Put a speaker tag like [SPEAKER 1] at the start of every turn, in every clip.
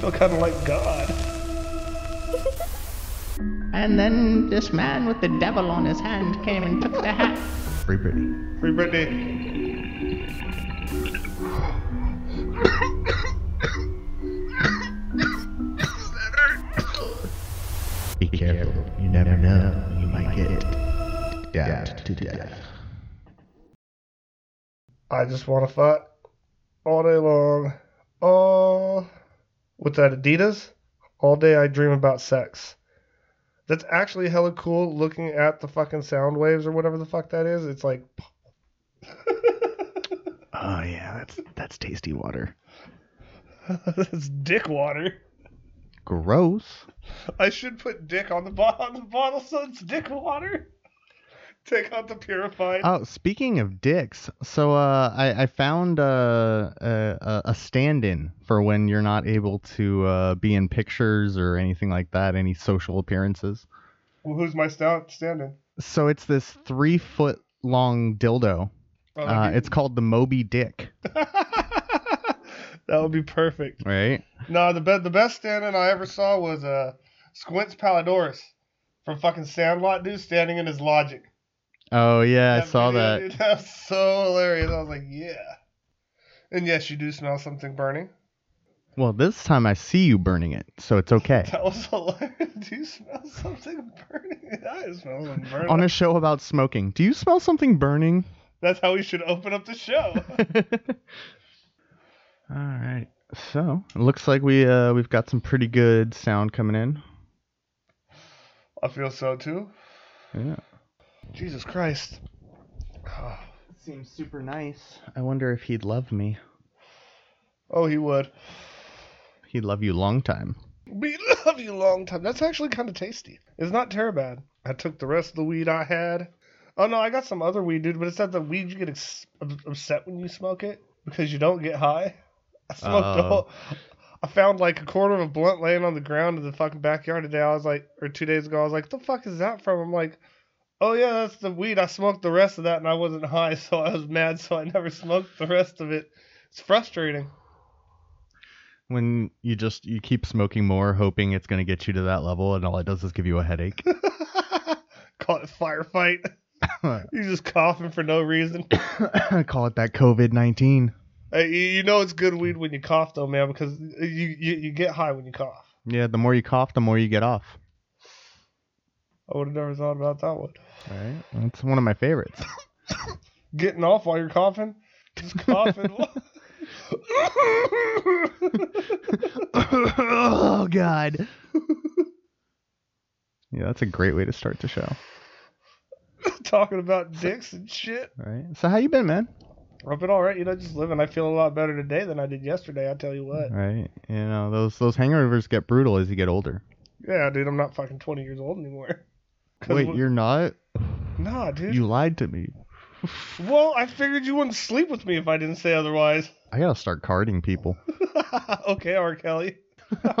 [SPEAKER 1] feel kind of like God.
[SPEAKER 2] And then this man with the devil on his hand came and took the hat.
[SPEAKER 3] Free Britney.
[SPEAKER 1] Free Britney.
[SPEAKER 3] Be careful. You never know. You might get dabbed to death.
[SPEAKER 1] I just want to fight all day long. All what's that? Adidas. All day I dream about sex. That's actually hella cool. Looking at the fucking sound waves or whatever the fuck that is, it's like
[SPEAKER 3] Oh yeah, that's that's tasty water.
[SPEAKER 1] it's dick water.
[SPEAKER 3] Gross.
[SPEAKER 1] I should put dick on the bo- on the bottle so it's dick water. Take out the purified.
[SPEAKER 3] Oh, speaking of dicks, so uh, I, I found uh, a a- a stand-in for when you're not able to uh, be in pictures or anything like that, any social appearances.
[SPEAKER 1] Well, who's my stout standing?
[SPEAKER 3] So it's this three-foot-long dildo.
[SPEAKER 1] Oh,
[SPEAKER 3] Uh, it's called the Moby Dick,
[SPEAKER 1] that would be perfect.
[SPEAKER 3] right?
[SPEAKER 1] No, the be- the best standing I ever saw was uh Squints Palidorus from fucking Sandlot dude standing in his logic.
[SPEAKER 3] Oh yeah, I saw
[SPEAKER 1] video,
[SPEAKER 3] that.
[SPEAKER 1] dude, that was so hilarious. I was like, yeah. And yes, you do smell something burning.
[SPEAKER 3] Well, this time I see you burning it, so it's okay.
[SPEAKER 1] That was hilarious. Do you smell something burning? I smell something burning.
[SPEAKER 3] On a show about smoking, do you smell something burning?
[SPEAKER 1] That's how we should open up the show.
[SPEAKER 3] All right. So it looks like we uh, we've got some pretty good sound coming in.
[SPEAKER 1] I feel so too.
[SPEAKER 3] Yeah.
[SPEAKER 1] Jesus Christ. Oh,
[SPEAKER 3] Seems super nice. I wonder if he'd love me.
[SPEAKER 1] Oh, he would.
[SPEAKER 3] He'd love you long time.
[SPEAKER 1] We love you long time. That's actually kind of tasty. It's not terrible. bad. I took the rest of the weed I had. Oh no, I got some other weed, dude. But it's not the weed you get ex- ob- upset when you smoke it because you don't get high. I smoked the
[SPEAKER 3] Oh.
[SPEAKER 1] whole. I found like a quarter of a blunt laying on the ground in the fucking backyard today. I was like, or two days ago, I was like, "The fuck is that from?" I'm like, "Oh yeah, that's the weed." I smoked the rest of that and I wasn't high, so I was mad, so I never smoked the rest of it. It's frustrating.
[SPEAKER 3] When you just you keep smoking more, hoping it's gonna get you to that level, and all it does is give you a headache.
[SPEAKER 1] Call it firefight. You're just coughing for no reason.
[SPEAKER 3] Call it that COVID nineteen.
[SPEAKER 1] Hey, you you know it's good weed when you cough though, man, because you, you you get high when you cough.
[SPEAKER 3] Yeah, the more you cough, the more you get off.
[SPEAKER 1] I would have never thought about that one.
[SPEAKER 3] All right, that's one of my favorites.
[SPEAKER 1] Getting off while you're coughing, just coughing.
[SPEAKER 3] oh God. yeah, that's a great way to start the show.
[SPEAKER 1] Talking about dicks and shit.
[SPEAKER 3] All right. So how you been, man?
[SPEAKER 1] I've been all right, you know, just living. I feel a lot better today than I did yesterday. I tell you what.
[SPEAKER 3] All right. You know those those hangovers get brutal as you get older.
[SPEAKER 1] Yeah, dude, I'm not fucking 20 years old anymore. 'Cause
[SPEAKER 3] Wait,
[SPEAKER 1] we-
[SPEAKER 3] you're not?
[SPEAKER 1] nah, dude.
[SPEAKER 3] You lied to me.
[SPEAKER 1] Well, I figured you wouldn't sleep with me if I didn't say otherwise.
[SPEAKER 3] I gotta start carding people.
[SPEAKER 1] okay, R. Kelly.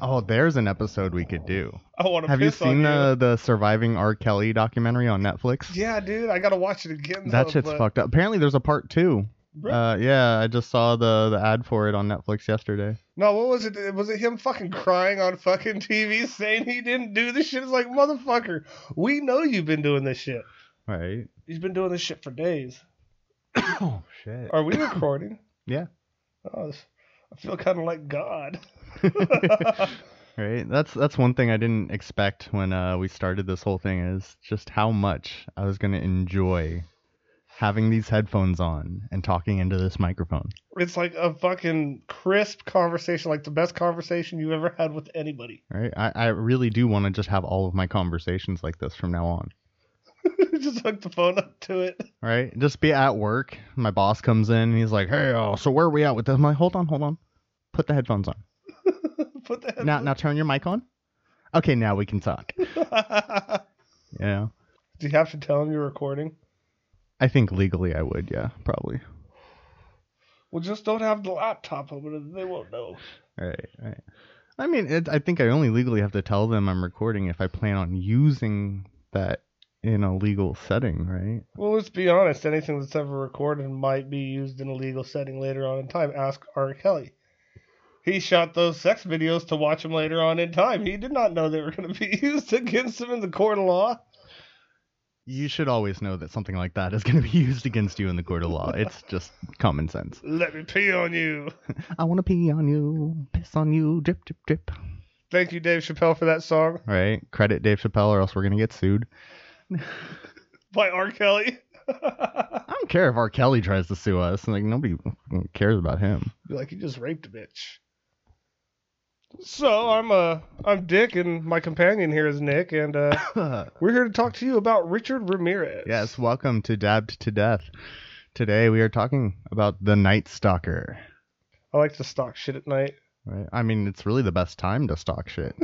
[SPEAKER 3] oh, there's an episode we could do.
[SPEAKER 1] I want to.
[SPEAKER 3] Have you
[SPEAKER 1] piss
[SPEAKER 3] seen uh,
[SPEAKER 1] on
[SPEAKER 3] the the surviving R. Kelly documentary on Netflix?
[SPEAKER 1] You. Yeah, dude, I gotta watch it again.
[SPEAKER 3] That
[SPEAKER 1] though,
[SPEAKER 3] shit's
[SPEAKER 1] but-
[SPEAKER 3] fucked up. Apparently, there's a part two.
[SPEAKER 1] Really?
[SPEAKER 3] Uh, yeah, I just saw the the ad for it on Netflix yesterday.
[SPEAKER 1] No, what was it? Was it him fucking crying on fucking TV saying he didn't do this shit? It's like, motherfucker, we know you've been doing this shit.
[SPEAKER 3] Right.
[SPEAKER 1] He's been doing this shit for days.
[SPEAKER 3] Oh shit.
[SPEAKER 1] Are we recording?
[SPEAKER 3] Yeah.
[SPEAKER 1] Oh, this- I feel kind of like God.
[SPEAKER 3] Right. That's that's one thing I didn't expect when uh, we started this whole thing is just how much I was gonna enjoy having these headphones on and talking into this microphone.
[SPEAKER 1] It's like a fucking crisp conversation, like the best conversation you've ever had with anybody.
[SPEAKER 3] Right. I, I really do want to just have all of my conversations like this from now on.
[SPEAKER 1] Just hook the phone up to it.
[SPEAKER 3] Right. Just be at work. My boss comes in and he's like, "Hey, uh, so where are we at with this?" I'm like, "Hold on, hold on. Put the headphones on.
[SPEAKER 1] Put the
[SPEAKER 3] Now, now turn your mic on. Okay, now we can talk." you know.
[SPEAKER 1] Do you have to tell him you're recording?
[SPEAKER 3] I think legally I would. Yeah, probably.
[SPEAKER 1] Well, just don't have the laptop open. They won't know.
[SPEAKER 3] Right, right. I mean, it, I think I only legally have to tell them I'm recording if I plan on using that in a legal setting, right?
[SPEAKER 1] Well, let's be honest. Anything that's ever recorded might be used in a legal setting later on in time. Ask R. Kelly. He shot those sex videos to watch them later on in time. He did not know they were going to be used against him in the court of law.
[SPEAKER 3] You should always know that something like that is going to be used against you in the court of law. It's just common sense.
[SPEAKER 1] Let me pee on you.
[SPEAKER 3] I want to pee on you, piss on you, drip, drip, drip.
[SPEAKER 1] Thank you, Dave Chappelle, for that song
[SPEAKER 3] Right? Credit Dave Chappelle, or else we're going to get sued.
[SPEAKER 1] by R. Kelly.
[SPEAKER 3] I don't care if R. Kelly tries to sue us. Like, nobody fucking cares about him.
[SPEAKER 1] Be like he just raped a bitch. So I'm uh I'm Dick and my companion here is Nick and uh we're here to talk to you about Richard Ramirez.
[SPEAKER 3] yes, welcome to Dabbed to Death. Today we are talking about the Night Stalker.
[SPEAKER 1] I like to stalk shit at night.
[SPEAKER 3] Right? I mean, it's really the best time to stalk shit.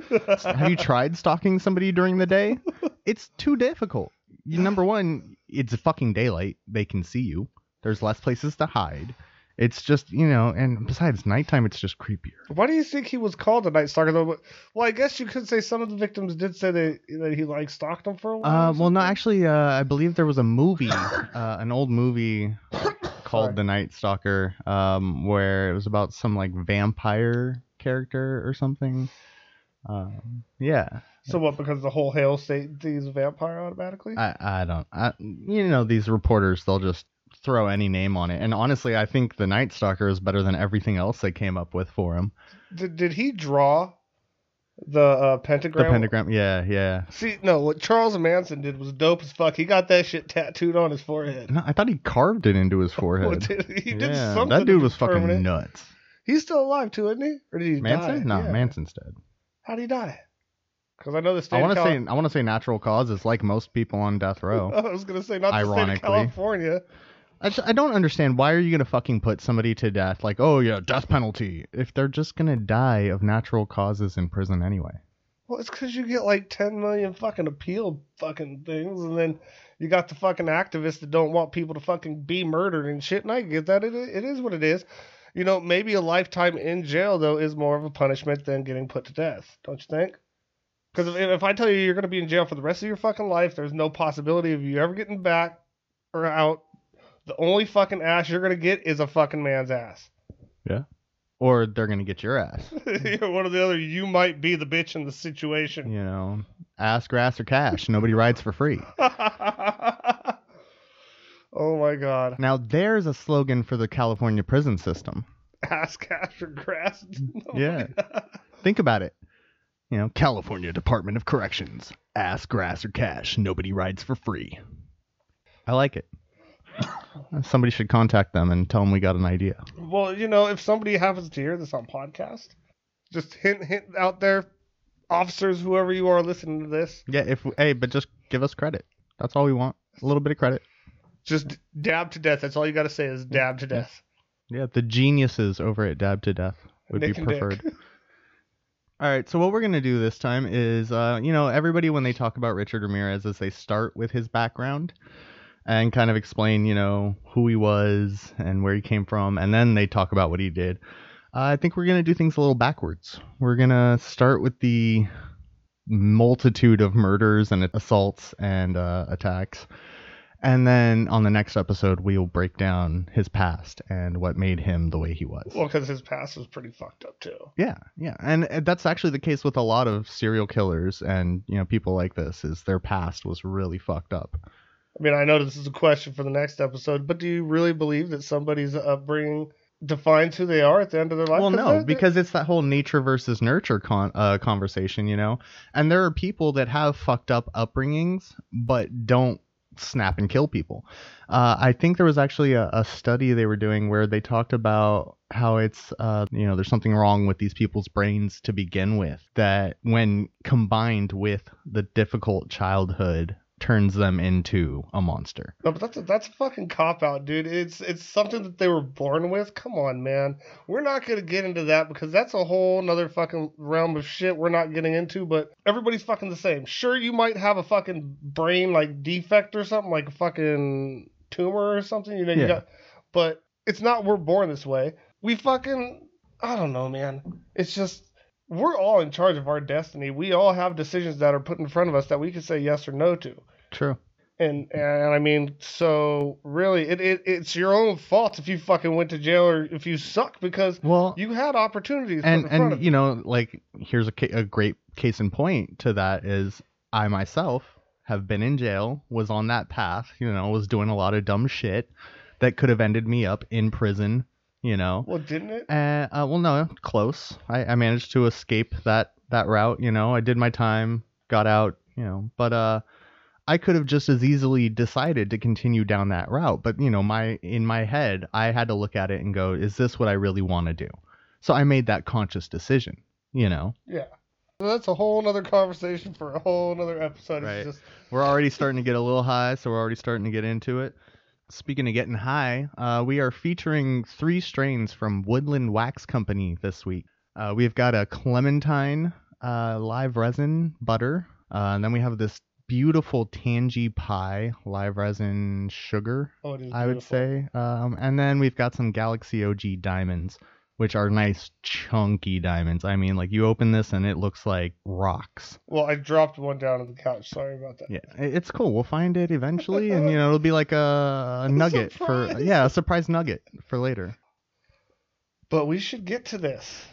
[SPEAKER 3] Have you tried stalking somebody during the day? It's too difficult. You- Number one, it's fucking daylight. They can see you. There's less places to hide. It's just, you know, and besides, nighttime, it's just creepier.
[SPEAKER 1] Why do you think he was called the Night Stalker though? Well, I guess you could say some of the victims did say that, that he like stalked them for a while.
[SPEAKER 3] Uh, well, no, actually, uh, I believe there was a movie, uh, an old movie called
[SPEAKER 1] Sorry.
[SPEAKER 3] The Night Stalker, um, where it was about some like vampire character or something. Um, yeah.
[SPEAKER 1] So what? Because the whole Hail State he's a vampire automatically?
[SPEAKER 3] I, I don't. I, you know, these reporters, they'll just throw any name on it. And honestly, I think the Night Stalker is better than everything else they came up with for him.
[SPEAKER 1] did, did he draw the uh,
[SPEAKER 3] The
[SPEAKER 1] pentagram?
[SPEAKER 3] pentagram. Yeah, yeah.
[SPEAKER 1] See, no, what Charles Manson did was dope as fuck. He got that shit tattooed on his forehead.
[SPEAKER 3] No, I thought he carved it into his
[SPEAKER 1] Well,
[SPEAKER 3] forehead.
[SPEAKER 1] Oh, dude, he did
[SPEAKER 3] yeah,
[SPEAKER 1] something.
[SPEAKER 3] that dude
[SPEAKER 1] to
[SPEAKER 3] was fucking
[SPEAKER 1] determine it.
[SPEAKER 3] nuts.
[SPEAKER 1] He's still alive too, isn't he? Or did he
[SPEAKER 3] Manson?
[SPEAKER 1] die?
[SPEAKER 3] No,
[SPEAKER 1] Yeah.
[SPEAKER 3] Manson's dead.
[SPEAKER 1] How did he die? Because I know the state.
[SPEAKER 3] I want
[SPEAKER 1] of
[SPEAKER 3] to
[SPEAKER 1] Cali-
[SPEAKER 3] say I want to say natural causes, like most people on death row.
[SPEAKER 1] I was gonna say not the
[SPEAKER 3] Ironically.
[SPEAKER 1] state of California.
[SPEAKER 3] I, just, I don't understand why are you gonna fucking put somebody to death? Like, oh yeah, death penalty. If they're just gonna die of natural causes in prison anyway.
[SPEAKER 1] Well, it's because you get like 10 million fucking appeal fucking things, and then you got the fucking activists that don't want people to fucking be murdered and shit. And I get that. It, it is what it is. You know, maybe a lifetime in jail, though, is more of a punishment than getting put to death, don't you think? Because if, if I tell you you're going to be in jail for the rest of your fucking life, there's no possibility of you ever getting back or out. The only fucking ass you're going to get is a fucking man's ass.
[SPEAKER 3] Or they're gonna get your ass.
[SPEAKER 1] One or the other, you might be the bitch in the situation.
[SPEAKER 3] you know, ass, grass, or cash. Nobody rides for free.
[SPEAKER 1] oh my god.
[SPEAKER 3] Now, there's a slogan for the California prison system.
[SPEAKER 1] Ass cash or grass. No.
[SPEAKER 3] Oh, Yeah. Think about it. You know, California Department of Corrections. Ass, grass, or cash. Nobody rides for free. I like it. Somebody should contact them and tell them we got an idea.
[SPEAKER 1] Well, you know, if somebody happens to hear this on podcast, just hint hint out there, officers, whoever you are listening to this,
[SPEAKER 3] Yeah, if hey, but just give us credit. That's all we want. A little bit of credit.
[SPEAKER 1] just dab to death. That's all you gotta say is dab to death.
[SPEAKER 3] Yeah, the geniuses over at Dab to Death would
[SPEAKER 1] Nick
[SPEAKER 3] be
[SPEAKER 1] and Dick.
[SPEAKER 3] preferred. All right, so what we're going to do this time is, uh, you know, everybody when they talk about Richard Ramirez is they start with his background and kind of explain, you know, who he was and where he came from, and then they talk about what he did. Uh, I think we're going to do things a little backwards. We're going to start with the multitude of murders and assaults and uh, attacks. And then on the next episode, we'll break down his past and what made him the way he was.
[SPEAKER 1] Well, because his past was pretty fucked up too.
[SPEAKER 3] Yeah, yeah, and uh, that's actually the case with a lot of serial killers and you know people like this is their past was really fucked up.
[SPEAKER 1] I mean, I know this is a question for the next episode, but do you really believe that somebody's upbringing defines who they are at the end of their life?
[SPEAKER 3] Well,
[SPEAKER 1] they're-
[SPEAKER 3] no,
[SPEAKER 1] they're-
[SPEAKER 3] because it's that whole nature versus nurture con- uh, conversation, you know. And there are people that have fucked up upbringings but don't snap and kill people. Uh, I think there was actually a, a study they were doing where they talked about how it's uh, you know there's something wrong with these people's brains to begin with that when combined with the difficult childhood turns them into a monster.
[SPEAKER 1] No, but that's a, that's a fucking cop out, dude. It's it's something that they were born with. Come on, man. We're not gonna get into that because that's a whole nother fucking realm of shit we're not getting into. But everybody's fucking the same. Sure, you might have a fucking brain like defect or something, like a fucking tumor or something. You know, you
[SPEAKER 3] Yeah.
[SPEAKER 1] got. But it's not. We're born this way. We fucking. I don't know, man. It's just we're all in charge of our destiny. We all have decisions that are put in front of us that we can say yes or no to.
[SPEAKER 3] True.
[SPEAKER 1] And and I mean, so really, it, it it's your own fault if you fucking went to jail or if you suck because
[SPEAKER 3] Well,
[SPEAKER 1] you had opportunities.
[SPEAKER 3] and
[SPEAKER 1] put in front of
[SPEAKER 3] and you know like here's a, ca- a great case in point to that is i myself have been in jail was on that path you know was doing a lot of dumb shit that could have ended me up in prison you know
[SPEAKER 1] Well, didn't it?
[SPEAKER 3] uh, uh, well no close I, I managed to escape that that route you know i did my time got out you know but uh i could have just as easily decided to continue down that route but you know my in my head i had to look at it and go is this what i really want to do so i made that conscious decision you know
[SPEAKER 1] Yeah. So that's a whole nother conversation for a whole nother episode.
[SPEAKER 3] Right.
[SPEAKER 1] It's just
[SPEAKER 3] we're already starting to get a little high so we're already starting to get into it speaking of getting high uh, we are featuring three strains from woodland wax company this week uh, we've got a clementine uh, live resin butter uh, and then we have this beautiful tangy pie live resin sugar
[SPEAKER 1] oh, it is
[SPEAKER 3] i would
[SPEAKER 1] beautiful.
[SPEAKER 3] say um, and then we've got some galaxy og diamonds which are nice chunky diamonds i mean like you open this and it looks like rocks
[SPEAKER 1] Well, I dropped one down on the couch. Sorry about that.
[SPEAKER 3] yeah, i- it's cool. We'll find it eventually, and you know it'll be like a, a nugget for
[SPEAKER 1] surprise.
[SPEAKER 3] yeah, a surprise nugget for later.
[SPEAKER 1] But we should get to this.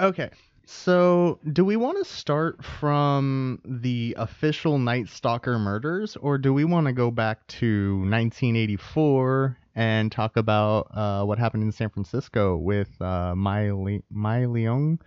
[SPEAKER 3] Okay, so do we want to start from the official Night Stalker murders, or do we want to go back to 1984 and talk about uh, what happened in San Francisco with uh, Mai Le- Mai Leung?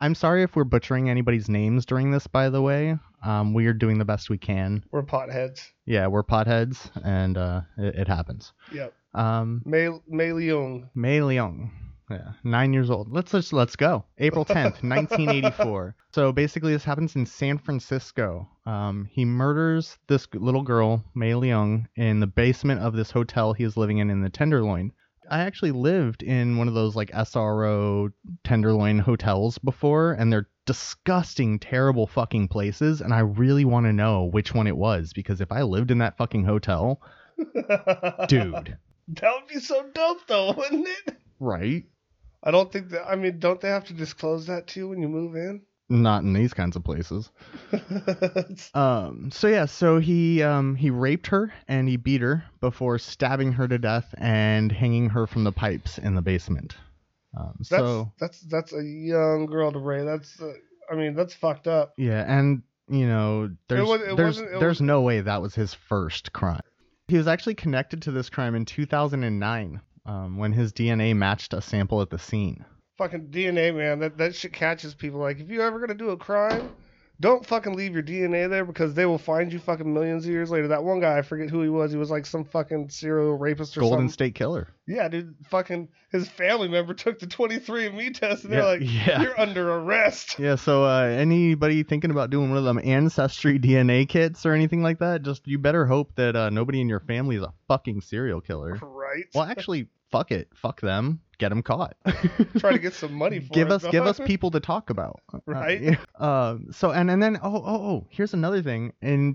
[SPEAKER 3] I'm sorry if we're butchering anybody's names during this, by the way. Um, we are doing the best we can.
[SPEAKER 1] We're potheads.
[SPEAKER 3] Yeah, we're potheads, and uh, it, it happens.
[SPEAKER 1] Yep.
[SPEAKER 3] Um,
[SPEAKER 1] Mei, Mei Leung.
[SPEAKER 3] Mei Leung. Yeah, nine years old. Let's just let's go. April tenth, nineteen eighty four. So basically, this happens in San Francisco. Um, he murders this g- little girl, Mei Leung, in the basement of this hotel he is living in in the Tenderloin. I actually lived in one of those like SRO Tenderloin hotels before, and they're disgusting, terrible fucking places. And I really want to know which one it was because if I lived in that fucking hotel, dude,
[SPEAKER 1] That would be so dope, though, wouldn't it?
[SPEAKER 3] right?
[SPEAKER 1] I don't think that. I mean, don't they have to disclose that to you when you move in?
[SPEAKER 3] Not in these kinds of places. Um, so yeah, so he um, he raped her and he beat her before stabbing her to death and hanging her from the pipes in the basement. Um,
[SPEAKER 1] that's
[SPEAKER 3] so
[SPEAKER 1] that's that's a young girl to rape. That's uh, I mean that's fucked up.
[SPEAKER 3] yeah, and you know there's
[SPEAKER 1] was- it
[SPEAKER 3] there's
[SPEAKER 1] wasn't- it
[SPEAKER 3] there's no way that was his first crime. He was actually connected to this crime in 2009 um, when his DNA matched a sample at the scene.
[SPEAKER 1] Fucking DNA, man. That that shit catches people. Like if you're ever gonna do a crime, don't fucking leave your DNA there because they will find you fucking millions of years later. That one guy, I forget who he was. He was like some fucking serial rapist or
[SPEAKER 3] Golden
[SPEAKER 1] something.
[SPEAKER 3] State Killer.
[SPEAKER 1] Yeah, dude. Fucking his family member took the 23andMe test and they're
[SPEAKER 3] Yeah,
[SPEAKER 1] like,
[SPEAKER 3] yeah.
[SPEAKER 1] you're under arrest.
[SPEAKER 3] Yeah, so uh, anybody thinking about doing one of them ancestry DNA kits or anything like that, just you better hope that uh, nobody in your family is a fucking serial killer.
[SPEAKER 1] Right.
[SPEAKER 3] Well, actually, fuck it, fuck them, get them caught.
[SPEAKER 1] Oh Try to get some money for
[SPEAKER 3] give
[SPEAKER 1] it,
[SPEAKER 3] us give us
[SPEAKER 1] though.
[SPEAKER 3] people to talk about. Uh,
[SPEAKER 1] Right?
[SPEAKER 3] yeah. Um, so and and then oh oh oh, here's another thing. In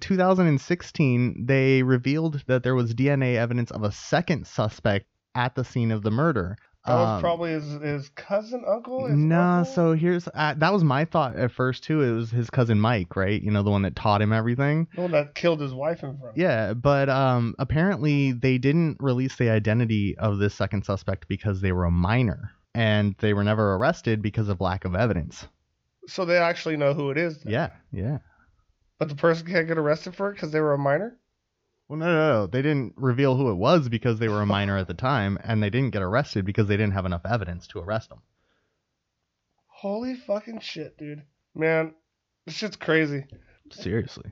[SPEAKER 3] 2016, they revealed that there was DNA evidence of a second suspect at the scene of the murder.
[SPEAKER 1] That was
[SPEAKER 3] Um,
[SPEAKER 1] probably his, his cousin, uncle. his
[SPEAKER 3] no,
[SPEAKER 1] uncle?
[SPEAKER 3] so here's uh, that was my thought at first too. It was his cousin Mike, right? You know, the one that taught him everything.
[SPEAKER 1] the one that killed his wife in front.
[SPEAKER 3] Yeah, but um, apparently they didn't release the identity of this second suspect because they were a minor and they were never arrested because of lack of evidence.
[SPEAKER 1] So they actually know who it is. then.
[SPEAKER 3] Yeah, yeah.
[SPEAKER 1] But the person can't get arrested for it because they were a minor.
[SPEAKER 3] Well, no, no, no. They didn't reveal who it was because they were a minor at the time, and they didn't get arrested because they didn't have enough evidence to arrest them.
[SPEAKER 1] Holy fucking shit, dude. Man, this shit's crazy.
[SPEAKER 3] Seriously.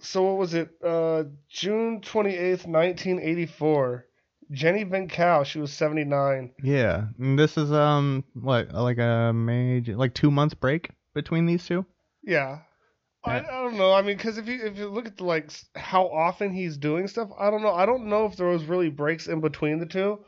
[SPEAKER 1] So what was it? Uh, June twenty eighth, nineteen eighty four. Jenny Van Cow. She was seventy nine.
[SPEAKER 3] Yeah, and this is um, what like a major, like two months break between these two.
[SPEAKER 1] Yeah. I, I don't know. I mean, because if you if you look at the, like s- how often he's doing stuff, I don't know. I don't know if there was really breaks in between the two.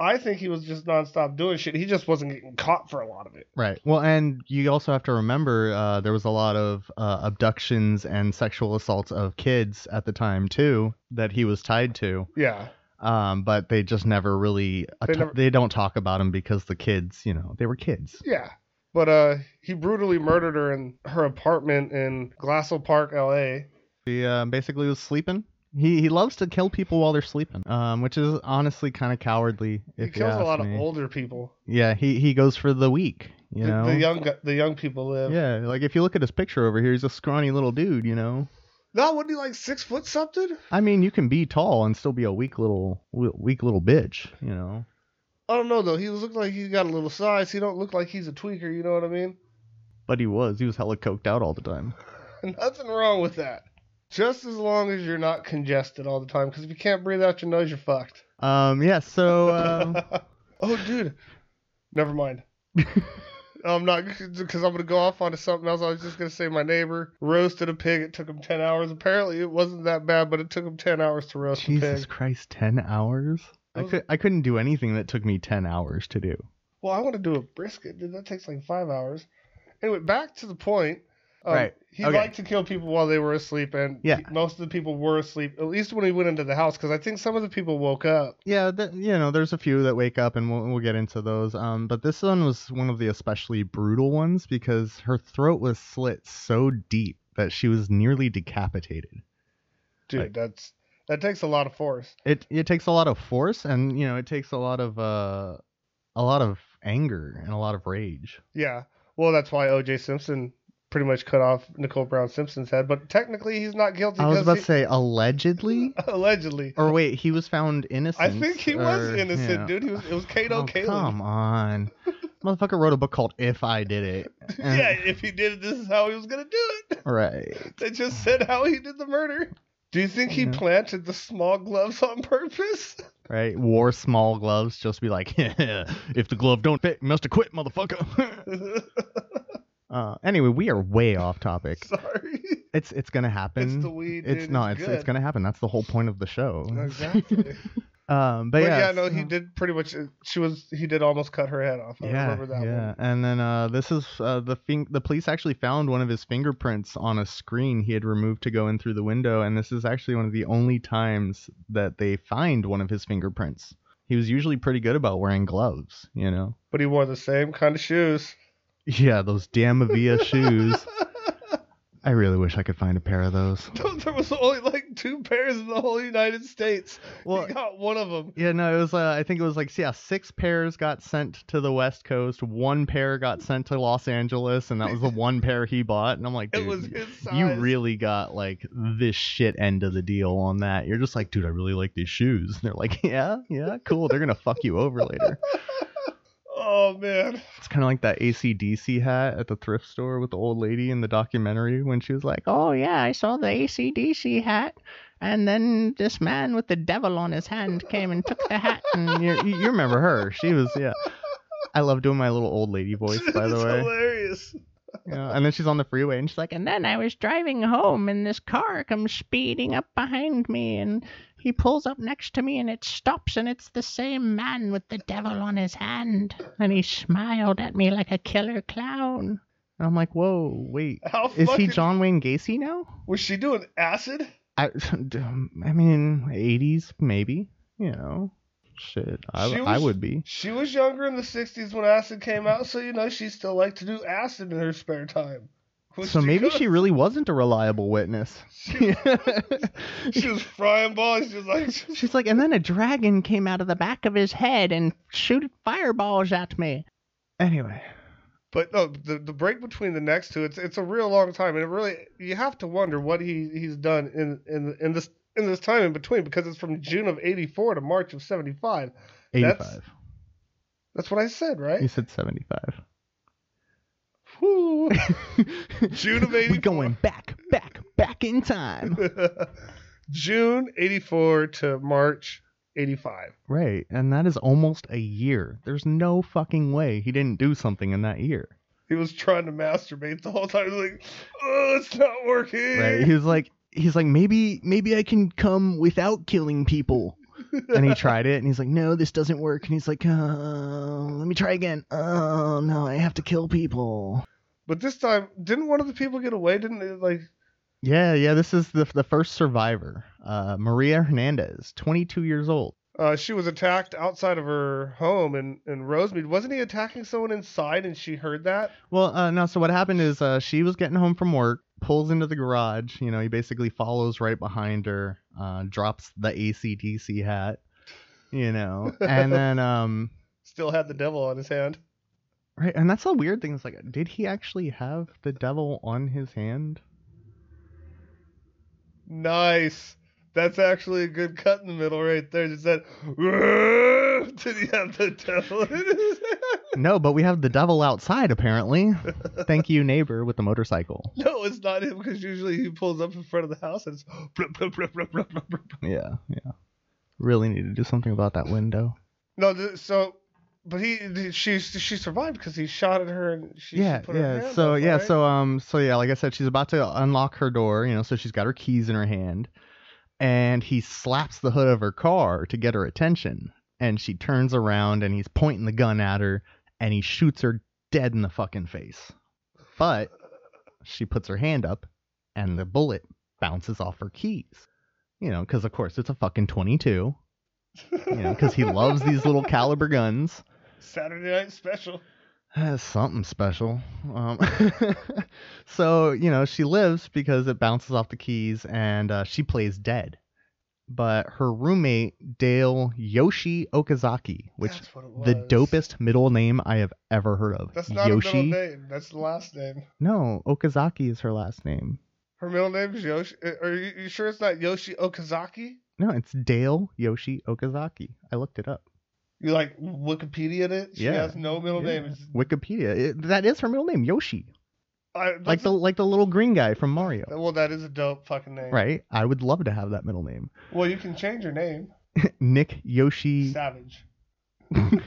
[SPEAKER 1] I think he was just nonstop doing shit. He just wasn't getting caught for a lot of it.
[SPEAKER 3] Right. Well, and you also have to remember uh, there was a lot of uh, abductions and sexual assaults of kids at the time too that he was tied to.
[SPEAKER 1] Yeah.
[SPEAKER 3] Um, but they just never really
[SPEAKER 1] They never-
[SPEAKER 3] they don't talk about him because the kids, you know, they were kids.
[SPEAKER 1] Yeah. But uh, he brutally murdered her in her apartment in Glassell Park, L.A.
[SPEAKER 3] He uh, basically was sleeping He he loves to kill people while they're sleeping, um, which is honestly kind of cowardly. If
[SPEAKER 1] He
[SPEAKER 3] you
[SPEAKER 1] kills a
[SPEAKER 3] ask
[SPEAKER 1] lot
[SPEAKER 3] me.
[SPEAKER 1] of older people.
[SPEAKER 3] Yeah, he he goes for the weak. You
[SPEAKER 1] The-
[SPEAKER 3] know.
[SPEAKER 1] The, young gu- the young people live.
[SPEAKER 3] yeah, like if you look at his picture over here, he's a scrawny little dude. You know.
[SPEAKER 1] No, wasn't he like six foot something?
[SPEAKER 3] I mean, you can be tall and still be a weak little we- weak little bitch. You know.
[SPEAKER 1] I don't know though. He looked like he got a little size. He don't look like he's a tweaker. You know what I mean?
[SPEAKER 3] But he was he was hella coked out all the time.
[SPEAKER 1] Nothing wrong with that. Just as long as you're not congested all the time, because if you can't breathe out your nose, you're fucked.
[SPEAKER 3] Um. Yeah. So. Um,
[SPEAKER 1] oh, dude. Never mind. I'm not because I'm gonna go off onto something else. I was just gonna say my neighbor roasted a pig. It took him ten hours. Apparently, it wasn't that bad, but it took him ten hours to roast a
[SPEAKER 3] Jesus
[SPEAKER 1] pig.
[SPEAKER 3] Christ, ten hours. I
[SPEAKER 1] Those-
[SPEAKER 3] could I couldn't do anything that took me ten hours to do.
[SPEAKER 1] Well, I want to do a brisket, dude. That takes like five hours. Anyway, back to the point. Um,
[SPEAKER 3] Right.
[SPEAKER 1] He
[SPEAKER 3] Okay.
[SPEAKER 1] liked to kill people while they were asleep, and
[SPEAKER 3] Yeah.
[SPEAKER 1] he- most of the people were asleep, at least when he went into the house, because I think some of the people woke up.
[SPEAKER 3] Yeah, th- you know, there's a few that wake up, and we'll we'll get into those. Um, but this one was one of the especially brutal ones because her throat was slit so deep that she was nearly decapitated.
[SPEAKER 1] Dude,
[SPEAKER 3] Like-
[SPEAKER 1] that's that takes a lot of force.
[SPEAKER 3] It it takes a lot of force, and you know, it takes a lot of uh, a lot of anger and a lot of rage.
[SPEAKER 1] Yeah. Well, that's why O.J. Simpson pretty much cut off Nicole Brown Simpson's head, but technically he's not guilty
[SPEAKER 3] I was about
[SPEAKER 1] because
[SPEAKER 3] to say allegedly,
[SPEAKER 1] he, allegedly.
[SPEAKER 3] or wait, he was found innocent.
[SPEAKER 1] I think he was
[SPEAKER 3] or-
[SPEAKER 1] innocent,
[SPEAKER 3] yeah.
[SPEAKER 1] dude. He was, it was Kato
[SPEAKER 3] Oh,
[SPEAKER 1] Caleb.
[SPEAKER 3] come on. Motherfucker wrote a book called If I Did It. And-
[SPEAKER 1] Yeah, if he did it, this is how he was gonna do it.
[SPEAKER 3] Right.
[SPEAKER 1] They just said how he did the murder. Do you think he
[SPEAKER 3] Yeah.
[SPEAKER 1] planted the small gloves on purpose?
[SPEAKER 3] Right. Wore small gloves just to be like, if the glove don't fit, must have quit, motherfucker. uh, anyway, we are way off topic.
[SPEAKER 1] Sorry.
[SPEAKER 3] It's it's gonna happen.
[SPEAKER 1] It's the weed.
[SPEAKER 3] It's
[SPEAKER 1] dude.
[SPEAKER 3] not.
[SPEAKER 1] It's,
[SPEAKER 3] It's, it's gonna happen. That's the whole point of the show.
[SPEAKER 1] good. Exactly.
[SPEAKER 3] Um, but,
[SPEAKER 1] But
[SPEAKER 3] yeah,
[SPEAKER 1] yeah, no, he
[SPEAKER 3] so-
[SPEAKER 1] did pretty much. uh, She was. He did almost cut her head off. I
[SPEAKER 3] yeah,
[SPEAKER 1] remember that
[SPEAKER 3] yeah.
[SPEAKER 1] one.
[SPEAKER 3] And then uh, this is uh, the fin- the police actually found one of his fingerprints on a screen he had removed to go in through the window, and this is actually one of the only times that they find one of his fingerprints. He was usually pretty good about wearing gloves, you know.
[SPEAKER 1] But he wore the same kind of shoes.
[SPEAKER 3] Yeah, those damn Avia shoes. I really wish I could find a pair of those.
[SPEAKER 1] there was only like two pairs in the whole United States.
[SPEAKER 3] Well,
[SPEAKER 1] he got one of them.
[SPEAKER 3] yeah, no, it was. Uh, I think it was like, yeah, six pairs got sent to the West Coast. One pair got sent to Los Angeles, and that was the one pair he bought. And I'm like,
[SPEAKER 1] It
[SPEAKER 3] dude,
[SPEAKER 1] was his size.
[SPEAKER 3] you really got like this shit end of the deal on that. You're just like, dude, I really like these shoes. And they're like, yeah, yeah, cool. They're gonna fuck you over later.
[SPEAKER 1] Oh man.
[SPEAKER 3] It's kind of like that ACDC hat at the thrift store with the old lady in the documentary when she was like, oh,
[SPEAKER 2] Oh, yeah, I saw the ACDC hat. And then this man with the devil on his hand came and took the hat.
[SPEAKER 3] and you you remember her? She was yeah. I love doing my little old lady voice, by the
[SPEAKER 1] It's
[SPEAKER 3] way.
[SPEAKER 1] hilarious.
[SPEAKER 3] Yeah, and then she's on the freeway and she's like,
[SPEAKER 2] And then I was driving home, and this car comes speeding up behind me, and he pulls up next to me, and it stops, and it's the same man with the devil on his hand. And he smiled at me like a killer clown.
[SPEAKER 3] and I'm like, whoa, wait,
[SPEAKER 1] How
[SPEAKER 3] is he
[SPEAKER 1] fucking
[SPEAKER 3] John Wayne Gacy now?
[SPEAKER 1] was she doing acid?
[SPEAKER 3] I, I mean, 80s maybe, you know, shit, I,
[SPEAKER 1] She
[SPEAKER 3] I
[SPEAKER 1] was-
[SPEAKER 3] would be.
[SPEAKER 1] She was younger in the '60s when acid came out, so you know she still liked to do acid in her spare time. Which
[SPEAKER 3] So maybe
[SPEAKER 1] could.
[SPEAKER 3] she really wasn't a reliable witness.
[SPEAKER 1] She, she was frying balls. She was like,
[SPEAKER 2] She's like, and then a dragon came out of the back of his head and shooted fireballs at me.
[SPEAKER 3] anyway,
[SPEAKER 1] But no, the the break between the next two, it's it's a real long time, and it really you have to wonder what he he's done in in in this in this time in between because it's from June of '84 to March of '75.
[SPEAKER 3] 85.
[SPEAKER 1] That's- That's what I said,
[SPEAKER 3] You
[SPEAKER 1] right?
[SPEAKER 3] said 75.
[SPEAKER 1] Whew. June of
[SPEAKER 3] We going back, back, back in time.
[SPEAKER 1] 84. June '84 to March '85.
[SPEAKER 3] Right, and that is almost a year. There's no fucking way he didn't do something in that year.
[SPEAKER 1] He was trying to masturbate the whole time. He was like, oh, it's not working.
[SPEAKER 3] Right? He's like he's like maybe maybe I can come without killing people. and he tried it and he's like no, this doesn't work and he's like uh, let me try again. Oh, no, I have to kill people.
[SPEAKER 1] But this time, didn't one of the people get away? Didn't it, like
[SPEAKER 3] Yeah, yeah, this is the the first survivor. Uh Maria Hernandez, 22 years old.
[SPEAKER 1] Uh, she was attacked outside of her home in, in Rosemead. Wasn't he attacking someone inside and she heard that?
[SPEAKER 3] Well, uh, no. So what happened is uh, she was getting home from work, pulls into the garage. You know, he basically follows right behind her. uh, drops the ACDC hat, you know, and then um,
[SPEAKER 1] Still had the devil on his hand.
[SPEAKER 3] right, and that's the weird thing. It's like, did he actually have the devil on his hand?
[SPEAKER 1] Nice. That's actually a good cut in the middle right there. Just that. Did he have the devil in his hand?
[SPEAKER 3] No, but we have the devil outside apparently. Thank you, neighbor, with the motorcycle.
[SPEAKER 1] No, it's not him because usually he pulls up in front of the house and it's. Blup, blup, blup, blup, blup, blup, blup.
[SPEAKER 3] Yeah, yeah. Really need to do something about that window.
[SPEAKER 1] No, th- so. But he, she, she survived because he shot at her and she she
[SPEAKER 3] yeah
[SPEAKER 1] put her
[SPEAKER 3] yeah
[SPEAKER 1] hand
[SPEAKER 3] so
[SPEAKER 1] up,
[SPEAKER 3] yeah
[SPEAKER 1] right?
[SPEAKER 3] so um so yeah like i said she's about to unlock her door you know so she's got her keys in her hand and he slaps the hood of her car to get her attention and she turns around and he's pointing the gun at her and he shoots her dead in the fucking face but she puts her hand up and the bullet bounces off her keys you know because of course it's a fucking 22 you know because he loves these little caliber guns
[SPEAKER 1] Saturday night special.
[SPEAKER 3] that's something special. Um, so, you know, she lives because it bounces off the keys and uh, she plays dead. But her roommate, Dale Yoshi Okazaki, which
[SPEAKER 1] That's what it was.
[SPEAKER 3] the dopest middle name I have ever heard of.
[SPEAKER 1] That's not
[SPEAKER 3] Yoshi.
[SPEAKER 1] her middle name. That's the last name.
[SPEAKER 3] No, Okazaki is her last name.
[SPEAKER 1] Her middle name is Yoshi. eh, Are you, you sure it's not Yoshi Okazaki?
[SPEAKER 3] No, it's Dale Yoshi Okazaki. I looked it up.
[SPEAKER 1] You like Wikipedia it? She
[SPEAKER 3] Yeah.
[SPEAKER 1] has no middle
[SPEAKER 3] Yeah.
[SPEAKER 1] name. It's,
[SPEAKER 3] Wikipedia. It- that is her middle name, Yoshi.
[SPEAKER 1] I, that's
[SPEAKER 3] Like the like the little green guy from Mario.
[SPEAKER 1] Well, that is a dope fucking name.
[SPEAKER 3] Right? I would love to have that middle name.
[SPEAKER 1] Well, you can change your name.
[SPEAKER 3] Nick Yoshi
[SPEAKER 1] Savage.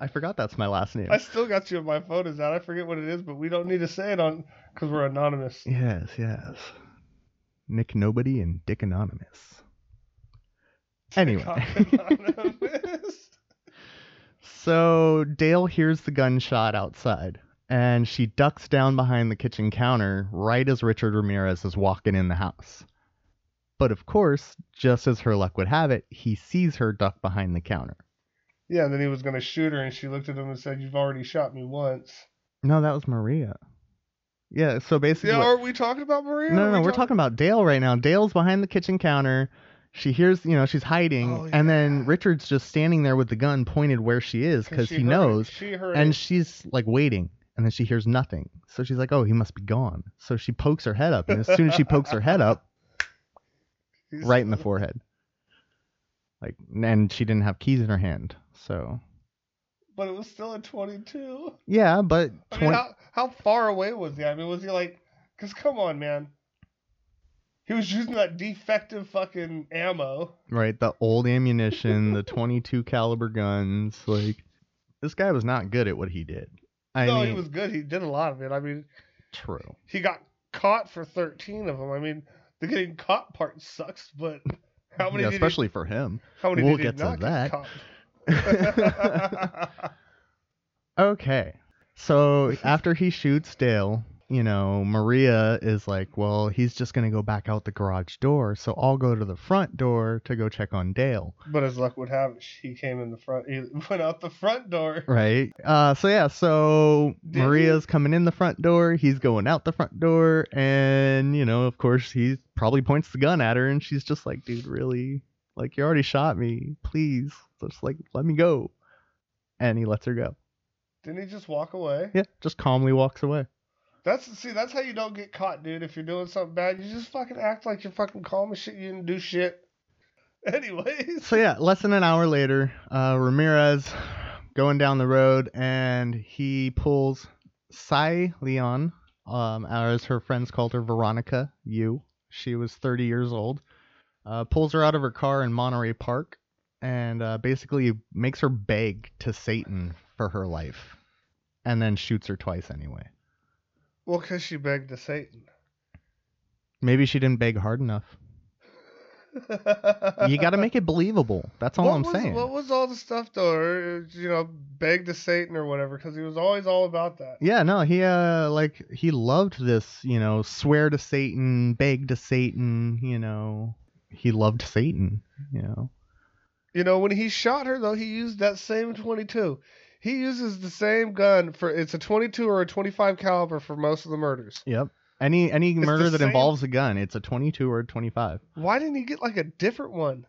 [SPEAKER 3] I forgot that's my last name.
[SPEAKER 1] I still got you on my phone. Is that I forget what it is, but we don't need to say it on because we're anonymous.
[SPEAKER 3] Yes, yes. Nick Nobody and Dick Anonymous. Anyway,
[SPEAKER 1] Anonymous.
[SPEAKER 3] so Dale hears the gunshot outside, and she ducks down behind the kitchen counter right as Richard Ramirez is walking in the house. But of course, just as her luck would have it, he sees her duck behind the counter.
[SPEAKER 1] yeah, and then he was gonna shoot her, and she looked at him and said, "You've already shot me once."
[SPEAKER 3] No, that was Maria. Yeah, so basically.
[SPEAKER 1] Yeah,
[SPEAKER 3] what-
[SPEAKER 1] are we talking about Maria?
[SPEAKER 3] No,
[SPEAKER 1] Are
[SPEAKER 3] no,
[SPEAKER 1] we
[SPEAKER 3] no. We're talking about Dale right now. Dale's behind the kitchen counter. She hears, you know, she's hiding,
[SPEAKER 1] Oh,
[SPEAKER 3] and
[SPEAKER 1] yeah.
[SPEAKER 3] then Richard's just standing there with the gun pointed where she is because
[SPEAKER 1] she
[SPEAKER 3] he
[SPEAKER 1] heard it.
[SPEAKER 3] knows,
[SPEAKER 1] She heard
[SPEAKER 3] and
[SPEAKER 1] it.
[SPEAKER 3] she's like waiting, and then she hears nothing. So she's like, "Oh, he must be gone." So she pokes her head up, and as soon as she pokes her head up,
[SPEAKER 1] He's-
[SPEAKER 3] right in the forehead. Like, and she didn't have keys in her hand, so
[SPEAKER 1] But it was still a 22.
[SPEAKER 3] yeah. But
[SPEAKER 1] I
[SPEAKER 3] 20,
[SPEAKER 1] mean, how, how far away was he? I mean, was he like, because come on, man. He was using that defective fucking ammo.
[SPEAKER 3] right, the old ammunition, the 22 caliber guns, like this guy was not good at what he did. I
[SPEAKER 1] no,
[SPEAKER 3] mean,
[SPEAKER 1] he was good. He did a lot of it. I mean,
[SPEAKER 3] True.
[SPEAKER 1] he got caught for 13 of them. I mean, the getting caught part sucks, but how many
[SPEAKER 3] yeah,
[SPEAKER 1] did
[SPEAKER 3] especially for him.
[SPEAKER 1] he, how many
[SPEAKER 3] we'll
[SPEAKER 1] did he
[SPEAKER 3] get to
[SPEAKER 1] not
[SPEAKER 3] that.
[SPEAKER 1] caught?
[SPEAKER 3] okay. So after he shoots Dale, you know, Maria is like, well, he's just going to go back out the garage door. So I'll go to the front door to go check on Dale.
[SPEAKER 1] but as luck would have it, he came in the front. He went out the front door.
[SPEAKER 3] Right. Uh, so yeah, so
[SPEAKER 1] Did
[SPEAKER 3] Maria's coming in the front door. He's going out the front door. And, you know, of course, he probably points the gun at her. And she's just like, dude, really? Like, you already shot me. Please. Just like, let me go. And he lets her go.
[SPEAKER 1] Didn't he just walk away?
[SPEAKER 3] Yeah, just calmly walks away.
[SPEAKER 1] That's see, that's how you don't get caught, dude. If you're doing something bad, you just fucking act like you're fucking calm as shit. You didn't do shit. Anyways,
[SPEAKER 3] So yeah, less than an hour later, uh, Ramirez going down the road and he pulls Sai Leon, um, or as her friends called her, Veronica Yu. She was 30 years old. Uh, pulls her out of her car in Monterey Park and uh, basically makes her beg to Satan for her life, and then shoots her twice anyway.
[SPEAKER 1] well, 'cause she begged to Satan.
[SPEAKER 3] Maybe she didn't beg hard enough. You got to make it believable. That's all
[SPEAKER 1] what
[SPEAKER 3] I'm
[SPEAKER 1] was,
[SPEAKER 3] saying.
[SPEAKER 1] What was all the stuff though? Or, you know, beg to Satan or whatever, 'cause he was always all about that.
[SPEAKER 3] Yeah, no, he uh like he loved this, you know, swear to Satan, beg to Satan, you know. He loved Satan, you know.
[SPEAKER 1] You know, when he shot her though, he used that same 22. He uses the same gun for it's a 22 or a 25 caliber for most of the murders.
[SPEAKER 3] Yep. Any any
[SPEAKER 1] the
[SPEAKER 3] murder that
[SPEAKER 1] same-
[SPEAKER 3] involves a gun, it's a 22 or a 25.
[SPEAKER 1] Why didn't he get like a different one?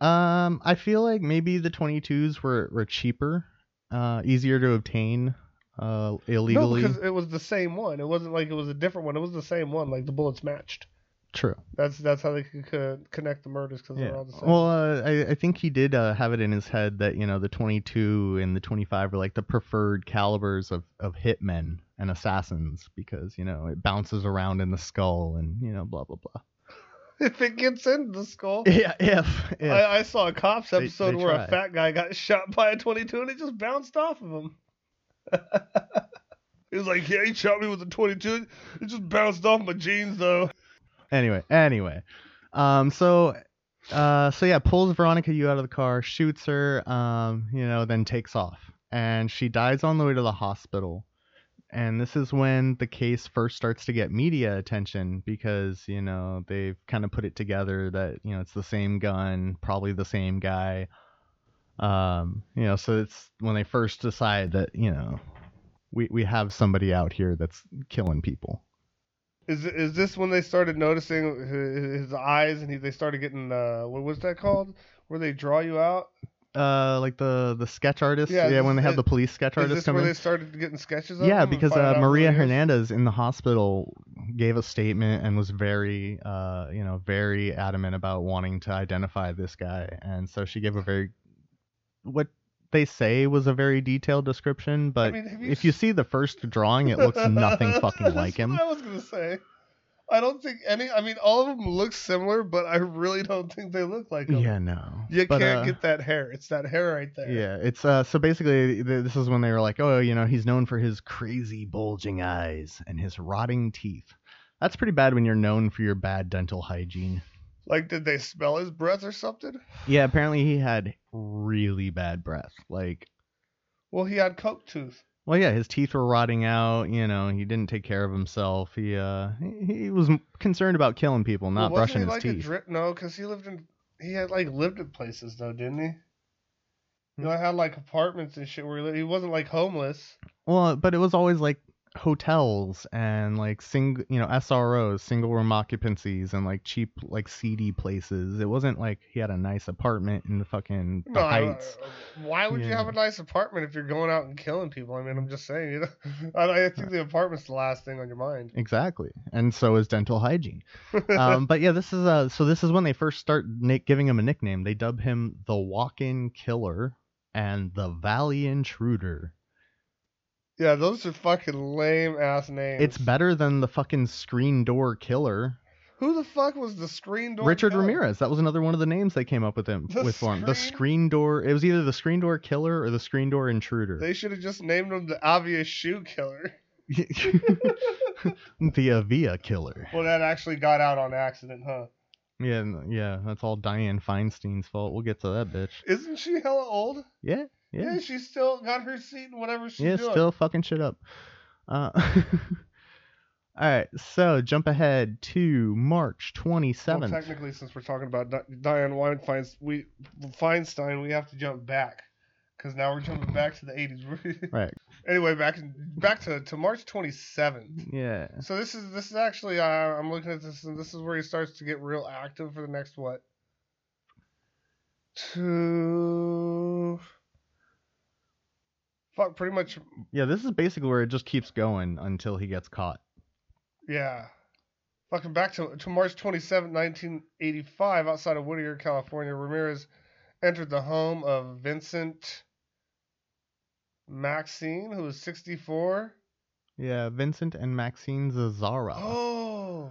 [SPEAKER 3] Um, I feel like maybe the 22s were were cheaper, uh, easier to obtain, uh, illegally.
[SPEAKER 1] No, because it was the same one. It wasn't like it was a different one. It was the same one. Like the bullets matched.
[SPEAKER 3] True.
[SPEAKER 1] That's that's how they could co- connect the murders because they're
[SPEAKER 3] Yeah.
[SPEAKER 1] all the same.
[SPEAKER 3] Well, uh, I, I think he did uh, have it in his head that you know the 22 and the 25 are like the preferred calibers of of hitmen and assassins because you know it bounces around in the skull and you know blah blah blah.
[SPEAKER 1] if it gets into the skull.
[SPEAKER 3] Yeah, if, if.
[SPEAKER 1] I, I saw a cops
[SPEAKER 3] They- they
[SPEAKER 1] episode where
[SPEAKER 3] try.
[SPEAKER 1] a fat guy got shot by a 22 and it just bounced off of him. he was like, "Yeah, he shot me with a 22. It just bounced off my jeans, though."
[SPEAKER 3] anyway, anyway. Um, so, uh, so yeah, pulls Veronica you out of the car, shoots her, um, you know, then takes off, and she dies on the way to the hospital. And this is when the case first starts to get media attention because you know they've kind of put it together that you know it's the same gun, probably the same guy. Um, you know, so it's when they first decide that you know we we have somebody out here that's killing people.
[SPEAKER 1] Is is this when they started noticing his, his eyes and he, they started getting uh, what was that called? Where they draw you out?
[SPEAKER 3] uh like the the sketch artist yeah,
[SPEAKER 1] Yeah,
[SPEAKER 3] when they
[SPEAKER 1] this-
[SPEAKER 3] have the police sketch
[SPEAKER 1] Is
[SPEAKER 3] artists
[SPEAKER 1] this
[SPEAKER 3] come
[SPEAKER 1] where
[SPEAKER 3] in
[SPEAKER 1] they started getting sketches? Of
[SPEAKER 3] yeah
[SPEAKER 1] him and
[SPEAKER 3] because
[SPEAKER 1] finding
[SPEAKER 3] uh,
[SPEAKER 1] out who
[SPEAKER 3] maria
[SPEAKER 1] he is?
[SPEAKER 3] hernandez in the hospital gave a statement and was very uh you know very adamant about wanting to identify this guy and so she gave a very what they say was a very detailed description but
[SPEAKER 1] mean, have you
[SPEAKER 3] if you
[SPEAKER 1] s-
[SPEAKER 3] see the first drawing it looks nothing fucking
[SPEAKER 1] That's
[SPEAKER 3] like him
[SPEAKER 1] what I was gonna say. I don't think any. I mean, all of them look similar, but I really don't think they look like him.
[SPEAKER 3] yeah no
[SPEAKER 1] You
[SPEAKER 3] But,
[SPEAKER 1] can't
[SPEAKER 3] uh,
[SPEAKER 1] get that hair. It's that hair right there.
[SPEAKER 3] Yeah, it's uh so basically th- this is when they were like, "Oh, you know, he's known for his crazy bulging eyes and his rotting teeth." That's pretty bad when you're known for your bad dental hygiene.
[SPEAKER 1] Like, did they smell his breath or something?
[SPEAKER 3] Yeah, apparently he had really bad breath. Like,
[SPEAKER 1] Well, he had coke tooth.
[SPEAKER 3] well, yeah, his teeth were rotting out, you know, he didn't take care of himself. He uh he, he was m- concerned about killing people, not
[SPEAKER 1] well,
[SPEAKER 3] brushing
[SPEAKER 1] wasn't he
[SPEAKER 3] his
[SPEAKER 1] like
[SPEAKER 3] teeth.
[SPEAKER 1] A drip? No, because he lived in. He had like lived at places though, didn't he?
[SPEAKER 3] Hmm.
[SPEAKER 1] You know, I had like apartments and shit where he, lived. he wasn't like homeless.
[SPEAKER 3] Well, but it was always like hotels and like single, you know, SROs, single room occupancies, and like cheap, like seedy places. It wasn't like he had a nice apartment in the fucking the
[SPEAKER 1] No, I- uh,
[SPEAKER 3] Heights.
[SPEAKER 1] why would you
[SPEAKER 3] Yeah.
[SPEAKER 1] have a nice apartment if you're going out and killing people? I mean, I'm just saying. You know, I, I think the apartment's the last thing on your mind.
[SPEAKER 3] Exactly, and so is dental hygiene. um, but yeah, this is uh, so this is when they first start na- giving him a nickname. They dub him the Walk-in Killer and the Valley Intruder.
[SPEAKER 1] Yeah, those are fucking lame ass names.
[SPEAKER 3] It's better than the fucking Screen Door Killer.
[SPEAKER 1] Who the fuck was the screen door?
[SPEAKER 3] Richard
[SPEAKER 1] killer?
[SPEAKER 3] Ramirez. That was another one of the names they came up with him
[SPEAKER 1] The
[SPEAKER 3] with for him. The
[SPEAKER 1] screen-
[SPEAKER 3] screen door. It was either the screen door killer or the screen door intruder.
[SPEAKER 1] They should have just named him the obvious shoe killer.
[SPEAKER 3] the Avia killer.
[SPEAKER 1] Well, that actually got out on accident, huh?
[SPEAKER 3] Yeah, n- yeah. That's all Diane Feinstein's fault. We'll get to that bitch.
[SPEAKER 1] Isn't she hella old?
[SPEAKER 3] Yeah, yeah.
[SPEAKER 1] Yeah, she's still got her seat and whatever she's
[SPEAKER 3] yeah,
[SPEAKER 1] doing.
[SPEAKER 3] still fucking shit up. Uh, all right. So jump ahead to March twenty
[SPEAKER 1] well,
[SPEAKER 3] seventh.
[SPEAKER 1] technically, since we're talking about Di- Diane Weinstein, we Feinstein, we have to jump back because now we're jumping back to the 80s.
[SPEAKER 3] Right.
[SPEAKER 1] anyway, back back to, to March 27th.
[SPEAKER 3] yeah.
[SPEAKER 1] So this is this is actually uh, I'm looking at this and this is where he starts to get real active for the next what? Two. Fuck, pretty much.
[SPEAKER 3] Yeah. This is basically where it just keeps going until he gets caught.
[SPEAKER 1] Yeah. Fucking back to, to March 27, 1985, outside of Whittier, California, Ramirez entered the home of Vincent Maxine, who was 64.
[SPEAKER 3] Yeah. Vincent and Maxine Zazara.
[SPEAKER 1] Oh.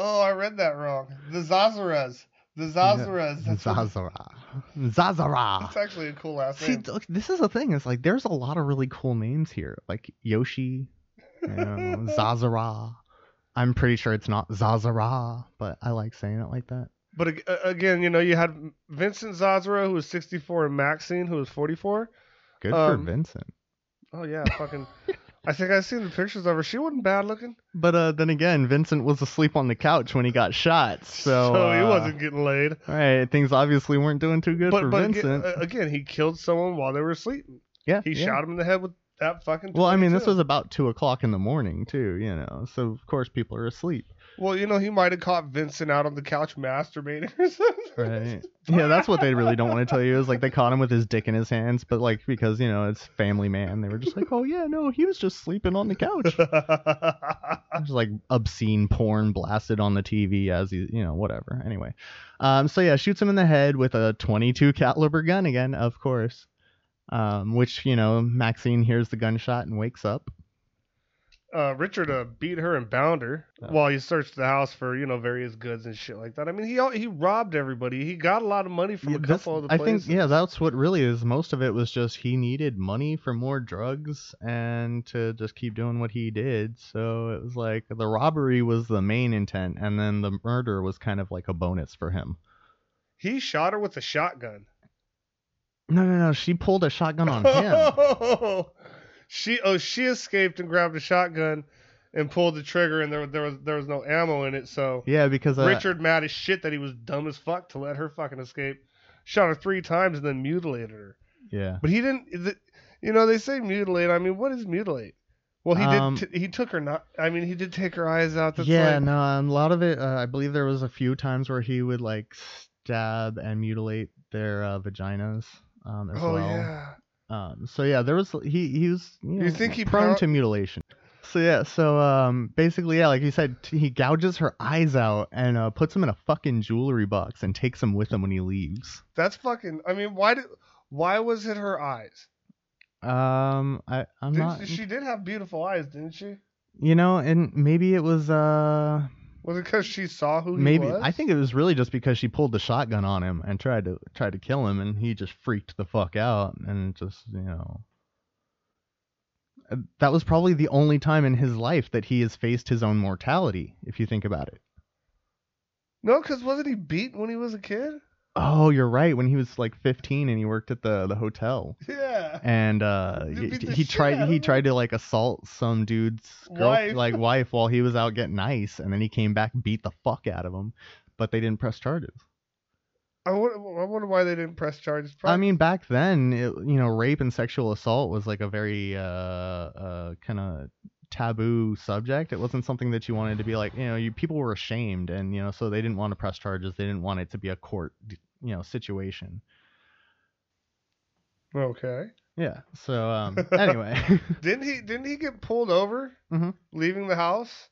[SPEAKER 1] Oh, I read that wrong. The Zazaras. The Zazaras. That's what-
[SPEAKER 3] Zazara. Zazara.
[SPEAKER 1] That's actually a cool last
[SPEAKER 3] See,
[SPEAKER 1] name.
[SPEAKER 3] th- this is the thing. It's like there's a lot of really cool names here, like Yoshi, you know, Zazara. I'm pretty sure it's not Zazara, but I like saying it like that.
[SPEAKER 1] But ag- uh, again, you know, you had Vincent Zazara, who was 64, and Maxine, who was 44.
[SPEAKER 3] Good
[SPEAKER 1] Um,
[SPEAKER 3] for Vincent.
[SPEAKER 1] Oh, yeah, fucking. I think I've seen the pictures of her. She wasn't bad looking.
[SPEAKER 3] But uh, then again, Vincent was asleep on the couch when he got shot, so,
[SPEAKER 1] he
[SPEAKER 3] uh,
[SPEAKER 1] wasn't getting laid.
[SPEAKER 3] All right, things obviously weren't doing too good
[SPEAKER 1] But,
[SPEAKER 3] for
[SPEAKER 1] but aga-
[SPEAKER 3] Vincent.
[SPEAKER 1] uh, again, he killed someone while they were sleeping.
[SPEAKER 3] yeah,
[SPEAKER 1] He
[SPEAKER 3] yeah.
[SPEAKER 1] shot him in the head with that fucking.
[SPEAKER 3] Well, I mean, this
[SPEAKER 1] 22.
[SPEAKER 3] was about two o'clock in the morning too, you know. So of course people are asleep,
[SPEAKER 1] Well, you know, he might have caught Vincent out on the couch masturbating or something.
[SPEAKER 3] right? yeah, that's what they really don't want to tell you is like they caught him with his dick in his hands, but like because you know it's Family Man, they were just like, oh yeah, no, he was just sleeping on the couch. Just like obscene porn blasted on the TV as he, you know, whatever. Anyway, um, so yeah, shoots him in the head with a 22 caliber gun again, of course. Um, which you know, Maxine hears the gunshot and wakes up.
[SPEAKER 1] uh, Richard uh, beat her and bound her
[SPEAKER 3] Oh.
[SPEAKER 1] while he searched the house for you know various goods and shit like that. I mean, he al- he robbed everybody. He got a lot of money from
[SPEAKER 3] Yeah,
[SPEAKER 1] a
[SPEAKER 3] that's-
[SPEAKER 1] couple of the
[SPEAKER 3] I think
[SPEAKER 1] places.
[SPEAKER 3] yeah, that's what really is. Most of it was just he needed money for more drugs and to just keep doing what he did. So it was like the robbery was the main intent, and then the murder was kind of like a bonus for him.
[SPEAKER 1] He shot her with a shotgun.
[SPEAKER 3] No, no, no. She pulled a shotgun on him.
[SPEAKER 1] she oh she escaped and grabbed a shotgun and pulled the trigger and there there was there was no ammo in it. So
[SPEAKER 3] yeah, because uh,
[SPEAKER 1] Richard mad as shit that he was dumb as fuck to let her fucking escape. Shot her three times and then mutilated her.
[SPEAKER 3] Yeah,
[SPEAKER 1] But he didn't. is it- You know, they say mutilate. I mean, what is mutilate? Well, he
[SPEAKER 3] Um,
[SPEAKER 1] did. T- he took her not. I mean, he did take her eyes out. That's
[SPEAKER 3] yeah.
[SPEAKER 1] like-
[SPEAKER 3] no, and a lot of it. Uh, I believe there was a few times where he would like stab and mutilate their uh, vaginas. Um, as
[SPEAKER 1] oh
[SPEAKER 3] well.
[SPEAKER 1] yeah.
[SPEAKER 3] Um, so yeah, there was he he was you, know,
[SPEAKER 1] think he
[SPEAKER 3] prone
[SPEAKER 1] pow-
[SPEAKER 3] to mutilation. So yeah, so um, basically yeah, like you said, t- he gouges her eyes out and uh, puts them in a fucking jewelry box and takes them with him when he leaves.
[SPEAKER 1] That's fucking. I mean, why did? Why was it her eyes?
[SPEAKER 3] Um, I I'm
[SPEAKER 1] Did,
[SPEAKER 3] not,
[SPEAKER 1] She did have beautiful eyes, didn't she?
[SPEAKER 3] you know, and maybe it was uh
[SPEAKER 1] Was it because she saw who
[SPEAKER 3] maybe
[SPEAKER 1] he was?
[SPEAKER 3] I think it was really just because she pulled the shotgun on him and tried to tried to kill him, and he just freaked the fuck out and just you know. Uh, That was probably the only time in his life that he has faced his own mortality, if you think about it.
[SPEAKER 1] No, because wasn't he beat when he was a kid?
[SPEAKER 3] Oh, you're right. When he was like 15 and he worked at the the hotel,
[SPEAKER 1] Yeah.
[SPEAKER 3] and uh,
[SPEAKER 1] They
[SPEAKER 3] he,
[SPEAKER 1] beat the
[SPEAKER 3] he
[SPEAKER 1] shit out
[SPEAKER 3] tried
[SPEAKER 1] of
[SPEAKER 3] he
[SPEAKER 1] him.
[SPEAKER 3] tried to like assault some dude's girl,
[SPEAKER 1] Wife.
[SPEAKER 3] like wife while he was out getting ice, and then he came back and beat the fuck out of him, but they didn't press charges.
[SPEAKER 1] I wonder, I wonder why they didn't press charges.
[SPEAKER 3] I mean, back then, it, you know, rape and sexual assault was like a very uh, uh, kind of taboo subject. It wasn't something that you wanted to be like, you know, you people were ashamed, and you know, so they didn't want to press charges. They didn't want it to be a court, you know, situation.
[SPEAKER 1] okay.
[SPEAKER 3] Yeah. So um, anyway.
[SPEAKER 1] Didn't he? Didn't he get pulled over?
[SPEAKER 3] Mhm.
[SPEAKER 1] Leaving the house,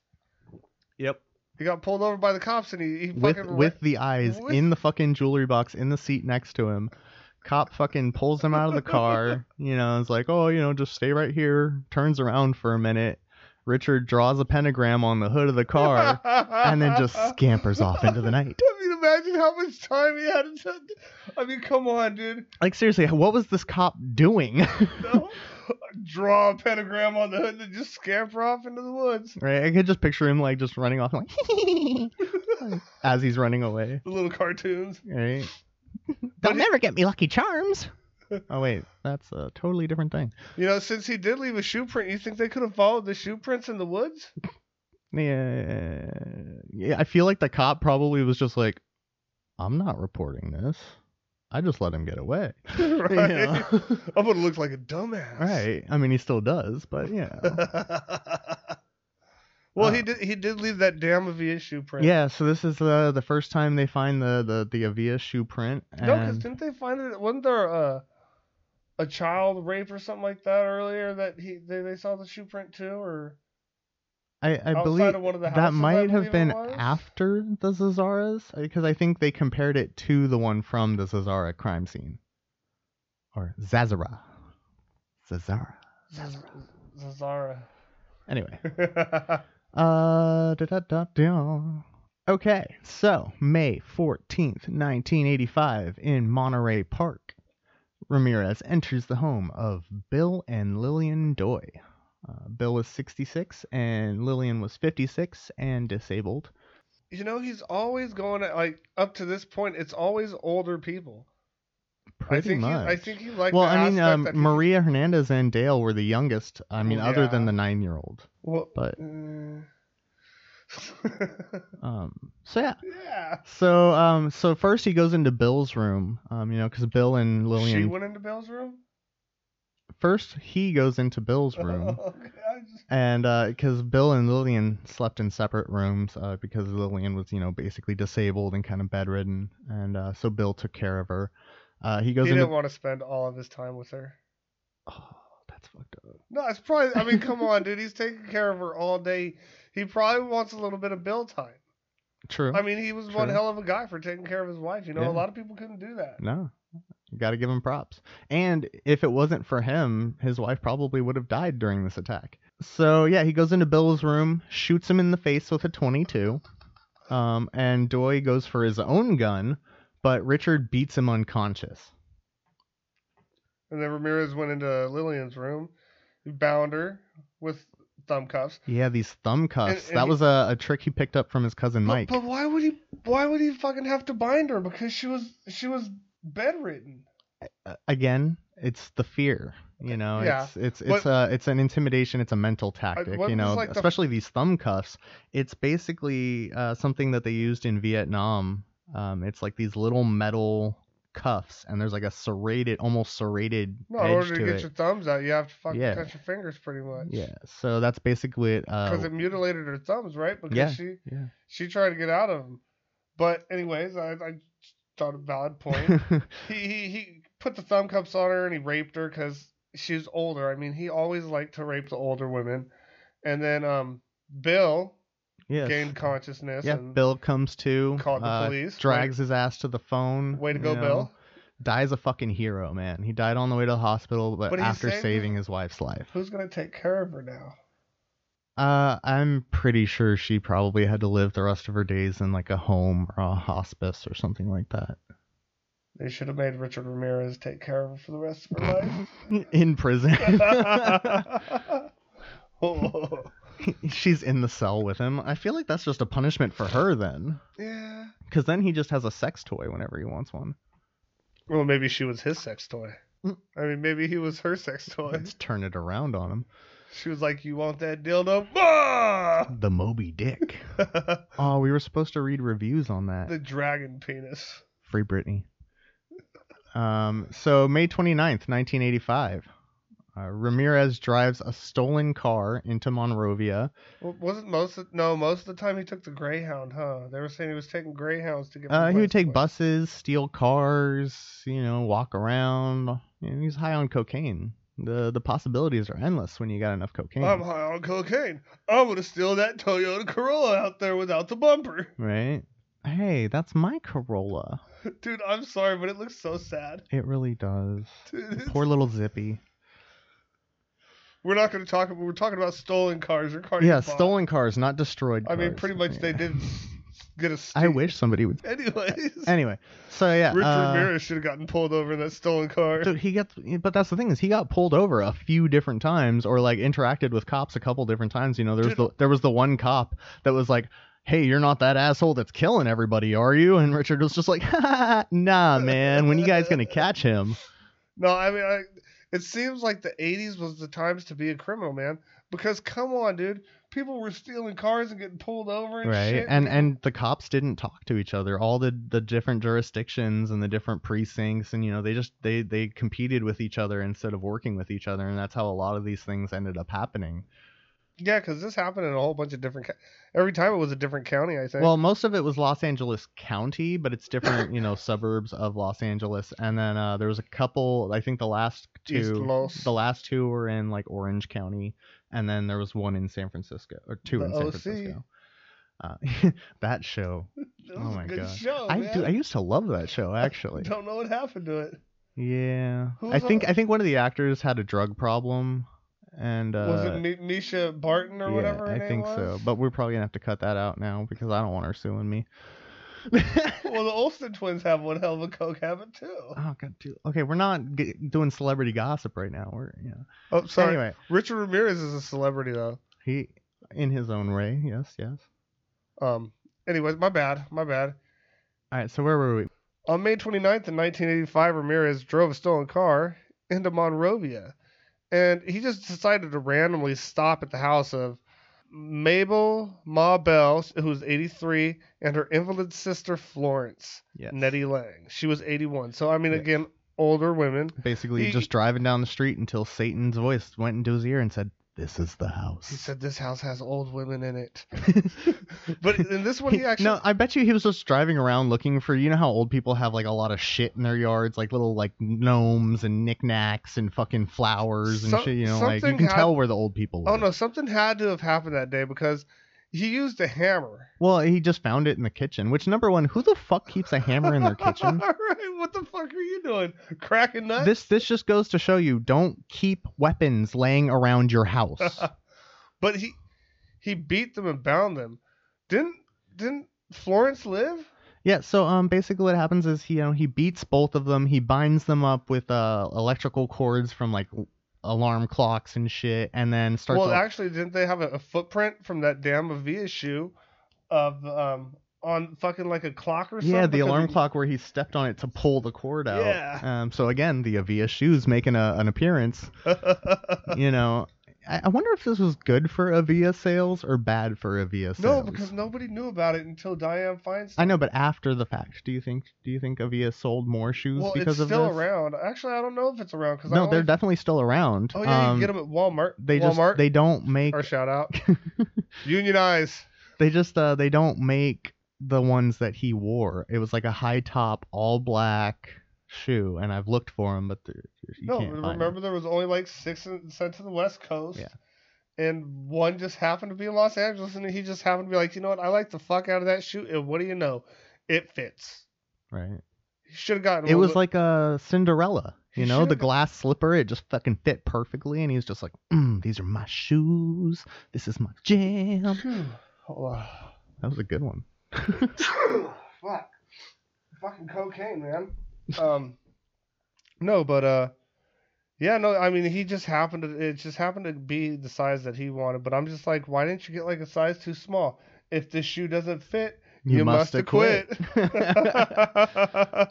[SPEAKER 3] yep.
[SPEAKER 1] he got pulled over by the cops, and he, he fucking
[SPEAKER 3] With
[SPEAKER 1] ra-
[SPEAKER 3] with the eyes
[SPEAKER 1] with-
[SPEAKER 3] in the fucking jewelry box in the seat next to him. Cop fucking pulls him out of the car, you know, it's like, oh, you know, just stay right here. Turns around for a minute. Richard draws a pentagram on the hood of the car. and then just scampers off into the night.
[SPEAKER 1] I mean, imagine how much time he had. To I mean, come on, dude.
[SPEAKER 3] Like seriously, what was this cop doing?
[SPEAKER 1] No. Draw a pentagram on the hood and then just scamper off into the woods.
[SPEAKER 3] right? I could just picture him like just running off like as he's running away.
[SPEAKER 1] The little cartoons.
[SPEAKER 3] Right?
[SPEAKER 2] They'll never get me Lucky Charms.
[SPEAKER 3] Oh wait, that's a totally different thing.
[SPEAKER 1] You know, since he did leave a shoe print, you think they could have followed the shoe prints in the woods?
[SPEAKER 3] Yeah, yeah. I feel like the cop probably was just like, I'm not reporting this. I just let him get away.
[SPEAKER 1] right.
[SPEAKER 3] You know?
[SPEAKER 1] I would have looked like a dumbass.
[SPEAKER 3] right. I mean, he still does, but yeah.
[SPEAKER 1] well,
[SPEAKER 3] Uh,
[SPEAKER 1] he did. He did leave that damn Avia shoe print.
[SPEAKER 3] Yeah, so this is uh, the first time they find the, the, the Avia shoe print.
[SPEAKER 1] No, because
[SPEAKER 3] and-
[SPEAKER 1] didn't they find it? Wasn't there a a child rape or something like that earlier that he they, they saw the shoe print too, or
[SPEAKER 3] I, I
[SPEAKER 1] outside
[SPEAKER 3] believe
[SPEAKER 1] of one of the houses? I
[SPEAKER 3] that might
[SPEAKER 1] believe it
[SPEAKER 3] have been
[SPEAKER 1] was?
[SPEAKER 3] after the Zazaras because I think they compared it to the one from the Zazara crime scene or Zazara. Zazara.
[SPEAKER 1] Zazara.
[SPEAKER 3] Anyway, uh, da da da da. Okay, so May 14th, 1985, in Monterey Park, Ramirez enters the home of Bill and Lillian Doy. Uh, Bill was 66 and Lillian was 56 and disabled.
[SPEAKER 1] you know, he's always going at, like up to this point. It's always older people.
[SPEAKER 3] Pretty
[SPEAKER 1] I think
[SPEAKER 3] much.
[SPEAKER 1] He, I think he liked.
[SPEAKER 3] well,
[SPEAKER 1] the
[SPEAKER 3] I mean,
[SPEAKER 1] aspect
[SPEAKER 3] um,
[SPEAKER 1] that he-
[SPEAKER 3] Maria Hernandez and Dale were the youngest. I mean, other than
[SPEAKER 1] Yeah.
[SPEAKER 3] the nine-year-old.
[SPEAKER 1] Well,
[SPEAKER 3] but-
[SPEAKER 1] uh,
[SPEAKER 3] Um, so yeah.
[SPEAKER 1] yeah.
[SPEAKER 3] So um, so first he goes into Bill's room. Um, you know, because Bill and
[SPEAKER 1] She
[SPEAKER 3] Lillian
[SPEAKER 1] went into Bill's room.
[SPEAKER 3] first he goes into Bill's room, and because Bill and Lillian slept in separate rooms uh, because Lillian was you know basically disabled and kind of bedridden, and uh, so Bill took care of her. Uh, he
[SPEAKER 1] he
[SPEAKER 3] goes
[SPEAKER 1] didn't
[SPEAKER 3] into
[SPEAKER 1] want to spend all of his time with her.
[SPEAKER 3] oh, that's fucked up.
[SPEAKER 1] No, it's probably. I mean, come on, dude. He's taking care of her all day. He probably wants a little bit of Bill time.
[SPEAKER 3] True.
[SPEAKER 1] I mean, he was one
[SPEAKER 3] True.
[SPEAKER 1] hell of a guy for taking care of his wife. You know,
[SPEAKER 3] Yeah.
[SPEAKER 1] a lot of people couldn't do that.
[SPEAKER 3] No. You got to give him props. And if it wasn't for him, his wife probably would have died during this attack. So, yeah, he goes into Bill's room, shoots him in the face with a 22. Um, and Doy goes for his own gun, but Richard beats him unconscious.
[SPEAKER 1] And then Ramirez went into Lillian's room, bound her with thumb cuffs.
[SPEAKER 3] Yeah, these thumb cuffs.
[SPEAKER 1] and
[SPEAKER 3] that
[SPEAKER 1] he-
[SPEAKER 3] was a, a trick he picked up from his cousin
[SPEAKER 1] But-
[SPEAKER 3] Mike.
[SPEAKER 1] But, why would he? Why would he fucking have to bind her? Because she was she was bedridden.
[SPEAKER 3] Uh, Again, it's the fear. You know,
[SPEAKER 1] Yeah.
[SPEAKER 3] it's it's it's a it's an intimidation. It's a mental tactic.
[SPEAKER 1] what was,
[SPEAKER 3] you know,
[SPEAKER 1] like, the-
[SPEAKER 3] especially these thumb cuffs. It's basically uh, something that they used in Vietnam. Um, it's like these little metal cuffs, and there's like a serrated, almost serrated
[SPEAKER 1] No, in
[SPEAKER 3] edge
[SPEAKER 1] order
[SPEAKER 3] to,
[SPEAKER 1] to, get
[SPEAKER 3] it.
[SPEAKER 1] your thumbs out, you have to fucking
[SPEAKER 3] Yeah.
[SPEAKER 1] cut your fingers pretty much.
[SPEAKER 3] Yeah, so that's basically it. Uh,
[SPEAKER 1] Because it mutilated her thumbs, right? Because
[SPEAKER 3] Yeah.
[SPEAKER 1] she
[SPEAKER 3] yeah.
[SPEAKER 1] she tried to get out of him. But anyways, I, I thought a valid point. he, he he put the thumb cuffs on her and he raped her because she was older. I mean, he always liked to rape the older women. And then um, Bill
[SPEAKER 3] yes.
[SPEAKER 1] gained consciousness.
[SPEAKER 3] yeah,
[SPEAKER 1] and
[SPEAKER 3] Bill comes to,
[SPEAKER 1] Caught the
[SPEAKER 3] uh,
[SPEAKER 1] police, right?
[SPEAKER 3] drags his ass to the phone.
[SPEAKER 1] Way to
[SPEAKER 3] you
[SPEAKER 1] go,
[SPEAKER 3] know.
[SPEAKER 1] Bill.
[SPEAKER 3] Dies a fucking hero, man. He died on the way to the hospital, but,
[SPEAKER 1] But he
[SPEAKER 3] after
[SPEAKER 1] saved her.
[SPEAKER 3] saving his wife's life.
[SPEAKER 1] Who's gonna take care of her now?
[SPEAKER 3] Uh, I'm pretty sure she probably had to live the rest of her days in like a home or a hospice or something like that.
[SPEAKER 1] They should have made Richard Ramirez take care of her for the rest of her life.
[SPEAKER 3] In prison.
[SPEAKER 1] Oh,
[SPEAKER 3] She's in the cell with him. I feel like that's just a punishment for her then.
[SPEAKER 1] yeah.
[SPEAKER 3] Because then he just has a sex toy whenever he wants one.
[SPEAKER 1] Well, maybe she was his sex toy.
[SPEAKER 3] Mm.
[SPEAKER 1] I mean, maybe he was her sex toy.
[SPEAKER 3] Let's turn it around on him.
[SPEAKER 1] She was like, "You want that dildo?" Ah!
[SPEAKER 3] The Moby Dick. oh, we were supposed to read reviews on that.
[SPEAKER 1] the dragon penis.
[SPEAKER 3] Free Britney. Um, so May 29th, 1985. Uh, Ramirez drives a stolen car into Monrovia.
[SPEAKER 1] Well, wasn't most of, no most of the time he took the Greyhound, huh? They were saying he was taking Greyhounds to get.
[SPEAKER 3] Uh,
[SPEAKER 1] from
[SPEAKER 3] he
[SPEAKER 1] place
[SPEAKER 3] would
[SPEAKER 1] to
[SPEAKER 3] take
[SPEAKER 1] place.
[SPEAKER 3] buses, steal cars, you know, walk around. You know, he's high on cocaine. The the possibilities are endless when you got enough cocaine.
[SPEAKER 1] I'm high on cocaine. I would have steal that Toyota Corolla out there without the bumper,
[SPEAKER 3] Right? Hey, that's my Corolla.
[SPEAKER 1] dude. I'm sorry, but it looks so sad.
[SPEAKER 3] It really does.
[SPEAKER 1] Dude, it's-
[SPEAKER 3] Poor little Zippy.
[SPEAKER 1] we're not going to talk. We're talking about stolen cars or cars. you
[SPEAKER 3] Yeah,
[SPEAKER 1] bought.
[SPEAKER 3] stolen cars, not destroyed
[SPEAKER 1] I
[SPEAKER 3] cars.
[SPEAKER 1] mean, pretty much they
[SPEAKER 3] Yeah.
[SPEAKER 1] did s- get a.
[SPEAKER 3] I
[SPEAKER 1] steal.
[SPEAKER 3] wish somebody would.
[SPEAKER 1] Anyways.
[SPEAKER 3] Anyway, so yeah.
[SPEAKER 1] Richard
[SPEAKER 3] uh,
[SPEAKER 1] Ramirez should have gotten pulled over in that stolen car.
[SPEAKER 3] Dude, he gets, but that's the thing is he got pulled over a few different times, or like interacted with cops a couple different times. You know, there's
[SPEAKER 1] Dude.
[SPEAKER 3] the there was the one cop that was like, "Hey, you're not that asshole that's killing everybody, are you?" And Richard was just like, "Nah, man. When you guys gonna catch him?"
[SPEAKER 1] No, I mean, I, it seems like the 80s was the times to be a criminal, man. Because come on, dude, people were stealing cars and getting pulled over and
[SPEAKER 3] Right?
[SPEAKER 1] shit.
[SPEAKER 3] And and the cops didn't talk to each other. All the the different jurisdictions and the different precincts, and you know, they just they they competed with each other instead of working with each other, and that's how a lot of these things ended up happening.
[SPEAKER 1] yeah, because this happened in a whole bunch of different. Co- Every time it was a different county, I think.
[SPEAKER 3] Well, most of it was Los Angeles County, but it's different, you know, suburbs of Los Angeles. And then uh, there was a couple. I think the last two,
[SPEAKER 1] East Los.
[SPEAKER 3] the oh last two were in like Orange County, and then there was one in San Francisco or two
[SPEAKER 1] The
[SPEAKER 3] in San
[SPEAKER 1] OC.
[SPEAKER 3] Francisco. Uh, that show,
[SPEAKER 1] That
[SPEAKER 3] oh
[SPEAKER 1] was a
[SPEAKER 3] my
[SPEAKER 1] good
[SPEAKER 3] God.
[SPEAKER 1] show,
[SPEAKER 3] I
[SPEAKER 1] man.
[SPEAKER 3] do. I used to love that show actually.
[SPEAKER 1] don't know what happened to it.
[SPEAKER 3] Yeah,
[SPEAKER 1] Who
[SPEAKER 3] I
[SPEAKER 1] was on
[SPEAKER 3] think
[SPEAKER 1] it?
[SPEAKER 3] I think one of the actors had a drug problem, and uh,
[SPEAKER 1] was it Mi- Misha Barton or whatever? Her
[SPEAKER 3] I
[SPEAKER 1] name
[SPEAKER 3] think so.
[SPEAKER 1] was?
[SPEAKER 3] But we're probably gonna have to cut that out now because I don't want her suing me.
[SPEAKER 1] well, the Olsen twins have one hell of a coke habit too.
[SPEAKER 3] Oh god, dude. Okay, we're not g- doing celebrity gossip right now. We're yeah.
[SPEAKER 1] Oh, sorry.
[SPEAKER 3] Anyway,
[SPEAKER 1] Richard Ramirez is a celebrity though.
[SPEAKER 3] he in his own way. Yes, yes.
[SPEAKER 1] Um. Anyways, my bad. My bad.
[SPEAKER 3] All right, so where were we?
[SPEAKER 1] On May 29th, in 1985, Ramirez drove a stolen car into Monrovia, and he just decided to randomly stop at the house of Mabel Ma Bell, who's 83, and her invalid sister Florence
[SPEAKER 3] Yes.
[SPEAKER 1] Nettie Lang. She was 81. So I mean,
[SPEAKER 3] Yes.
[SPEAKER 1] again, older women.
[SPEAKER 3] Basically,
[SPEAKER 1] He-
[SPEAKER 3] just driving down the street until Satan's voice went into his ear and said, "This is the house."
[SPEAKER 1] He said this house has old women in it. But in this one, he actually
[SPEAKER 3] no, I bet you he was just driving around looking for. You know how old people have like a lot of shit in their yards, like little like gnomes and knickknacks and fucking flowers and
[SPEAKER 1] So-
[SPEAKER 3] shit. You know, like you
[SPEAKER 1] something
[SPEAKER 3] can
[SPEAKER 1] hap-
[SPEAKER 3] tell where the old people. Live.
[SPEAKER 1] Oh no, something had to have happened that day because he used a hammer.
[SPEAKER 3] Well, he just found it in the kitchen. Which number one? Who the fuck keeps a hammer in their kitchen?
[SPEAKER 1] All right, what the fuck are you doing? Cracking nuts?
[SPEAKER 3] this this just goes to show you don't keep weapons laying around your house.
[SPEAKER 1] but he he beat them and bound them. Didn't didn't Florence live?
[SPEAKER 3] Yeah, so um basically what happens is he you know he beats both of them, he binds them up with uh electrical cords from like l- alarm clocks and shit and then starts
[SPEAKER 1] well,
[SPEAKER 3] a-
[SPEAKER 1] actually, didn't they have a, a footprint from that damn Avia shoe of um on fucking like a clock or something?
[SPEAKER 3] yeah, the
[SPEAKER 1] Because
[SPEAKER 3] alarm
[SPEAKER 1] he-
[SPEAKER 3] clock where he stepped on it to pull the cord out.
[SPEAKER 1] Yeah.
[SPEAKER 3] Um so again, the Avia shoes making a, an appearance, you know. I, I wonder if this was good for Avia sales or bad for Avia
[SPEAKER 1] no,
[SPEAKER 3] sales.
[SPEAKER 1] because nobody knew about it until Diane finds.
[SPEAKER 3] I know, but after the fact, do you think do you think Avia sold more shoes
[SPEAKER 1] well,
[SPEAKER 3] because
[SPEAKER 1] it's
[SPEAKER 3] of
[SPEAKER 1] still
[SPEAKER 3] this?
[SPEAKER 1] around. Actually, I don't know if it's around because
[SPEAKER 3] No, they're definitely still around.
[SPEAKER 1] Oh yeah,
[SPEAKER 3] Um,
[SPEAKER 1] you can get them at Walmart.
[SPEAKER 3] They just
[SPEAKER 1] Walmart.
[SPEAKER 3] they don't make
[SPEAKER 1] Our shout out. Unionize.
[SPEAKER 3] they just uh they don't make the ones that he wore. It was like a high top, all black shoe, and I've looked for them, but they're- you
[SPEAKER 1] No,
[SPEAKER 3] can't find 'em.
[SPEAKER 1] remember there was only like six in- sent to the West Coast.
[SPEAKER 3] Yeah.
[SPEAKER 1] And one just happened to be in Los Angeles, and he just happened to be like, you know what? I like the fuck out of that shoe, and what do you know? It fits.
[SPEAKER 3] right?
[SPEAKER 1] He should have gotten. a
[SPEAKER 3] It
[SPEAKER 1] little
[SPEAKER 3] was
[SPEAKER 1] bit-
[SPEAKER 3] like a Cinderella,
[SPEAKER 1] He
[SPEAKER 3] you know, the
[SPEAKER 1] should've-
[SPEAKER 3] glass slipper. It just fucking fit perfectly, and he was just like, mm, "These are my shoes. This is my jam."
[SPEAKER 1] Phew. Hold on.
[SPEAKER 3] That was a good one.
[SPEAKER 1] Fuck. Fucking cocaine, man. Um, no, but uh, yeah, no. I mean, he just happened to it just happened to be the size that he wanted. But I'm just like, why didn't you get like a size too small? If this shoe doesn't fit, you, must have quit.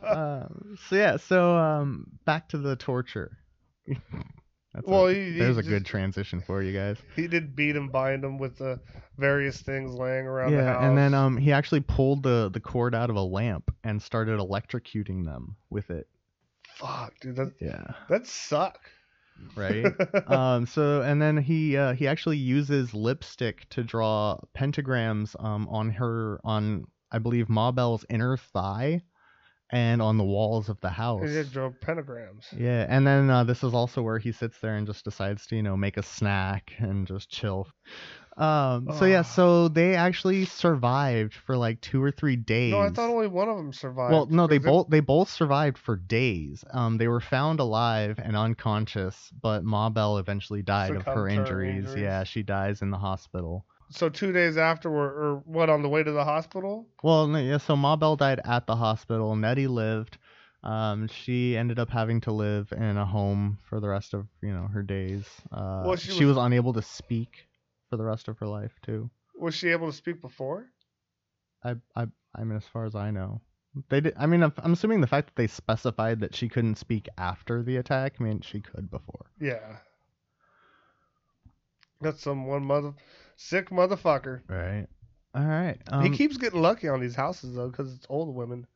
[SPEAKER 3] Uh, so yeah, so um, back to the torture. That's
[SPEAKER 1] Well,
[SPEAKER 3] a,
[SPEAKER 1] he- he
[SPEAKER 3] there's a
[SPEAKER 1] just-
[SPEAKER 3] good transition for you guys.
[SPEAKER 1] he did beat him, bind him with the various things laying around the house.
[SPEAKER 3] Yeah, and then um, he actually pulled the the cord out of a lamp and started electrocuting them with it.
[SPEAKER 1] fuck, dude, that
[SPEAKER 3] Yeah,
[SPEAKER 1] that suck.
[SPEAKER 3] right. um, so and then he uh, he actually uses lipstick to draw pentagrams um on her on I believe Ma Bell's inner thigh, and on the walls of the house.
[SPEAKER 1] He did draw pentagrams.
[SPEAKER 3] Yeah, and then uh, this is also where he sits there and just decides to, you know, make a snack and just chill. Um, So yeah,
[SPEAKER 1] Ugh.
[SPEAKER 3] so they actually survived for like two or three days.
[SPEAKER 1] No, I thought only one of them survived.
[SPEAKER 3] well, no, they
[SPEAKER 1] Is it-
[SPEAKER 3] both they both survived for days. Um, they were found alive and unconscious, but Ma Bell eventually died of
[SPEAKER 1] Succumbed
[SPEAKER 3] her
[SPEAKER 1] to her
[SPEAKER 3] injuries.
[SPEAKER 1] injuries.
[SPEAKER 3] Yeah, she dies in the hospital.
[SPEAKER 1] So two days afterward, or what, on the way to the hospital?
[SPEAKER 3] Well, no, yeah, so Ma Bell died at the hospital. Nettie lived. Um, she ended up having to live in a home for the rest of you know her days. Uh,
[SPEAKER 1] Well, she
[SPEAKER 3] she,
[SPEAKER 1] was-
[SPEAKER 3] was... unable to speak for the rest of her life too.
[SPEAKER 1] Was she able to speak before?
[SPEAKER 3] I, I, I mean, as far as I know, they did. I mean, I'm, I'm assuming the fact that they specified that she couldn't speak after the attack meant she could before.
[SPEAKER 1] Yeah. That's some one mother, sick motherfucker.
[SPEAKER 3] Right. All right. Um,
[SPEAKER 1] he keeps getting lucky on these houses though, because it's old women.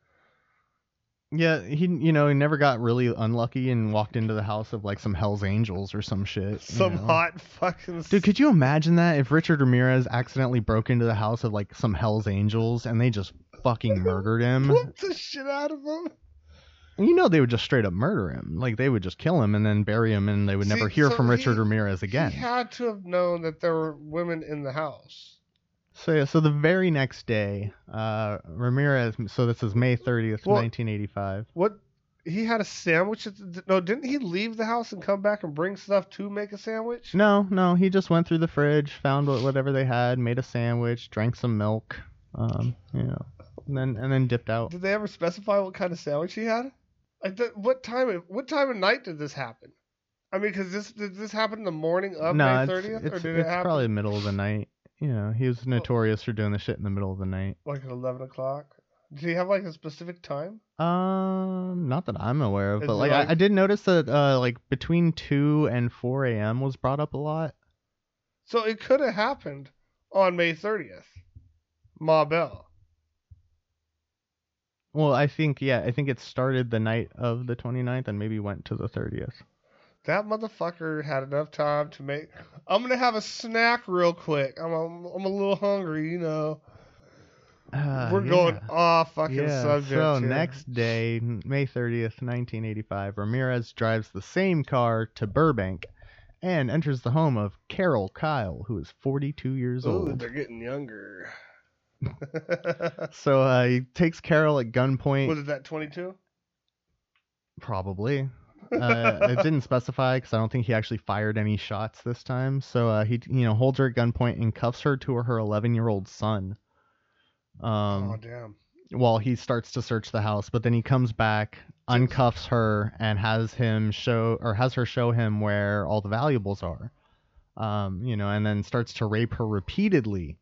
[SPEAKER 3] Yeah, he you know he never got really unlucky and walked into the house of like some Hell's Angels or some shit. you
[SPEAKER 1] Some
[SPEAKER 3] know?
[SPEAKER 1] hot fucking.
[SPEAKER 3] Dude, could you imagine that if Richard Ramirez accidentally broke into the house of like some Hell's Angels and they just fucking murdered him?
[SPEAKER 1] whoop the shit out of him?
[SPEAKER 3] You know they would just straight up murder him. Like they would just kill him and then bury him and they would never
[SPEAKER 1] See,
[SPEAKER 3] hear
[SPEAKER 1] so
[SPEAKER 3] from Richard
[SPEAKER 1] he-
[SPEAKER 3] Ramirez again.
[SPEAKER 1] He had to have known that there were women in the house.
[SPEAKER 3] So yeah, so the very next day, uh Ramirez so this is May 30th,
[SPEAKER 1] Well-
[SPEAKER 3] 1985.
[SPEAKER 1] What? He had a sandwich. At the, no, didn't he leave the house and come back and bring stuff to make a sandwich?
[SPEAKER 3] No, no, he just went through the fridge, found what- whatever they had, made a sandwich, drank some milk, um, you know, and then and then dipped out.
[SPEAKER 1] Did they ever specify what kind of sandwich he had? Like, the, what time? Of, what time of night did this happen? I mean, because this did this happen the morning of May
[SPEAKER 3] it's-
[SPEAKER 1] thirtieth,
[SPEAKER 3] it's,
[SPEAKER 1] or did
[SPEAKER 3] it's
[SPEAKER 1] it happen Oh.
[SPEAKER 3] probably middle of the night. You know, he was notorious for doing the shit in the middle of the night.
[SPEAKER 1] like at eleven o'clock? Did he have like a specific time?
[SPEAKER 3] Um, not that I'm aware of,
[SPEAKER 1] Is
[SPEAKER 3] but
[SPEAKER 1] it
[SPEAKER 3] like,
[SPEAKER 1] like-
[SPEAKER 3] I, I did notice that uh, like between two and four a.m. was brought up a lot.
[SPEAKER 1] So it could have happened on May thirtieth. Ma Bell.
[SPEAKER 3] Well, I think yeah, I think it started the night of the 29th and maybe went to the 30th.
[SPEAKER 1] That motherfucker had enough time to make. I'm gonna have a snack real quick. I'm a, I'm a little hungry, you know.
[SPEAKER 3] Uh,
[SPEAKER 1] We're
[SPEAKER 3] yeah.
[SPEAKER 1] going off fucking
[SPEAKER 3] yeah.
[SPEAKER 1] subject.
[SPEAKER 3] So
[SPEAKER 1] here.
[SPEAKER 3] next day, May 30th, 1985, Ramirez drives the same car to Burbank and enters the home of Carol Kyle, who is 42 years
[SPEAKER 1] Ooh,
[SPEAKER 3] old.
[SPEAKER 1] they're getting younger.
[SPEAKER 3] So uh, he takes Carol at gunpoint,
[SPEAKER 1] what is that? 22?
[SPEAKER 3] probably. Uh, it didn't specify because I don't think he actually fired any shots this time. So uh, he, you know, holds her at gunpoint and cuffs her to her 11-year-old son. Um,
[SPEAKER 1] oh damn.
[SPEAKER 3] while he starts to search the house, but then he comes back, uncuffs her, and has him show or has her show him where all the valuables are. Um, you know, and then starts to rape her repeatedly.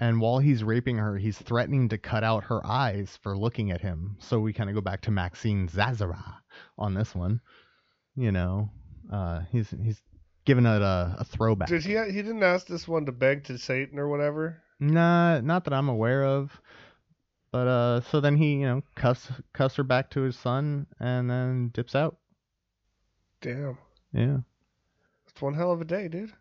[SPEAKER 3] And while he's raping her, he's threatening to cut out her eyes for looking at him. So we kind of go back to Maxine Zazara on this one. You know, uh, he's he's giving it a, a throwback.
[SPEAKER 1] Did he? He didn't ask this one to beg to Satan or whatever.
[SPEAKER 3] Nah, not that I'm aware of. But uh, so then he, you know, cuss cuss her back to his son, and then dips out.
[SPEAKER 1] Damn,
[SPEAKER 3] Yeah,
[SPEAKER 1] it's one hell of a day, dude.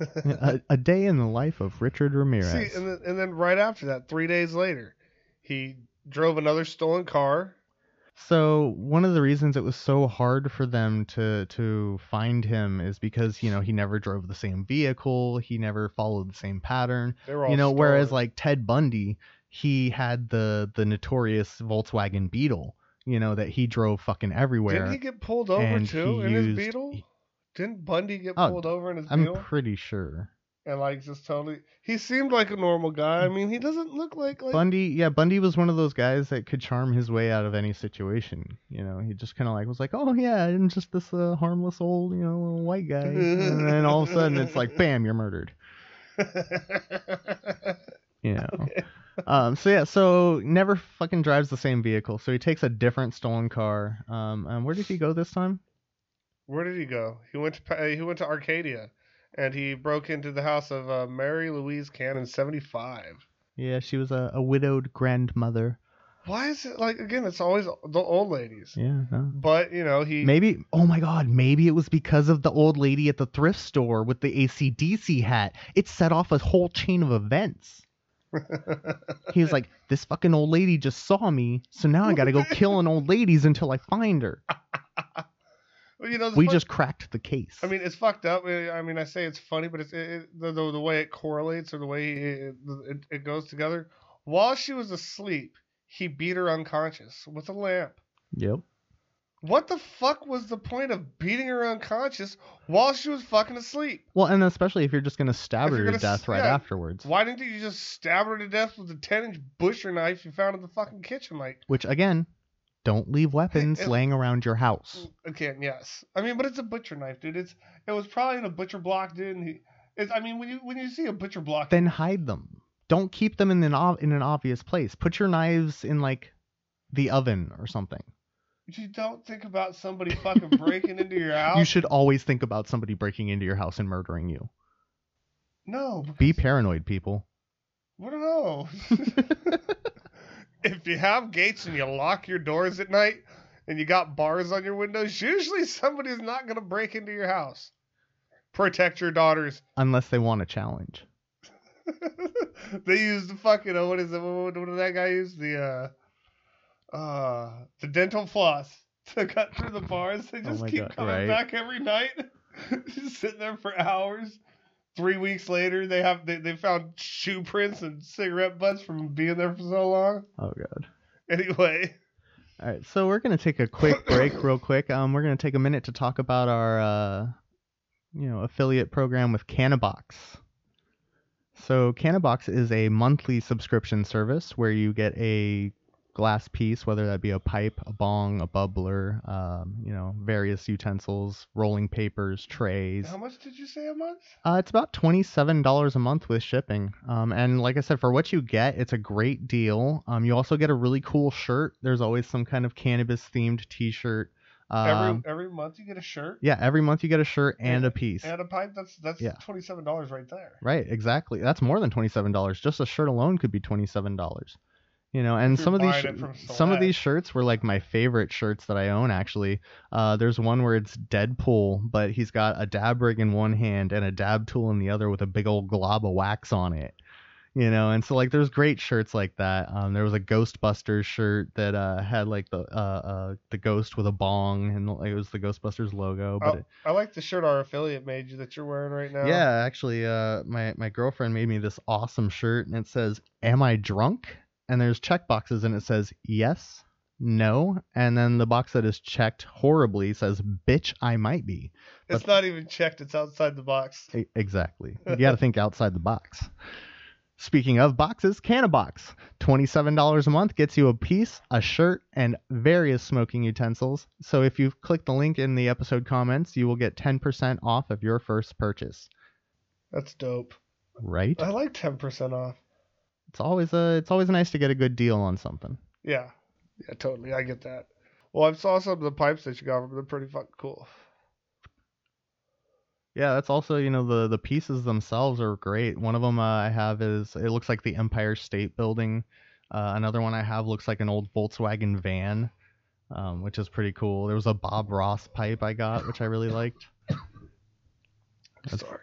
[SPEAKER 3] a, a day in the life of Richard Ramirez.
[SPEAKER 1] See, and then, and then right after that, three days later, he drove another stolen car.
[SPEAKER 3] So one of the reasons it was so hard for them to to find him is because you know he never drove the same vehicle, he never followed the same pattern.
[SPEAKER 1] They were all
[SPEAKER 3] You know, whereas
[SPEAKER 1] stolen.
[SPEAKER 3] like Ted Bundy, he had the the notorious Volkswagen Beetle. You know that he drove fucking everywhere.
[SPEAKER 1] didn't he get pulled over
[SPEAKER 3] and
[SPEAKER 1] too
[SPEAKER 3] he
[SPEAKER 1] in his
[SPEAKER 3] used-
[SPEAKER 1] Beetle? Didn't Bundy get
[SPEAKER 3] Oh,
[SPEAKER 1] pulled over in his
[SPEAKER 3] I'm
[SPEAKER 1] Beetle?
[SPEAKER 3] pretty sure.
[SPEAKER 1] and like just totally, he seemed like a normal guy. I mean, he doesn't look like like
[SPEAKER 3] Bundy, yeah, Bundy was one of those guys that could charm his way out of any situation. You know, he just kind of like was like, "Oh yeah, I'm just this uh, harmless old, you know, little white guy," and then all of a sudden it's like, "Bam, you're murdered." You know. um. So yeah. So never fucking drives the same vehicle. So he takes a different stolen car. Um. And where did he go this time?
[SPEAKER 1] Where did he go? He went to Pa- uh, he went to Arcadia, and he broke into the house of uh, Mary Louise Cannon, seventy five.
[SPEAKER 3] Yeah, she was a, a widowed grandmother.
[SPEAKER 1] Why is it like again? It's always the old ladies.
[SPEAKER 3] Yeah. No.
[SPEAKER 1] But you know he
[SPEAKER 3] Maybe, oh my god, maybe it was because of the old lady at the thrift store with the ACDC hat. It set off a whole chain of events. he was like, this fucking old lady just saw me, so now I gotta go killing old ladies until I find her.
[SPEAKER 1] Well, you know the
[SPEAKER 3] We
[SPEAKER 1] fuck-
[SPEAKER 3] just cracked the case.
[SPEAKER 1] I mean, it's fucked up. I I mean, I say it's funny, but it's it, it, the, the the way it correlates or the way it, it it goes together. While she was asleep, he beat her unconscious with a lamp.
[SPEAKER 3] yep.
[SPEAKER 1] What the fuck was the point of beating her unconscious while she was fucking asleep?
[SPEAKER 3] Well, and especially if you're just gonna stab
[SPEAKER 1] If
[SPEAKER 3] her
[SPEAKER 1] you're
[SPEAKER 3] to
[SPEAKER 1] gonna
[SPEAKER 3] death right
[SPEAKER 1] stab-
[SPEAKER 3] afterwards.
[SPEAKER 1] Why didn't you just stab her to death with the 10 inch butcher knife you found in the fucking kitchen? Like,
[SPEAKER 3] Which, again, don't leave weapons
[SPEAKER 1] it-
[SPEAKER 3] laying around your house.
[SPEAKER 1] again, yes. I mean, but it's a butcher knife, dude. It's it was probably in a butcher block, dude. And he, it's, I mean, when you when you see a butcher block,
[SPEAKER 3] Then hide them. Don't keep them in an ob- in an obvious place. Put your knives in like the oven or something.
[SPEAKER 1] you don't think about somebody fucking breaking into your house.
[SPEAKER 3] You should always think about somebody breaking into your house and murdering you.
[SPEAKER 1] no,
[SPEAKER 3] Be paranoid, people.
[SPEAKER 1] What no? if you have gates and you lock your doors at night and you got bars on your windows, usually somebody's not going to break into your house. Protect your daughters.
[SPEAKER 3] Unless they want a challenge.
[SPEAKER 1] they use the fucking oh, what is it? What, what did that guy use? The uh, uh, the dental floss to cut through the bars. They
[SPEAKER 3] Oh
[SPEAKER 1] just
[SPEAKER 3] my
[SPEAKER 1] keep
[SPEAKER 3] God,
[SPEAKER 1] coming
[SPEAKER 3] right.
[SPEAKER 1] back every night, just sitting there for hours. Three weeks later, they have they, they found shoe prints and cigarette butts from being there for so long.
[SPEAKER 3] Oh god.
[SPEAKER 1] Anyway,
[SPEAKER 3] All right, so we're gonna take a quick break, real quick. Um, we're gonna take a minute to talk about our, uh, you know, affiliate program with Canabox. So Canabox is a monthly subscription service where you get a glass piece, whether that be a pipe, a bong, a bubbler, um, you know, various utensils, rolling papers, trays.
[SPEAKER 1] how much did you say a month?
[SPEAKER 3] Uh, it's about twenty-seven dollars a month with shipping. Um, and like I said, for what you get, it's a great deal. Um, you also get a really cool shirt. There's always some kind of cannabis-themed T-shirt. Um,
[SPEAKER 1] every every month you get a shirt
[SPEAKER 3] yeah, every month you get a shirt and
[SPEAKER 1] Yeah,
[SPEAKER 3] a piece.
[SPEAKER 1] and a pipe. That's that's
[SPEAKER 3] Yeah.
[SPEAKER 1] twenty seven dollars right there.
[SPEAKER 3] Right, exactly. That's more than twenty-seven dollars. Just a shirt alone could be twenty-seven dollars. You know, and
[SPEAKER 1] You're
[SPEAKER 3] some of these
[SPEAKER 1] buying
[SPEAKER 3] sh-
[SPEAKER 1] it from
[SPEAKER 3] some of
[SPEAKER 1] Select.
[SPEAKER 3] these shirts were like my favorite shirts that I own actually. Uh, there's one where it's Deadpool, but he's got a dab rig in one hand and a dab tool in the other with a big old glob of wax on it. You know, and so like there's great shirts like that. Um, there was a Ghostbusters shirt that uh, had like the uh, uh, the ghost with a bong, and like, it was the Ghostbusters logo. But
[SPEAKER 1] Oh, I like the shirt our affiliate made you that you're wearing right now.
[SPEAKER 3] yeah, actually, uh, my my girlfriend made me this awesome shirt, and it says "Am I drunk?" and there's check boxes, and it says yes, no, and then the box that is checked horribly says "Bitch, I might be."
[SPEAKER 1] It's not even checked. It's outside the box.
[SPEAKER 3] E- exactly. You got to think outside the box. Speaking of boxes, Canabox. $27 a month gets you a piece, a shirt, and various smoking utensils. So if you click the link in the episode comments, you will get 10% off of your first purchase.
[SPEAKER 1] That's dope.
[SPEAKER 3] Right?
[SPEAKER 1] I like 10% off.
[SPEAKER 3] it's always uh it's always nice to get a good deal on something.
[SPEAKER 1] Yeah. Yeah, totally. I get that. Well, I saw some of the pipes that you got, but they're pretty fucking cool.
[SPEAKER 3] Yeah, that's also you know the the pieces themselves are great. One of them uh, I have is it looks like the Empire State Building. Uh, another one I have looks like an old Volkswagen van, um, which is pretty cool. There was a Bob Ross pipe I got, which I really liked.
[SPEAKER 1] I'm sorry.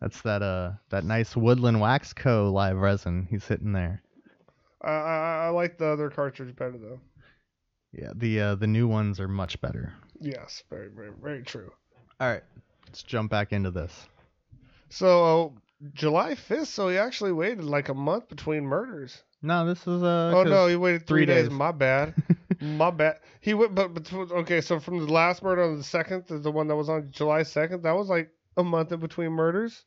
[SPEAKER 3] That's that uh that nice Woodland Wax Co. live resin he's hitting there.
[SPEAKER 1] I, I, I like the other cartridge better, though.
[SPEAKER 3] Yeah, the uh, the new ones are much better.
[SPEAKER 1] Yes, very, very, very true.
[SPEAKER 3] All right, let's jump back into this.
[SPEAKER 1] So, July 5th, so he actually waited like a month between murders.
[SPEAKER 3] No, this is uh.
[SPEAKER 1] Oh no,
[SPEAKER 3] 'cause-
[SPEAKER 1] he waited three,
[SPEAKER 3] three
[SPEAKER 1] days.
[SPEAKER 3] days.
[SPEAKER 1] My bad. My bad. He went, but, but okay. So from the last murder on the second to the one that was on July second, that was like a month in between murders,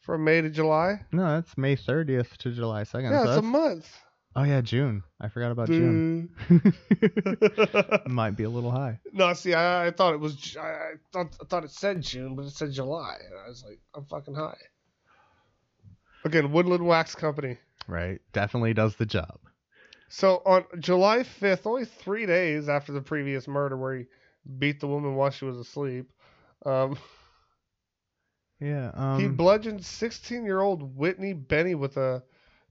[SPEAKER 1] from May to July.
[SPEAKER 3] No, that's May 30th to July 2nd.
[SPEAKER 1] Yeah,
[SPEAKER 3] so
[SPEAKER 1] it's a
[SPEAKER 3] that's-
[SPEAKER 1] month.
[SPEAKER 3] Oh yeah, June. I forgot about June.
[SPEAKER 1] Dude.
[SPEAKER 3] Might be a little high.
[SPEAKER 1] no, see, I, I thought it was. Ju- I, I thought I thought it said June, but it said July, and I was like, I'm fucking high. Again, Woodland Wax Company.
[SPEAKER 3] Right. Definitely does the job.
[SPEAKER 1] So on July 5th, only three days after the previous murder where he beat the woman while she was asleep, um,
[SPEAKER 3] Yeah. Um,
[SPEAKER 1] he bludgeoned 16 year old Whitney Benny with a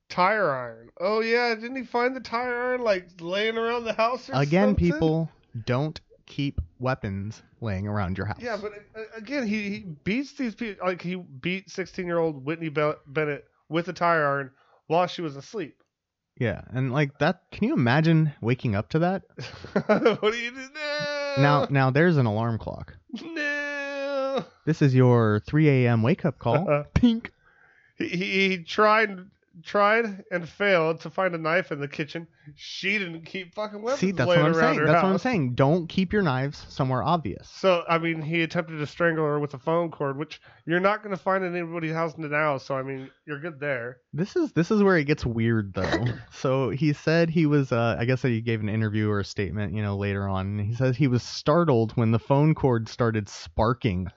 [SPEAKER 1] tire iron. Oh, yeah. Didn't he find the tire iron like laying around the house or
[SPEAKER 3] again,
[SPEAKER 1] something?
[SPEAKER 3] people don't keep weapons laying around your house.
[SPEAKER 1] Yeah, but uh, again, he, he beats these people. Like, he beat 16 year old Whitney Be- Bennett with a tire iron while she was asleep.
[SPEAKER 3] yeah, and like that. Can you imagine waking up to that?
[SPEAKER 1] what do you do now?
[SPEAKER 3] Now, now there's an alarm clock.
[SPEAKER 1] No.
[SPEAKER 3] This is your 3 a.m. wake up call.
[SPEAKER 1] Uh-huh.
[SPEAKER 3] Pink.
[SPEAKER 1] He, he he tried tried and failed to find a knife in the kitchen. She didn't keep fucking weapons
[SPEAKER 3] See, that's what
[SPEAKER 1] laying
[SPEAKER 3] I'm
[SPEAKER 1] around
[SPEAKER 3] saying.
[SPEAKER 1] her
[SPEAKER 3] That's what I'm
[SPEAKER 1] house.
[SPEAKER 3] saying. Don't keep your knives somewhere obvious.
[SPEAKER 1] So I mean, he attempted to strangle her with a phone cord, which you're not going to find in anybody's house now. So I mean, you're good there.
[SPEAKER 3] This is this is where it gets weird though. so he said he was uh I guess that he gave an interview or a statement, you know, later on. and He says he was startled when the phone cord started sparking.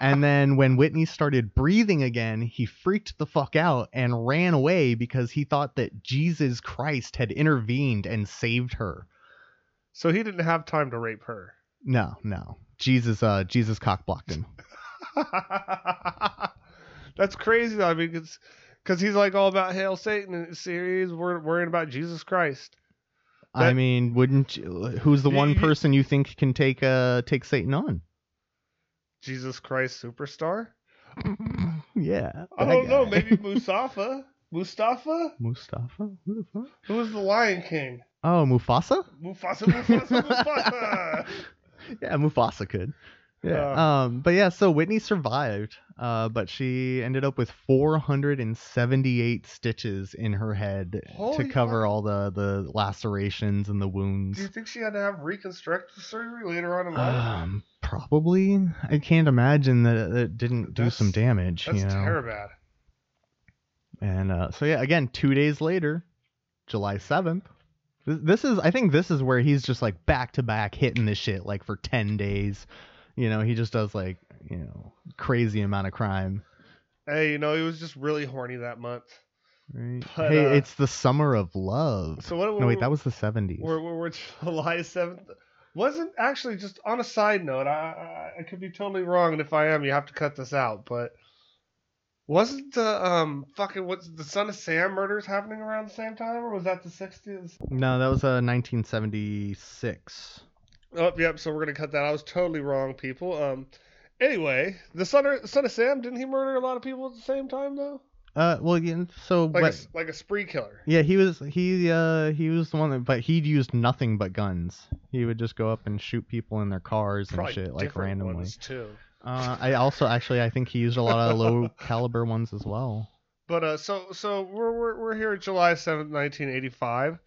[SPEAKER 3] and then when Whitney started breathing again, he freaked the fuck out and ran away because he thought that Jesus Christ had intervened and saved her.
[SPEAKER 1] So he didn't have time to rape her.
[SPEAKER 3] No, no. Jesus uh Jesus cock blocked him.
[SPEAKER 1] that's crazy. though. I mean, it's because he's like all about hail Satan in his series. We're worrying about Jesus Christ.
[SPEAKER 3] I
[SPEAKER 1] That-
[SPEAKER 3] mean, wouldn't you, who's the
[SPEAKER 1] You-
[SPEAKER 3] one
[SPEAKER 1] you-
[SPEAKER 3] person you think can take uh take Satan on?
[SPEAKER 1] Jesus Christ superstar.
[SPEAKER 3] Yeah.
[SPEAKER 1] I
[SPEAKER 3] that
[SPEAKER 1] don't know.
[SPEAKER 3] guy.
[SPEAKER 1] Maybe Mustafa. Mustafa.
[SPEAKER 3] Mustafa? Who the fuck?
[SPEAKER 1] Who was the Lion King?
[SPEAKER 3] Oh, Mufasa?
[SPEAKER 1] Mufasa, Mufasa, Mufasa.
[SPEAKER 3] Yeah, Mufasa could. Yeah.
[SPEAKER 1] Uh.
[SPEAKER 3] um, but yeah, so Whitney survived, uh, but she ended up with 478 stitches in her head
[SPEAKER 1] Holy
[SPEAKER 3] to cover all the, the lacerations and the
[SPEAKER 1] Do you
[SPEAKER 3] wounds.
[SPEAKER 1] think she had to have reconstructive surgery later on in life?
[SPEAKER 3] Um, probably. I can't imagine that it- it didn't do
[SPEAKER 1] That's-
[SPEAKER 3] some damage.
[SPEAKER 1] That's
[SPEAKER 3] you know?
[SPEAKER 1] terrible. bad.
[SPEAKER 3] And uh, so yeah, again, two days later, July seventh. This is, I think, this is where he's just like back to back hitting this shit like for ten days. You know, he just does like you know crazy amount of crime.
[SPEAKER 1] Hey, you know, he was just really horny that month.
[SPEAKER 3] Right?
[SPEAKER 1] But,
[SPEAKER 3] hey,
[SPEAKER 1] uh,
[SPEAKER 3] it's the summer of love.
[SPEAKER 1] So what?
[SPEAKER 3] no, wait, that was the seventies.
[SPEAKER 1] We're, we're, we're July seventh. Wasn't actually just on a side note. I, I I could be totally wrong, and if I am, you have to cut this out. But Wasn't the um fucking what's the Son of Sam murders happening around the same time, or was that the sixties?
[SPEAKER 3] No, that was uh, 1976.
[SPEAKER 1] Oh, yep. So we're gonna cut that. I was totally wrong, people. Um, anyway, the son of, son of Sam didn't he murder a lot of people at the same time though?
[SPEAKER 3] Uh, well, yeah, so
[SPEAKER 1] Like a
[SPEAKER 3] but,
[SPEAKER 1] s like a spree killer.
[SPEAKER 3] yeah, he was he uh he was the one that, but he'd used nothing but guns. He would just go up and shoot people in their cars and
[SPEAKER 1] Probably
[SPEAKER 3] shit like
[SPEAKER 1] different
[SPEAKER 3] randomly.
[SPEAKER 1] ones, too.
[SPEAKER 3] Uh, I also actually I think he used a lot of low caliber ones as well.
[SPEAKER 1] But uh, so so we're we're, we're here July seventh, nineteen eighty five.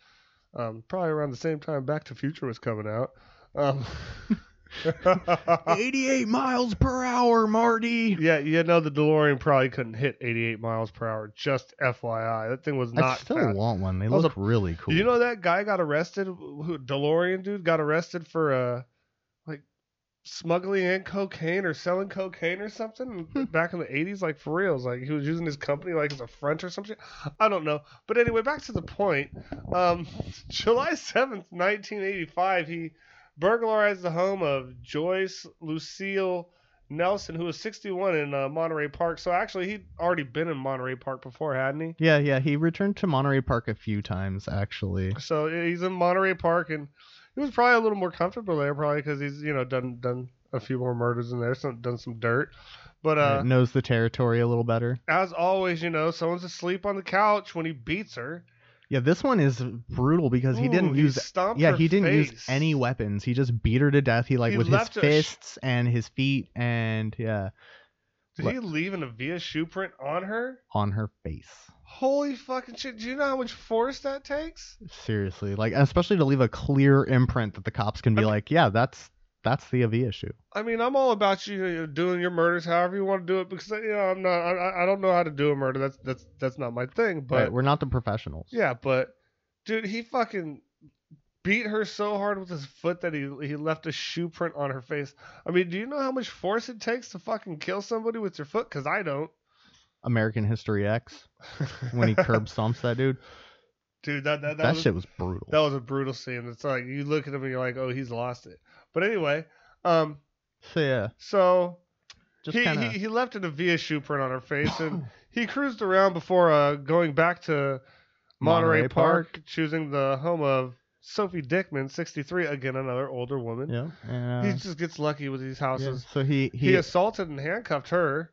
[SPEAKER 1] Um, probably around the same time Back to Future was coming out. Um,
[SPEAKER 3] 88 miles per hour, Marty.
[SPEAKER 1] yeah, you know the DeLorean probably couldn't hit eighty eight miles per hour. Just FYI, that thing was
[SPEAKER 3] I
[SPEAKER 1] not.
[SPEAKER 3] still
[SPEAKER 1] fast.
[SPEAKER 3] want one. They
[SPEAKER 1] That was
[SPEAKER 3] look really cool.
[SPEAKER 1] Do You know that guy got arrested. Who DeLorean dude got arrested for uh, like smuggling in cocaine or selling cocaine or something back in the eighties. Like for reals, like he was using his company like as a front or something. I don't know. But anyway, back to the point. Um, July seventh, nineteen eighty-five, he burglarized the home of Joyce Lucille. Nelson, who was 61 in uh, Monterey Park, so actually he'd already been in Monterey Park before, hadn't he?
[SPEAKER 3] Yeah, yeah. He returned to Monterey Park a few times actually.
[SPEAKER 1] So yeah, he's in Monterey Park, and he was probably a little more comfortable there, probably because he's you know done done a few more murders in there, some done some dirt. But uh,
[SPEAKER 3] Uh, knows the territory a little better.
[SPEAKER 1] as always, you know, someone's asleep on the couch when he beats her
[SPEAKER 3] Yeah, this one is brutal because he
[SPEAKER 1] Ooh,
[SPEAKER 3] didn't use
[SPEAKER 1] stomped
[SPEAKER 3] Yeah,
[SPEAKER 1] her
[SPEAKER 3] he didn't use
[SPEAKER 1] face.
[SPEAKER 3] any weapons. He just beat her to death. He like
[SPEAKER 1] He
[SPEAKER 3] with his
[SPEAKER 1] left a sh-
[SPEAKER 3] fists and his feet and yeah,
[SPEAKER 1] Did he leave an Avia shoe print on her?
[SPEAKER 3] on her face.
[SPEAKER 1] Holy fucking shit! Do you know how much force that takes?
[SPEAKER 3] Seriously, like especially to leave a clear imprint that the cops can be
[SPEAKER 1] I mean-
[SPEAKER 3] like, yeah, that's that's the AV issue.
[SPEAKER 1] I mean, I'm all about you, you know, doing your murders however you want to do it because you know I'm not I, I- I don't know how to do a murder. That's that's that's not my thing. But
[SPEAKER 3] But we're not the professionals.
[SPEAKER 1] Yeah, but dude, he fucking beat her so hard with his foot that he he left a shoe print on her face. I mean, do you know how much force it takes to fucking kill somebody with your foot? Cause I don't.
[SPEAKER 3] American History X when he curb stomps that dude.
[SPEAKER 1] dude, that that,
[SPEAKER 3] That,
[SPEAKER 1] that, was,
[SPEAKER 3] shit was brutal.
[SPEAKER 1] that was a brutal scene. It's like you look at him and you're like, oh, he's lost it. But anyway, um,
[SPEAKER 3] so yeah,
[SPEAKER 1] so
[SPEAKER 3] just
[SPEAKER 1] he,
[SPEAKER 3] kind
[SPEAKER 1] he
[SPEAKER 3] of
[SPEAKER 1] he left an Avia shoe print on her face, and he cruised around before uh, going back to Monterey,
[SPEAKER 3] Monterey
[SPEAKER 1] Park, choosing the home of Sophie Dickman, 63, again another older woman.
[SPEAKER 3] yeah. And, uh,
[SPEAKER 1] he just gets lucky with these
[SPEAKER 3] yeah,
[SPEAKER 1] houses.
[SPEAKER 3] So he
[SPEAKER 1] He,
[SPEAKER 3] he,
[SPEAKER 1] assaulted and handcuffed her,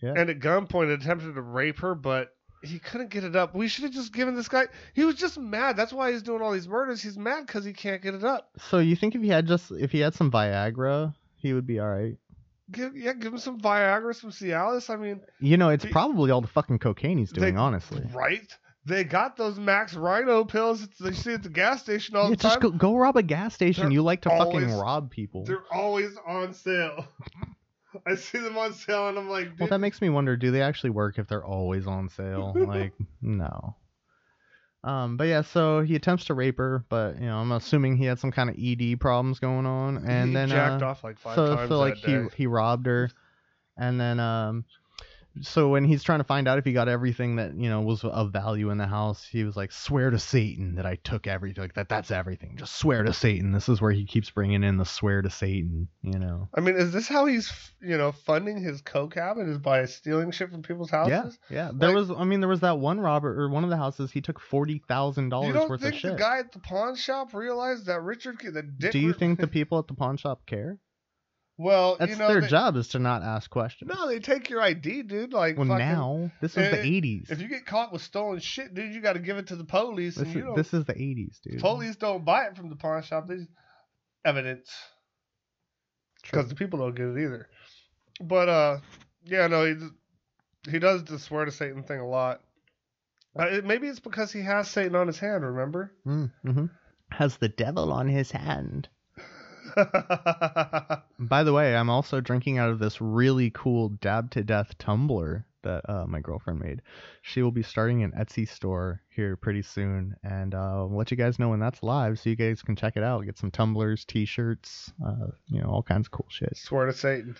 [SPEAKER 3] Yeah.
[SPEAKER 1] and at gunpoint attempted to rape her, but he couldn't get it up. We should have just given this guy. He was just mad. That's why he's doing all these murders. He's mad because he can't get it up.
[SPEAKER 3] so you think if he had just if he had some Viagra, he would be all right.
[SPEAKER 1] Give yeah, give him some Viagra, some Cialis. I mean,
[SPEAKER 3] You know, it's
[SPEAKER 1] He-
[SPEAKER 3] probably all the fucking cocaine he's
[SPEAKER 1] They-
[SPEAKER 3] doing, honestly.
[SPEAKER 1] right? They got those Max Rhino pills that they see at the gas station all
[SPEAKER 3] Yeah,
[SPEAKER 1] the time.
[SPEAKER 3] just go, go rob a gas station.
[SPEAKER 1] They're
[SPEAKER 3] You like to fucking
[SPEAKER 1] always-
[SPEAKER 3] rob people.
[SPEAKER 1] They're always on sale. I see them on sale, and I'm like, dude,
[SPEAKER 3] Well, that makes me wonder: Do they actually work if they're always on sale? like, no. Um, but yeah, so he attempts to rape her, but you know, I'm assuming he had some kind of ED problems going on, and
[SPEAKER 1] he
[SPEAKER 3] then
[SPEAKER 1] jacked
[SPEAKER 3] uh,
[SPEAKER 1] off like five
[SPEAKER 3] so
[SPEAKER 1] times
[SPEAKER 3] so like
[SPEAKER 1] that day.
[SPEAKER 3] he he robbed her, and then um, so when he's trying to find out if he got everything that you know was of value in the house, he was like, "Swear to Satan that I took everything. Like that, that's everything. Just swear to Satan." This is where he keeps bringing in the swear to Satan, you know.
[SPEAKER 1] I mean, is this how he's f- you know funding his coke habit? Is by stealing shit from people's
[SPEAKER 3] Yeah,
[SPEAKER 1] houses?
[SPEAKER 3] yeah. There
[SPEAKER 1] Like-
[SPEAKER 3] was, I mean, there was that one robber or one of the houses. He took forty thousand
[SPEAKER 1] You
[SPEAKER 3] dollars
[SPEAKER 1] don't
[SPEAKER 3] worth
[SPEAKER 1] think
[SPEAKER 3] of
[SPEAKER 1] the
[SPEAKER 3] shit.
[SPEAKER 1] guy at the pawn shop realized that Richard, K- that Dick?
[SPEAKER 3] Do you
[SPEAKER 1] Ri-
[SPEAKER 3] think the people at the pawn shop care?
[SPEAKER 1] Well,
[SPEAKER 3] That's
[SPEAKER 1] you know,
[SPEAKER 3] their
[SPEAKER 1] they-
[SPEAKER 3] job is to not ask questions.
[SPEAKER 1] No, they take your ID, dude. Like,
[SPEAKER 3] well,
[SPEAKER 1] fucking-
[SPEAKER 3] now this is
[SPEAKER 1] Eh,
[SPEAKER 3] the eighties.
[SPEAKER 1] if you get caught with stolen shit, dude, you got to give it to the police.
[SPEAKER 3] This
[SPEAKER 1] and you
[SPEAKER 3] is,
[SPEAKER 1] don't,
[SPEAKER 3] this is the eighties, dude.
[SPEAKER 1] police don't buy it from the pawn shop. They just evidence because the people don't get it either. But uh, yeah, no, he d- he does the swear to Satan thing a lot. Uh, it, maybe it's because he has Satan on his hand. Remember?
[SPEAKER 3] Mm-hmm. Has the devil on his hand. By the way, I'm also drinking out of this really cool dab to death tumbler that uh, my girlfriend made. She will be starting an Etsy store here pretty soon, and uh, I'll let you guys know when that's live, so you guys can check it out. Get some tumblers, t-shirts, uh, you know, all kinds of cool shit.
[SPEAKER 1] Swear to Satan.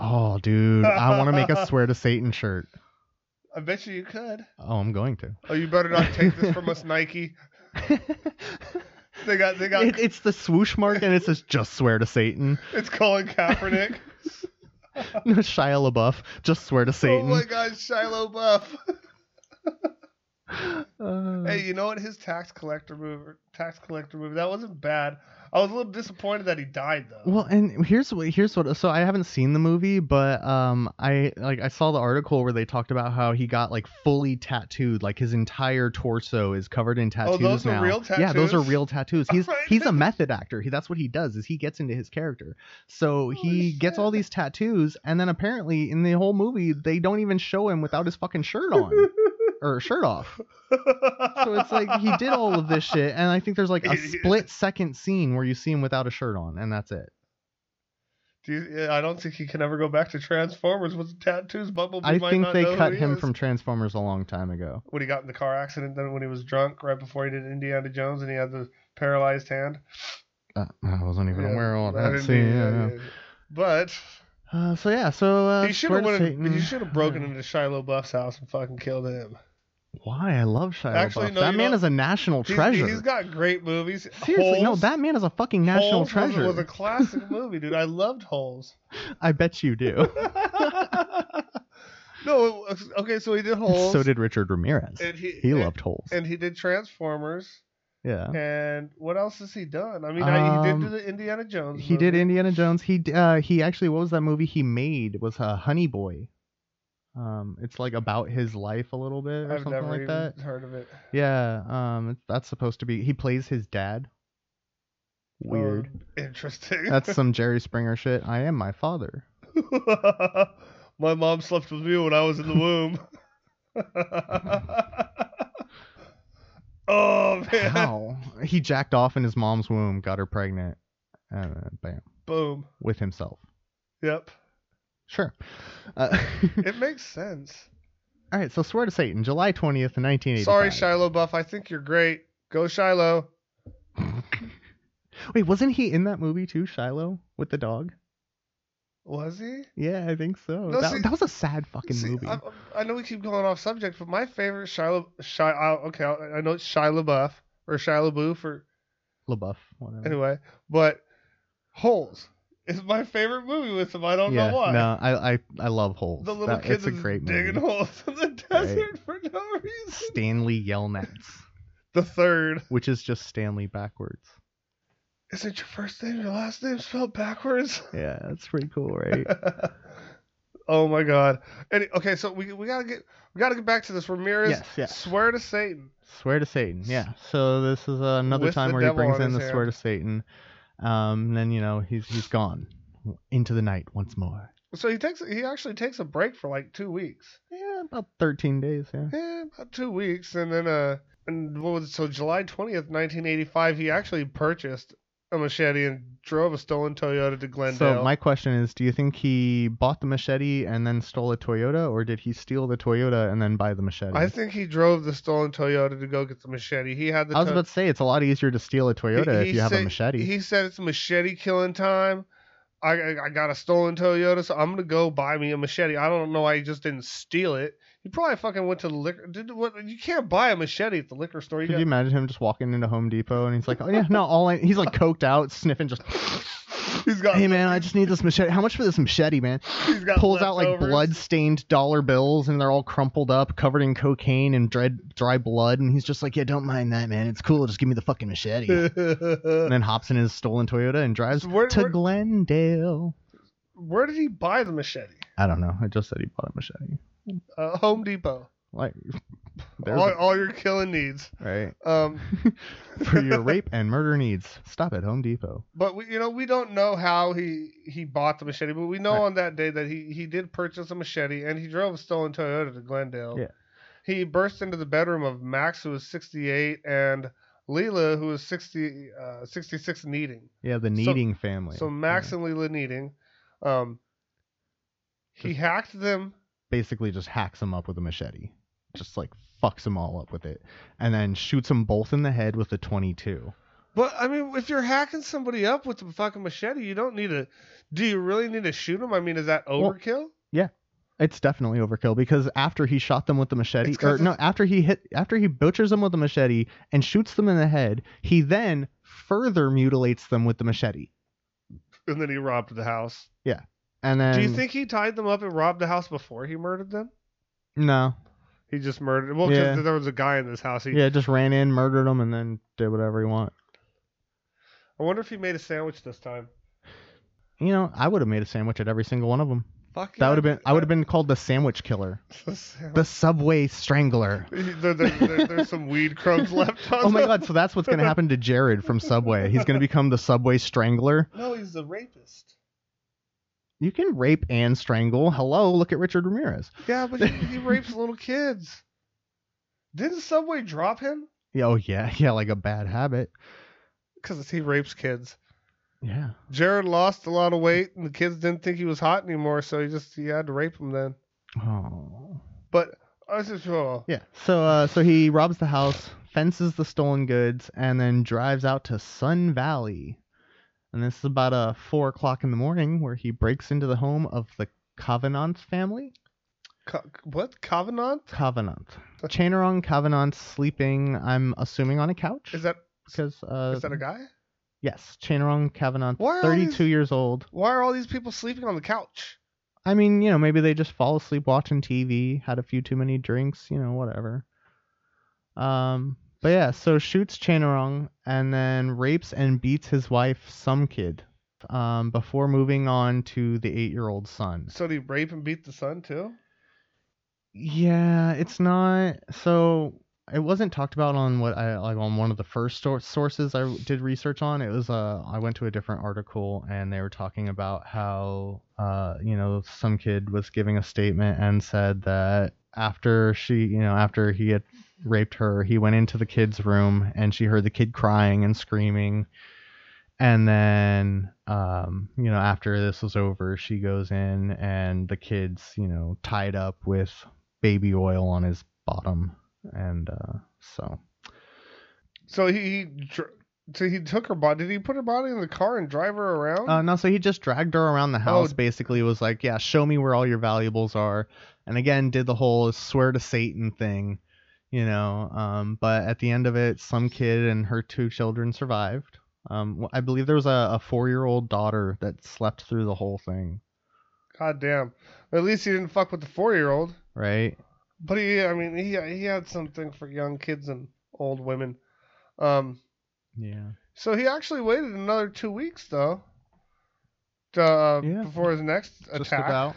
[SPEAKER 3] Oh, dude, I want to make a swear to Satan shirt.
[SPEAKER 1] I bet you you could.
[SPEAKER 3] Oh, I'm going to.
[SPEAKER 1] Oh, you better not take this from us, Nike. They got they got
[SPEAKER 3] It- it's the swoosh mark, and it says just swear to Satan.
[SPEAKER 1] it's Colin Kaepernick.
[SPEAKER 3] no, Shia LaBeouf, just swear to
[SPEAKER 1] Oh
[SPEAKER 3] Satan.
[SPEAKER 1] my God, Shiloh Buff.
[SPEAKER 3] Uh,
[SPEAKER 1] hey, you know what? His tax collector movie, tax collector movie, that wasn't bad. I was a little disappointed that he died though.
[SPEAKER 3] Well, and here's what here's what. So I haven't seen the movie, but um, I like I saw the article where they talked about how he got like fully tattooed, like his entire torso is covered in tattoos
[SPEAKER 1] Oh, those are
[SPEAKER 3] now.
[SPEAKER 1] real
[SPEAKER 3] Yeah, those are
[SPEAKER 1] tattoos?
[SPEAKER 3] real tattoos. He's
[SPEAKER 1] I
[SPEAKER 3] he's a
[SPEAKER 1] didn't-
[SPEAKER 3] method actor. He that's what he does is he gets into his character. So he
[SPEAKER 1] Holy
[SPEAKER 3] gets all
[SPEAKER 1] shit.
[SPEAKER 3] these tattoos, and then apparently in the whole movie they don't even show him without his fucking shirt on or shirt off so it's like he did all of this shit, and I think there's like a split second scene where you see him without a shirt on, and that's it.
[SPEAKER 1] Do you- yeah, I don't think he can ever go back to Transformers with the tattoos. Bumblebee
[SPEAKER 3] I
[SPEAKER 1] might
[SPEAKER 3] think
[SPEAKER 1] not
[SPEAKER 3] they
[SPEAKER 1] know who
[SPEAKER 3] cut
[SPEAKER 1] he
[SPEAKER 3] him
[SPEAKER 1] is.
[SPEAKER 3] from Transformers a long time ago.
[SPEAKER 1] when he got in the car accident. Then when he was drunk, right before he did Indiana Jones, and he had the paralyzed hand.
[SPEAKER 3] Uh, I wasn't even
[SPEAKER 1] Yeah,
[SPEAKER 3] aware of all
[SPEAKER 1] that
[SPEAKER 3] that.
[SPEAKER 1] didn't
[SPEAKER 3] See,
[SPEAKER 1] mean-
[SPEAKER 3] yeah,
[SPEAKER 1] yeah,
[SPEAKER 3] yeah.
[SPEAKER 1] yeah. But
[SPEAKER 3] Uh, so yeah, so uh,
[SPEAKER 1] he should have
[SPEAKER 3] Swear to Satan- Mm.
[SPEAKER 1] He should have broken into Shiloh Buff's house and fucking killed him.
[SPEAKER 3] Why? I love Shia
[SPEAKER 1] Actually,
[SPEAKER 3] LaBeouf.
[SPEAKER 1] no,
[SPEAKER 3] that
[SPEAKER 1] you
[SPEAKER 3] man
[SPEAKER 1] know-
[SPEAKER 3] is a national
[SPEAKER 1] He's-
[SPEAKER 3] treasure.
[SPEAKER 1] he's got great movies.
[SPEAKER 3] Seriously, no,
[SPEAKER 1] Holes-
[SPEAKER 3] that man is a fucking national
[SPEAKER 1] Holes was a-
[SPEAKER 3] treasure.
[SPEAKER 1] was a classic movie, dude. I loved Holes.
[SPEAKER 3] I bet you do.
[SPEAKER 1] No, it was- okay, so he did Holes.
[SPEAKER 3] so did Richard Ramirez.
[SPEAKER 1] and he,
[SPEAKER 3] He
[SPEAKER 1] and-
[SPEAKER 3] loved holes.
[SPEAKER 1] and he did Transformers.
[SPEAKER 3] yeah.
[SPEAKER 1] And what else has he done? I mean, I, he did do
[SPEAKER 3] Um,
[SPEAKER 1] the Indiana Jones.
[SPEAKER 3] He did
[SPEAKER 1] movie.
[SPEAKER 3] Indiana Jones. He d- uh, he actually what was that movie he made was uh, Honey Boy. Um, it's like about his life a little bit or
[SPEAKER 1] I've
[SPEAKER 3] something
[SPEAKER 1] never
[SPEAKER 3] like
[SPEAKER 1] even
[SPEAKER 3] that.
[SPEAKER 1] heard of it.
[SPEAKER 3] Yeah. Um, it- that's supposed to be he plays his dad. Weird.
[SPEAKER 1] Oh, interesting.
[SPEAKER 3] That's some Jerry Springer shit. I am my father.
[SPEAKER 1] My mom slept with me when I was in the womb. oh man!
[SPEAKER 3] How he jacked off in his mom's womb, got her pregnant, and uh, bam,
[SPEAKER 1] Boom.
[SPEAKER 3] with himself.
[SPEAKER 1] Yep.
[SPEAKER 3] Sure. Uh,
[SPEAKER 1] It makes sense.
[SPEAKER 3] all right. So swear to Satan, July twentieth, nineteen eighty.
[SPEAKER 1] Sorry, Shiloh Buff. I think you're great. Go Shiloh.
[SPEAKER 3] Wait, wasn't he in that movie too, Shiloh, with the dog?
[SPEAKER 1] Was he?
[SPEAKER 3] Yeah, I think so.
[SPEAKER 1] No,
[SPEAKER 3] that,
[SPEAKER 1] see-
[SPEAKER 3] that was a sad fucking
[SPEAKER 1] See,
[SPEAKER 3] movie.
[SPEAKER 1] I, I know we keep going off subject, but my favorite Shiloh, Shia, I'll- okay, I'll- I know it's Shia LaBeouf or Shia LaBeouf or
[SPEAKER 3] LaBeouf, whatever.
[SPEAKER 1] anyway, but Holes is my favorite movie with him. I don't
[SPEAKER 3] yeah,
[SPEAKER 1] know why.
[SPEAKER 3] no, I, I I love holes.
[SPEAKER 1] The little
[SPEAKER 3] That-
[SPEAKER 1] kid
[SPEAKER 3] it's a
[SPEAKER 1] that's
[SPEAKER 3] great
[SPEAKER 1] digging
[SPEAKER 3] movie.
[SPEAKER 1] holes in the desert for no reason.
[SPEAKER 3] Stanley Yelnats,
[SPEAKER 1] The third.
[SPEAKER 3] which is just Stanley backwards.
[SPEAKER 1] Isn't your first name your last name spelled backwards?
[SPEAKER 3] Yeah, that's pretty cool, right?
[SPEAKER 1] oh my god. Any, okay, so we we gotta get we gotta get back to this. Ramirez
[SPEAKER 3] Yes, yes.
[SPEAKER 1] swear to Satan.
[SPEAKER 3] Swear to Satan. Yeah. So this is another
[SPEAKER 1] With
[SPEAKER 3] time
[SPEAKER 1] the
[SPEAKER 3] where he
[SPEAKER 1] devil
[SPEAKER 3] brings
[SPEAKER 1] on
[SPEAKER 3] in
[SPEAKER 1] his
[SPEAKER 3] the
[SPEAKER 1] hand.
[SPEAKER 3] swear to Satan. Um, and then you know he's he's gone into the night once more.
[SPEAKER 1] So he takes he actually takes a break for like two weeks.
[SPEAKER 3] Yeah, about thirteen days. Yeah.
[SPEAKER 1] Yeah, about two weeks, and then uh, and what was it? so July twentieth, nineteen eighty five, he actually purchased a machete and drove a stolen Toyota to Glendale.
[SPEAKER 3] So my question is, do you think he bought the machete and then stole a Toyota, or did he steal the Toyota and then buy the machete?
[SPEAKER 1] I think he drove the stolen Toyota to go get the machete. He had the.
[SPEAKER 3] I was
[SPEAKER 1] to-
[SPEAKER 3] about to say it's a lot easier to steal a Toyota
[SPEAKER 1] he
[SPEAKER 3] if you have
[SPEAKER 1] said-
[SPEAKER 3] a machete.
[SPEAKER 1] He said it's machete killing time. I, I I got a stolen Toyota, so I'm gonna go buy me a machete. I don't know why he just didn't steal it. He probably fucking went to the liquor. Did what? You can't buy a machete at the liquor store.
[SPEAKER 3] Could
[SPEAKER 1] got-
[SPEAKER 3] you imagine him just walking into Home Depot and he's like, "Oh yeah, no, all I, he's like coked out, sniffing, just
[SPEAKER 1] he's got.
[SPEAKER 3] hey man, I just need this machete. How much for this machete, man?
[SPEAKER 1] he's got
[SPEAKER 3] Pulls out like
[SPEAKER 1] leftovers.
[SPEAKER 3] blood-stained dollar bills and they're all crumpled up, covered in cocaine and dread, dry blood, and he's just like, "Yeah, don't mind that, man. It's cool. Just give me the fucking machete." and then hops in his stolen Toyota and drives
[SPEAKER 1] So where-
[SPEAKER 3] to
[SPEAKER 1] where-
[SPEAKER 3] Glendale.
[SPEAKER 1] Where did he buy the machete?
[SPEAKER 3] I don't know. I just said he bought a machete.
[SPEAKER 1] Uh, Home Depot.
[SPEAKER 3] Like, there's
[SPEAKER 1] All,
[SPEAKER 3] a-
[SPEAKER 1] all your killing needs.
[SPEAKER 3] right
[SPEAKER 1] Um,
[SPEAKER 3] for your rape and murder needs. Stop at Home Depot.
[SPEAKER 1] But we, you know, we don't know how he he bought the machete, but we know
[SPEAKER 3] Right.
[SPEAKER 1] on that day that he he did purchase a machete and he drove a stolen Toyota to Glendale.
[SPEAKER 3] Yeah.
[SPEAKER 1] He burst into the bedroom of Max, who was 68, and Leela, who was 60, uh, 66, needing.
[SPEAKER 3] Yeah, the
[SPEAKER 1] So-
[SPEAKER 3] Needing family.
[SPEAKER 1] So Max
[SPEAKER 3] Oh, Yeah.
[SPEAKER 1] and Leela needing. Um, he hacked them.
[SPEAKER 3] basically just hacks him up with a machete, just like fucks them all up with it, and then shoots them both in the head with a 22.
[SPEAKER 1] But I mean, if you're hacking somebody up with a fucking machete, you don't need to. Do you really need to shoot them? I mean, is that
[SPEAKER 3] Well,
[SPEAKER 1] overkill?
[SPEAKER 3] It's definitely overkill because after he shot them with the machete,
[SPEAKER 1] It's 'cause
[SPEAKER 3] or no,
[SPEAKER 1] it's-
[SPEAKER 3] after he hit, after he butchers them with the machete and shoots them in the head, he then further mutilates them with the machete.
[SPEAKER 1] and then he robbed the house.
[SPEAKER 3] Yeah. And then
[SPEAKER 1] Do you think he tied them up and robbed the house before he murdered them?
[SPEAKER 3] no?
[SPEAKER 1] He just murdered. Well, because
[SPEAKER 3] Yeah.
[SPEAKER 1] there was a guy in this house. He,
[SPEAKER 3] Yeah, just ran in, murdered him, and then did whatever he want.
[SPEAKER 1] I wonder if he made a sandwich this time.
[SPEAKER 3] You know, I would have made a sandwich at every single one of them.
[SPEAKER 1] Fuck.
[SPEAKER 3] That would have been I would have been called the sandwich killer, the subway strangler.
[SPEAKER 1] there, there, there- there's some weed crumbs left. On
[SPEAKER 3] Oh my
[SPEAKER 1] the-
[SPEAKER 3] god, so that's what's going to happen to Jared from Subway. He's going to become the Subway strangler.
[SPEAKER 1] No, he's the rapist.
[SPEAKER 3] You can rape and strangle. Hello, look at Richard Ramirez.
[SPEAKER 1] Yeah, but he, he rapes little kids. Didn't Subway drop him?
[SPEAKER 3] Yeah, Oh yeah, yeah, like a bad habit.
[SPEAKER 1] Because he rapes kids.
[SPEAKER 3] Yeah.
[SPEAKER 1] Jared lost a lot of weight, and the kids didn't think he was hot anymore, so he just he had to rape him then.
[SPEAKER 3] Oh.
[SPEAKER 1] But I was just oh,
[SPEAKER 3] Yeah. So uh so he robs the house, fences the stolen goods, and then drives out to Sun Valley. And this is about uh four o'clock in the morning where he breaks into the home of the Covenant family.
[SPEAKER 1] co- what Covenant?
[SPEAKER 3] Covenant. Chainerong Covenant sleeping, I'm assuming on a couch.
[SPEAKER 1] Is that
[SPEAKER 3] because uh
[SPEAKER 1] is that a guy?
[SPEAKER 3] Yes, Chanarong Kavanagh,
[SPEAKER 1] Why are all
[SPEAKER 3] 32
[SPEAKER 1] these-
[SPEAKER 3] years old.
[SPEAKER 1] Why are all these people sleeping on the couch?
[SPEAKER 3] I mean, you know, maybe they just fall asleep watching TV, had a few too many drinks, you know, whatever. Um, but yeah, so shoots Chanarong and then rapes and beats his wife, some kid, um, before moving on to the eight-year-old son.
[SPEAKER 1] So did he rape and beat the son too?
[SPEAKER 3] Yeah, it's not so. It wasn't talked about on what I like on one of the first sor- sources I did research on. It was uh I went to a different article and they were talking about how uh you know some kid was giving a statement and said that after she you know after he had raped her he went into the kid's room and she heard the kid crying and screaming and then um, you know after this was over she goes in and the kids you know tied up with baby oil on his bottom and uh, so
[SPEAKER 1] So he, he dr- so he took her body. Did he put her body in the car and drive her around?
[SPEAKER 3] uh, no so he just dragged her around the house
[SPEAKER 1] Oh.
[SPEAKER 3] basically was like yeah show me where all your valuables are and again did the whole swear to satan thing you know um, but at the end of it some kid and her two children survived um, I believe there was a, a four-year-old daughter that slept through the whole thing,
[SPEAKER 1] God damn. At least he didn't fuck with the four year old.
[SPEAKER 3] right?
[SPEAKER 1] But he, I mean, he he had something for young kids and old women. Um,
[SPEAKER 3] Yeah.
[SPEAKER 1] so he actually waited another two weeks though, to, uh,
[SPEAKER 3] Yeah.
[SPEAKER 1] before his next
[SPEAKER 3] just
[SPEAKER 1] attack.
[SPEAKER 3] about.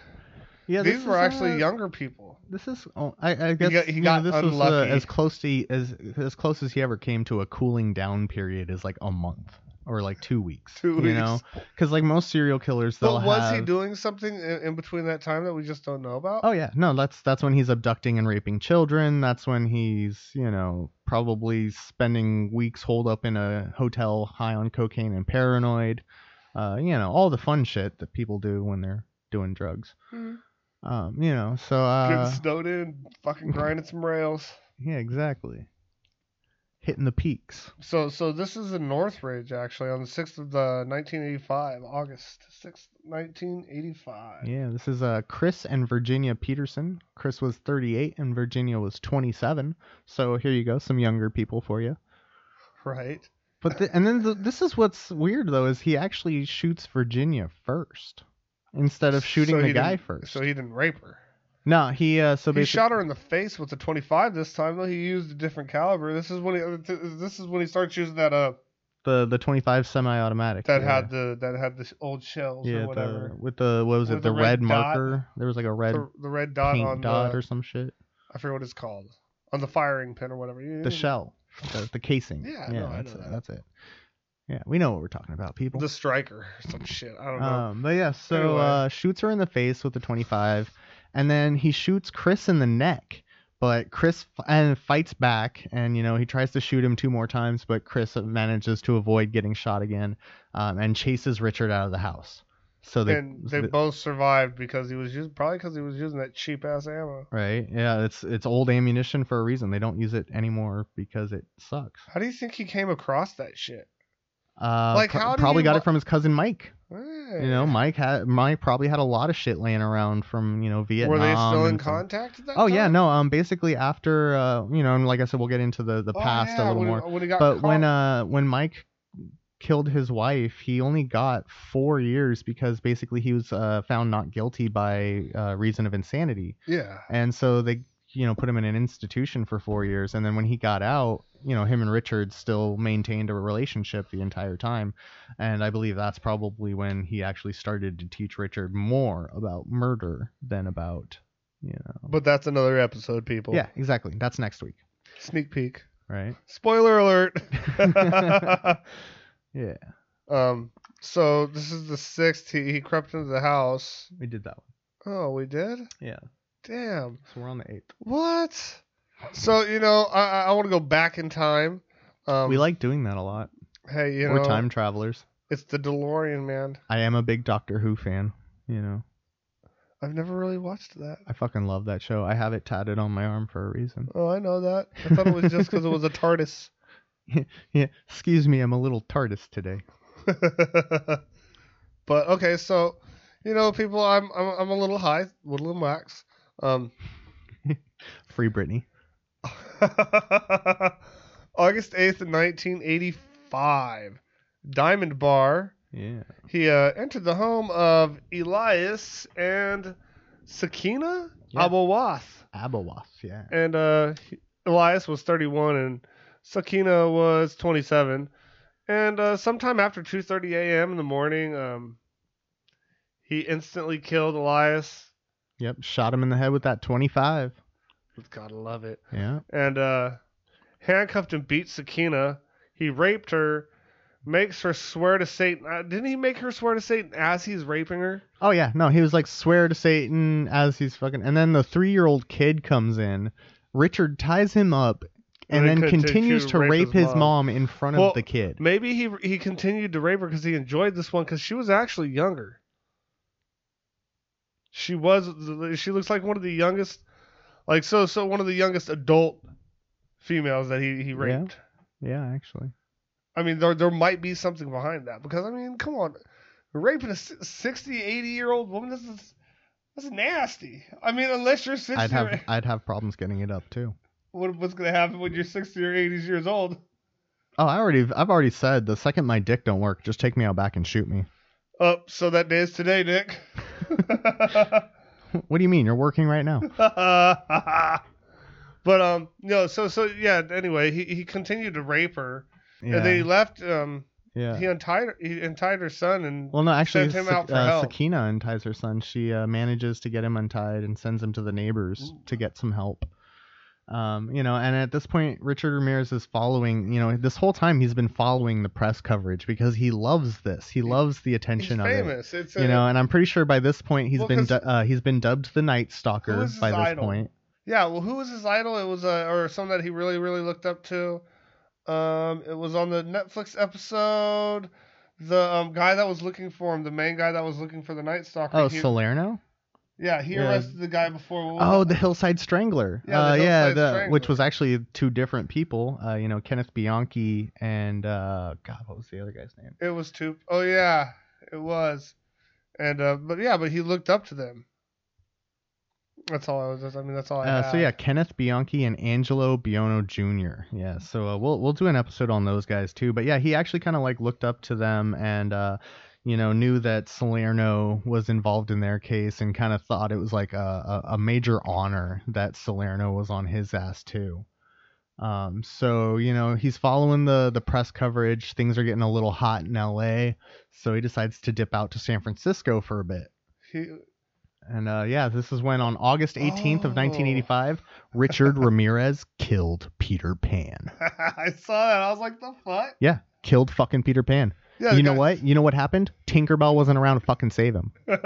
[SPEAKER 3] Yeah,
[SPEAKER 1] These
[SPEAKER 3] this
[SPEAKER 1] were
[SPEAKER 3] is,
[SPEAKER 1] actually
[SPEAKER 3] uh,
[SPEAKER 1] younger people.
[SPEAKER 3] This is, oh, I, I guess,
[SPEAKER 1] got- he
[SPEAKER 3] you know,
[SPEAKER 1] got
[SPEAKER 3] this was
[SPEAKER 1] unlucky.
[SPEAKER 3] uh, as close to as as close as he ever came to a cooling down period is like a month or like two weeks.
[SPEAKER 1] Two
[SPEAKER 3] you know, because like most serial killers, they'll
[SPEAKER 1] But was he
[SPEAKER 3] have-
[SPEAKER 1] doing something in, in between that time that we just don't know about?
[SPEAKER 3] Oh yeah, no, that's that's when he's abducting and raping children. That's when he's you know probably spending weeks holed up in a hotel high on cocaine and paranoid. Uh, you know all the fun shit that people do when they're doing drugs.
[SPEAKER 1] Mhm.
[SPEAKER 3] Um, you know, so uh,
[SPEAKER 1] Getting snowed in, fucking grinding some rails.
[SPEAKER 3] Yeah, exactly. Hitting the peaks.
[SPEAKER 1] So, so this is in Northridge actually on the sixth of the nineteen eighty five, August sixth, nineteen eighty five.
[SPEAKER 3] Yeah, this is uh, Chris and Virginia Peterson. Chris was 38 and Virginia was 27. So here you go, some younger people for you.
[SPEAKER 1] Right.
[SPEAKER 3] But the, and then the, this is what's weird though is he actually shoots Virginia first instead of shooting
[SPEAKER 1] So
[SPEAKER 3] the
[SPEAKER 1] he
[SPEAKER 3] guy
[SPEAKER 1] didn't-
[SPEAKER 3] first.
[SPEAKER 1] So he didn't rape her.
[SPEAKER 3] no, he uh, so
[SPEAKER 1] he
[SPEAKER 3] basically
[SPEAKER 1] shot her in the face with a 25 this time though he used a different caliber this is when he uh, this is when he starts using that uh
[SPEAKER 3] the the 25 semi-automatic
[SPEAKER 1] that
[SPEAKER 3] yeah.
[SPEAKER 1] had the that had the old shells
[SPEAKER 3] yeah
[SPEAKER 1] or
[SPEAKER 3] the-
[SPEAKER 1] whatever
[SPEAKER 3] with the what was it
[SPEAKER 1] With
[SPEAKER 3] the,
[SPEAKER 1] the
[SPEAKER 3] red,
[SPEAKER 1] red dot.
[SPEAKER 3] marker there was like a red
[SPEAKER 1] the, the red dot on
[SPEAKER 3] paint dot
[SPEAKER 1] the
[SPEAKER 3] or some shit
[SPEAKER 1] i forget what it's called on the firing pin or whatever
[SPEAKER 3] the shell, the, the casing.
[SPEAKER 1] Yeah, I know, I
[SPEAKER 3] that's
[SPEAKER 1] know
[SPEAKER 3] it.
[SPEAKER 1] that.
[SPEAKER 3] That's it. Yeah, we know what we're talking about, people.
[SPEAKER 1] the striker or some shit i don't know
[SPEAKER 3] um, but yeah, so
[SPEAKER 1] Anyway.
[SPEAKER 3] uh, shoots her in the face with the 25, and then he shoots Chris in the neck. But Chris f- and fights back, and you know he tries to shoot him two more times, but Chris manages to avoid getting shot again, um, and chases Richard out of the house. So they,
[SPEAKER 1] and they
[SPEAKER 3] th-
[SPEAKER 1] both survived because he was using probably because he was using that cheap ass ammo
[SPEAKER 3] right, yeah, it's it's old ammunition for a reason. They don't use it anymore because it sucks.
[SPEAKER 1] how do you think he came across that shit
[SPEAKER 3] Uh,
[SPEAKER 1] Like,
[SPEAKER 3] pro-
[SPEAKER 1] how do
[SPEAKER 3] probably
[SPEAKER 1] you
[SPEAKER 3] got
[SPEAKER 1] li-
[SPEAKER 3] it from his cousin Mike.
[SPEAKER 1] Hey.
[SPEAKER 3] You know, Mike had Mike probably had a lot of shit laying around from you know Vietnam.
[SPEAKER 1] were they still in
[SPEAKER 3] and from-
[SPEAKER 1] contact at that
[SPEAKER 3] Oh yeah,
[SPEAKER 1] time?
[SPEAKER 3] no. Um, basically after uh, you know, and like I said, we'll get into the the
[SPEAKER 1] Oh,
[SPEAKER 3] past
[SPEAKER 1] yeah,
[SPEAKER 3] a little
[SPEAKER 1] when he-
[SPEAKER 3] more.
[SPEAKER 1] when he got
[SPEAKER 3] But when
[SPEAKER 1] caught.
[SPEAKER 3] uh when Mike killed his wife, he only got four years because basically he was uh, found not guilty by uh, reason of insanity,
[SPEAKER 1] Yeah.
[SPEAKER 3] and so they you know put him in an institution for four years, and then when he got out, you know him and Richard still maintained a relationship the entire time, and I believe that's probably when he actually started to teach Richard more about murder than about you know.
[SPEAKER 1] But that's another episode, people.
[SPEAKER 3] Yeah, exactly. That's next week,
[SPEAKER 1] Sneak peek.
[SPEAKER 3] right?
[SPEAKER 1] Spoiler alert.
[SPEAKER 3] Yeah,
[SPEAKER 1] um. So this is the sixth. He, he crept into the house.
[SPEAKER 3] we did that one.
[SPEAKER 1] Oh, we did.
[SPEAKER 3] Yeah.
[SPEAKER 1] Damn.
[SPEAKER 3] So we're on the eighth.
[SPEAKER 1] What? So you know, I I- I want to go back in time. Um,
[SPEAKER 3] we like doing that a lot.
[SPEAKER 1] Hey, you
[SPEAKER 3] We're
[SPEAKER 1] know,
[SPEAKER 3] time travelers.
[SPEAKER 1] it's the DeLorean, man.
[SPEAKER 3] I am a big Doctor Who fan. You know,
[SPEAKER 1] I've never really watched that.
[SPEAKER 3] I fucking love that show. I have it tatted on my arm for a reason.
[SPEAKER 1] Oh, I know that. I thought it was just because it was a TARDIS.
[SPEAKER 3] Yeah, excuse me, I'm a little TARDIS today.
[SPEAKER 1] but okay, so you know, people, I'm I'm, I'm a little high, Woodland Wax. Um,
[SPEAKER 3] Free Britney.
[SPEAKER 1] August eighth, nineteen eighty five, Diamond Bar.
[SPEAKER 3] Yeah.
[SPEAKER 1] He uh, entered the home of Elias and Sakina
[SPEAKER 3] Yeah.
[SPEAKER 1] Abawath,
[SPEAKER 3] Abawath. Yeah.
[SPEAKER 1] and uh, he- Elias was thirty one and Sakina was twenty seven. And uh, sometime after 2:30 a.m. in the morning, um, he instantly killed Elias.
[SPEAKER 3] Yep. Shot him in the head with that 25.
[SPEAKER 1] Gotta love it.
[SPEAKER 3] Yeah.
[SPEAKER 1] and uh, handcuffed and beat Sakina. He raped her, makes her swear to Satan. Uh, didn't he make her swear to Satan as he's raping her?
[SPEAKER 3] Oh yeah. No, he was like swear to Satan as he's fucking, and then the three-year-old kid comes in. Richard ties him up
[SPEAKER 1] And
[SPEAKER 3] and, then
[SPEAKER 1] then continue
[SPEAKER 3] continues
[SPEAKER 1] to
[SPEAKER 3] to rape,
[SPEAKER 1] rape his
[SPEAKER 3] his, mom. in front
[SPEAKER 1] Well,
[SPEAKER 3] of the kid.
[SPEAKER 1] Maybe he he continued to rape her because he enjoyed this one because she was actually younger. She was. She looks like one of the youngest, like so so one of the youngest adult females that he he raped.
[SPEAKER 3] Yeah, actually.
[SPEAKER 1] I mean, there there might be something behind that because I mean, come on, raping a si- 60, 80 year old woman this is that's nasty. I mean, unless you're sixty,
[SPEAKER 3] I'd have
[SPEAKER 1] or-
[SPEAKER 3] I'd have problems getting it up too.
[SPEAKER 1] what, what's gonna happen when you're sixty or eighty years old?
[SPEAKER 3] Oh, I already I've already said the second my dick don't work, just take me out back and shoot me.
[SPEAKER 1] Oh, so that day is today, Nick.
[SPEAKER 3] What do you mean? You're working right now.
[SPEAKER 1] but um, no, so so yeah. Anyway, he he continued to rape her, and then he
[SPEAKER 3] Yeah.
[SPEAKER 1] left. Um,
[SPEAKER 3] yeah.
[SPEAKER 1] he untied her, he untied her son, and
[SPEAKER 3] Well, no, actually,
[SPEAKER 1] sent him
[SPEAKER 3] Sa-
[SPEAKER 1] out for
[SPEAKER 3] uh,
[SPEAKER 1] help.
[SPEAKER 3] Sakina unties her son. She uh, manages to get him untied and sends him to the neighbors
[SPEAKER 1] Ooh.
[SPEAKER 3] to get some help. Um, you know, and at this point, Richard Ramirez is following. You know, this whole time he's been following the press coverage because he loves this. He loves the
[SPEAKER 1] he's
[SPEAKER 3] attention of it.
[SPEAKER 1] famous. It's a,
[SPEAKER 3] You know, and I'm pretty sure by this point he's
[SPEAKER 1] Well,
[SPEAKER 3] been
[SPEAKER 1] 'cause-
[SPEAKER 3] du- uh, he's been dubbed the Night Stalker
[SPEAKER 1] is his
[SPEAKER 3] by this
[SPEAKER 1] idol?
[SPEAKER 3] point.
[SPEAKER 1] Yeah, well, who was his idol? It was uh, or someone that he really, really looked up to. Um, it was on the Netflix episode. The um, guy that was looking for him, the main guy that was looking for the Night Stalker.
[SPEAKER 3] Oh,
[SPEAKER 1] he-
[SPEAKER 3] Salerno.
[SPEAKER 1] yeah, he
[SPEAKER 3] yeah.
[SPEAKER 1] arrested the guy before. what was
[SPEAKER 3] Oh,
[SPEAKER 1] it?
[SPEAKER 3] the Hillside Strangler.
[SPEAKER 1] Yeah, the
[SPEAKER 3] uh, yeah,
[SPEAKER 1] Hillside
[SPEAKER 3] the, which
[SPEAKER 1] Strangler.
[SPEAKER 3] was actually two different people. Uh, you know, Kenneth Bianchi and uh, God, what was the other guy's name?
[SPEAKER 1] it was two oh yeah, it was. And uh, but yeah, but he looked up to them. That's all I was. That's, I mean, that's all I.
[SPEAKER 3] Uh, so
[SPEAKER 1] had.
[SPEAKER 3] yeah, Kenneth Bianchi and Angelo Biono Jr. Yeah, so uh, we'll we'll do an episode on those guys too. But yeah, he actually kind of like looked up to them and uh, you know knew that Salerno was involved in their case and kind of thought it was like a, a, a major honor that Salerno was on his ass too. Um, so you know he's following the the press coverage. Things are getting a little hot in L.A., so he decides to dip out to San Francisco for a bit.
[SPEAKER 1] He,
[SPEAKER 3] And uh, yeah, this is when on August 18th of
[SPEAKER 1] Oh.
[SPEAKER 3] 1985, Richard Ramirez killed Peter Pan.
[SPEAKER 1] I saw that. I was like, the fuck.
[SPEAKER 3] Killed fucking Peter Pan.
[SPEAKER 1] Yeah.
[SPEAKER 3] you
[SPEAKER 1] the
[SPEAKER 3] know
[SPEAKER 1] guy-
[SPEAKER 3] what? You know what happened? Tinkerbell wasn't around to fucking save him.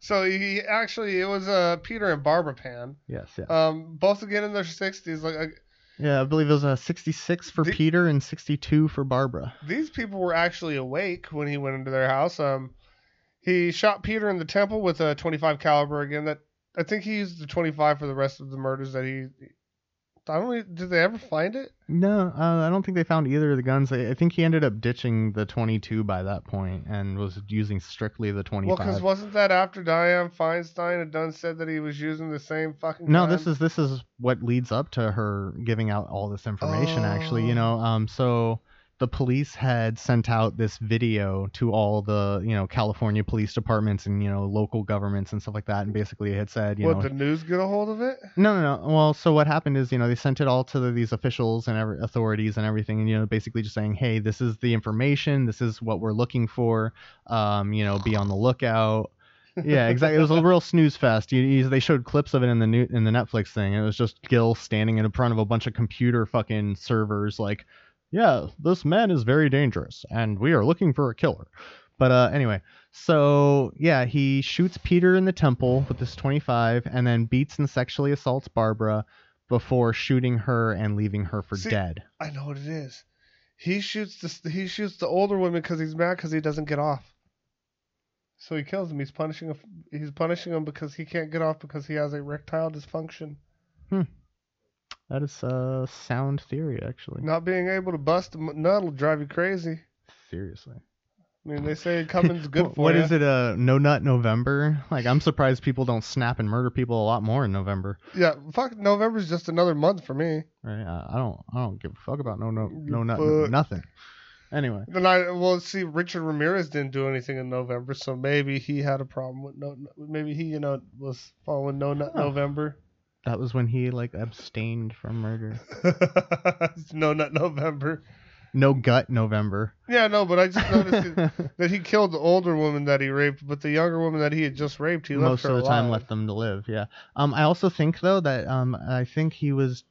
[SPEAKER 1] so he actually it was uh Peter and Barbara Pan.
[SPEAKER 3] Yes, yeah.
[SPEAKER 1] Um, both again in their sixties. Like uh,
[SPEAKER 3] yeah, I believe it was uh, 66 for
[SPEAKER 1] The-
[SPEAKER 3] Peter and 62 for Barbara.
[SPEAKER 1] these people were actually awake when he went into their house. Um, he shot Peter in the temple with a twenty-five caliber again. That I think he used the twenty-five for the rest of the murders that he. I don't. really- Did they ever find it?
[SPEAKER 3] No, uh, I don't think they found either of the guns. I, I think he ended up ditching the 22 by that point and was using strictly the
[SPEAKER 1] Well,
[SPEAKER 3] 25.
[SPEAKER 1] because wasn't that after Diane Feinstein had done said that he was using the same fucking?
[SPEAKER 3] No,
[SPEAKER 1] gun?
[SPEAKER 3] this is this is what leads up to her giving out all this information. Actually, you
[SPEAKER 1] Oh.
[SPEAKER 3] know, um, so the police had sent out this video to all the you know California police departments and you know local governments and stuff like that, and basically it had said you
[SPEAKER 1] What
[SPEAKER 3] know
[SPEAKER 1] the news get a hold of it?
[SPEAKER 3] no, no, no. Well, so what happened is, you know, they sent it all to the, these officials and every, authorities and everything, and you know, basically just saying, hey, this is the information, this is what we're looking for, um, you know, be on the lookout. Yeah, exactly. It was a real snooze fest. You, you, they showed clips of it in the new, in the Netflix thing. It was just Gil standing in front of a bunch of computer fucking servers, like, yeah, this man is very dangerous, and we are looking for a killer. But uh, anyway, so yeah, he shoots Peter in the temple with this 25, and then beats and sexually assaults Barbara before shooting her and leaving her for
[SPEAKER 1] See-
[SPEAKER 3] dead.
[SPEAKER 1] I know what it is. He shoots the he shoots the older woman because he's mad because he doesn't get off. So he kills him. He's punishing him. He's punishing him because he can't get off because he has erectile dysfunction.
[SPEAKER 3] That is uh, sound theory, actually.
[SPEAKER 1] Not being able to bust a m- nut will drive you crazy.
[SPEAKER 3] Seriously.
[SPEAKER 1] I mean, they say coming's good
[SPEAKER 3] Wh-
[SPEAKER 1] for
[SPEAKER 3] what
[SPEAKER 1] you.
[SPEAKER 3] is it? Uh, no nut November. Like I'm surprised people don't snap and murder people a lot more in November.
[SPEAKER 1] Yeah, fuck. November's just another month for me.
[SPEAKER 3] Right? I, I don't. I don't give a fuck about no no
[SPEAKER 1] You
[SPEAKER 3] no nut
[SPEAKER 1] fuck.
[SPEAKER 3] nothing. Anyway.
[SPEAKER 1] Then I well see Richard Ramirez didn't do anything in November, so maybe he had a problem with no. Maybe he you know was following no nut
[SPEAKER 3] Huh.
[SPEAKER 1] November.
[SPEAKER 3] That was when he like abstained from murder.
[SPEAKER 1] no nut November.
[SPEAKER 3] No gut November.
[SPEAKER 1] Yeah, no, but I just noticed that- that he killed the older woman that he raped, but the younger woman that he had just raped, he left
[SPEAKER 3] Most
[SPEAKER 1] her
[SPEAKER 3] of the time
[SPEAKER 1] alive.
[SPEAKER 3] left them to live. Yeah. Um. I also think though that um. I think he was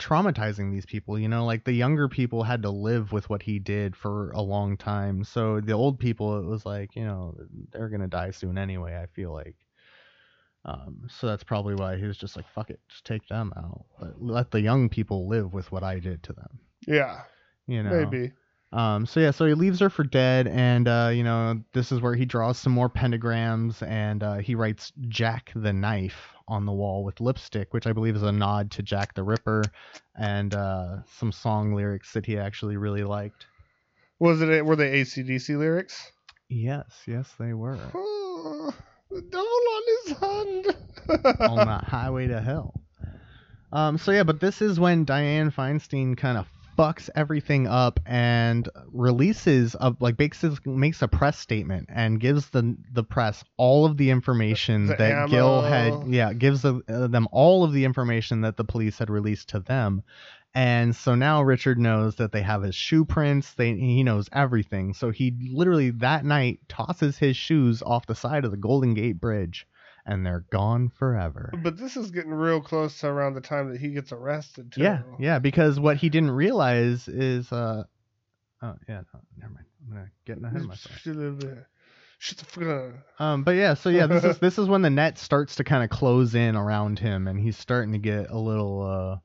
[SPEAKER 3] traumatizing these people. You know, like the younger people had to live with what he did for a long time. So the old people, it was like you know they're gonna die soon anyway. I feel like. Um, so that's probably why he was just like, "Fuck it, just take them out, but let the young people live with what I did to them."
[SPEAKER 1] Yeah,
[SPEAKER 3] You know,
[SPEAKER 1] maybe.
[SPEAKER 3] Um, so yeah, so he leaves her for dead, and uh, you know this is where he draws some more pentagrams, and uh, he writes Jack the Knife on the wall with lipstick, which I believe is a nod to Jack the Ripper, and uh, some song lyrics that he actually really liked.
[SPEAKER 1] Was it were they ACDC lyrics?
[SPEAKER 3] Yes, yes, they were
[SPEAKER 1] Oh, the devil on his
[SPEAKER 3] on
[SPEAKER 1] hand.
[SPEAKER 3] the highway to hell. Um, so yeah, but this is when Diane Feinstein kind of fucks everything up and releases a like makes his, makes a press statement and gives the the press all of the information
[SPEAKER 1] The
[SPEAKER 3] that Gil
[SPEAKER 1] ammo.
[SPEAKER 3] had yeah gives the, uh, them all of the information that the police had released to them. And so now Richard knows that they have his shoe prints. They he knows everything. So he literally that night tosses his shoes off the side of the Golden Gate Bridge, and they're gone forever.
[SPEAKER 1] but this is getting real close to around the time that he gets arrested. Too.
[SPEAKER 3] Yeah, yeah, because what he didn't realize is, uh, oh yeah, no, never mind. I'm gonna get ahead of myself.
[SPEAKER 1] Shut the fuck up.
[SPEAKER 3] Um, but yeah, so yeah, this is this is when the net starts to kind of close in around him, and he's starting to get a little. uh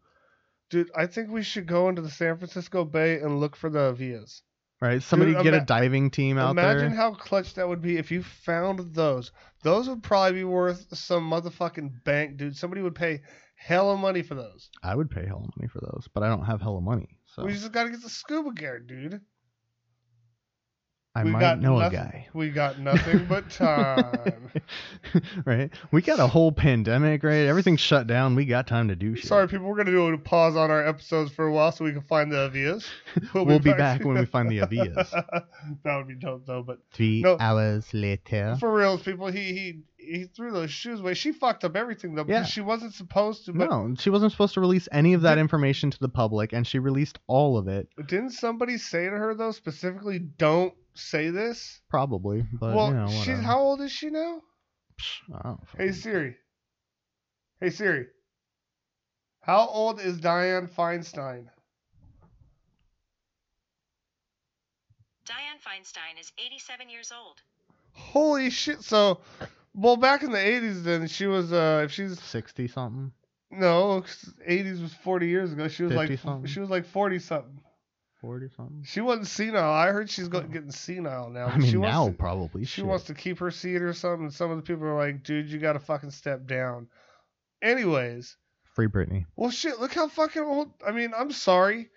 [SPEAKER 1] Dude, I think we should go into the San Francisco Bay and look for the Avias.
[SPEAKER 3] Right, somebody get
[SPEAKER 1] ima-
[SPEAKER 3] a diving team out
[SPEAKER 1] Imagine
[SPEAKER 3] there.
[SPEAKER 1] how clutch that would be if you found those. Those would probably be worth some motherfucking bank, dude. Somebody would pay hella money for those.
[SPEAKER 3] I would pay hella money for those, but I don't have hella money, so
[SPEAKER 1] We just gotta get the scuba gear, dude.
[SPEAKER 3] I
[SPEAKER 1] we
[SPEAKER 3] might
[SPEAKER 1] got
[SPEAKER 3] know
[SPEAKER 1] nothing,
[SPEAKER 3] a guy.
[SPEAKER 1] We got nothing but time.
[SPEAKER 3] right, we got a whole pandemic. Right, everything's shut down. We got time to do shit.
[SPEAKER 1] Sorry, people. We're gonna do a pause on our episodes for a while so we can find the Avias.
[SPEAKER 3] we'll be back when we find the Avias.
[SPEAKER 1] that would be dope, though. But
[SPEAKER 3] Three
[SPEAKER 1] No.
[SPEAKER 3] hours later.
[SPEAKER 1] for real, people, he he he threw those shoes away. She fucked up everything though because
[SPEAKER 3] Yeah.
[SPEAKER 1] she wasn't supposed to. But
[SPEAKER 3] no, she wasn't supposed to release any of that information to the public, and she released all of it,
[SPEAKER 1] Didn't somebody say to her though specifically, "Don't say this"?
[SPEAKER 3] probably. But
[SPEAKER 1] well,
[SPEAKER 3] you know,
[SPEAKER 1] she's
[SPEAKER 3] whatever.
[SPEAKER 1] how old is she now?
[SPEAKER 3] Psh, I don't
[SPEAKER 1] Hey
[SPEAKER 3] fucking-
[SPEAKER 1] Siri. Hey Siri. How old is Diane Feinstein?
[SPEAKER 4] Diane Feinstein is 87 years old.
[SPEAKER 1] Holy shit! So, well, back in the '80s, then she was. Uh, if she's
[SPEAKER 3] sixty something.
[SPEAKER 1] no, 'cause '80s was 40 years ago. She was like
[SPEAKER 3] 50-something.
[SPEAKER 1] she was like 40 something.
[SPEAKER 3] 40 something.
[SPEAKER 1] She wasn't senile. I heard she's go- getting senile now.
[SPEAKER 3] I
[SPEAKER 1] but
[SPEAKER 3] mean,
[SPEAKER 1] she wants
[SPEAKER 3] now
[SPEAKER 1] to-
[SPEAKER 3] probably.
[SPEAKER 1] she
[SPEAKER 3] shit.
[SPEAKER 1] wants to keep her seat or something. And some of the people are like, dude, you got to fucking step down. Anyways,
[SPEAKER 3] Free Britney.
[SPEAKER 1] well, shit, look how fucking old. I mean, I'm sorry.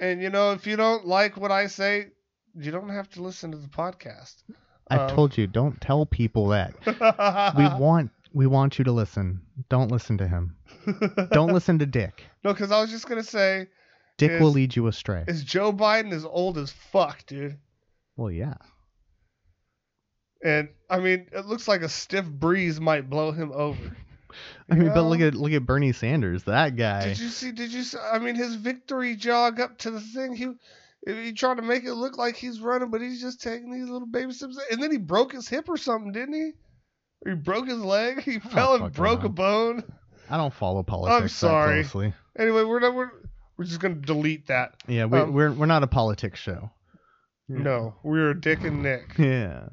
[SPEAKER 1] And, you know, if you don't like what I say, you don't have to listen to the podcast.
[SPEAKER 3] I
[SPEAKER 1] Um,
[SPEAKER 3] told you, don't tell people that. We want we want you to listen. Don't listen to him. Don't listen to Dick.
[SPEAKER 1] no, because I was just going to say,
[SPEAKER 3] Dick will
[SPEAKER 1] Is-
[SPEAKER 3] lead you astray.
[SPEAKER 1] Is Joe Biden as old as fuck, dude?
[SPEAKER 3] Well, yeah.
[SPEAKER 1] And I mean, it looks like a stiff breeze might blow him over.
[SPEAKER 3] I mean, but
[SPEAKER 1] Yeah.
[SPEAKER 3] look at look at Bernie Sanders. That guy.
[SPEAKER 1] Did you see? Did you? See, I mean, his victory jog up to the thing. He he tried to make it look like he's running, but he's just taking these little baby steps. And then he broke his hip or something, didn't he? Or He broke his leg. He fell and
[SPEAKER 3] fucking
[SPEAKER 1] broke a
[SPEAKER 3] know.
[SPEAKER 1] bone.
[SPEAKER 3] I don't follow politics. that
[SPEAKER 1] sorry.
[SPEAKER 3] closely.
[SPEAKER 1] Anyway, we're not, we're we're just gonna delete that.
[SPEAKER 3] Yeah, we,
[SPEAKER 1] Um,
[SPEAKER 3] we're we're not a politics show. Yeah.
[SPEAKER 1] No, we were Dick and Nick.
[SPEAKER 3] Yeah.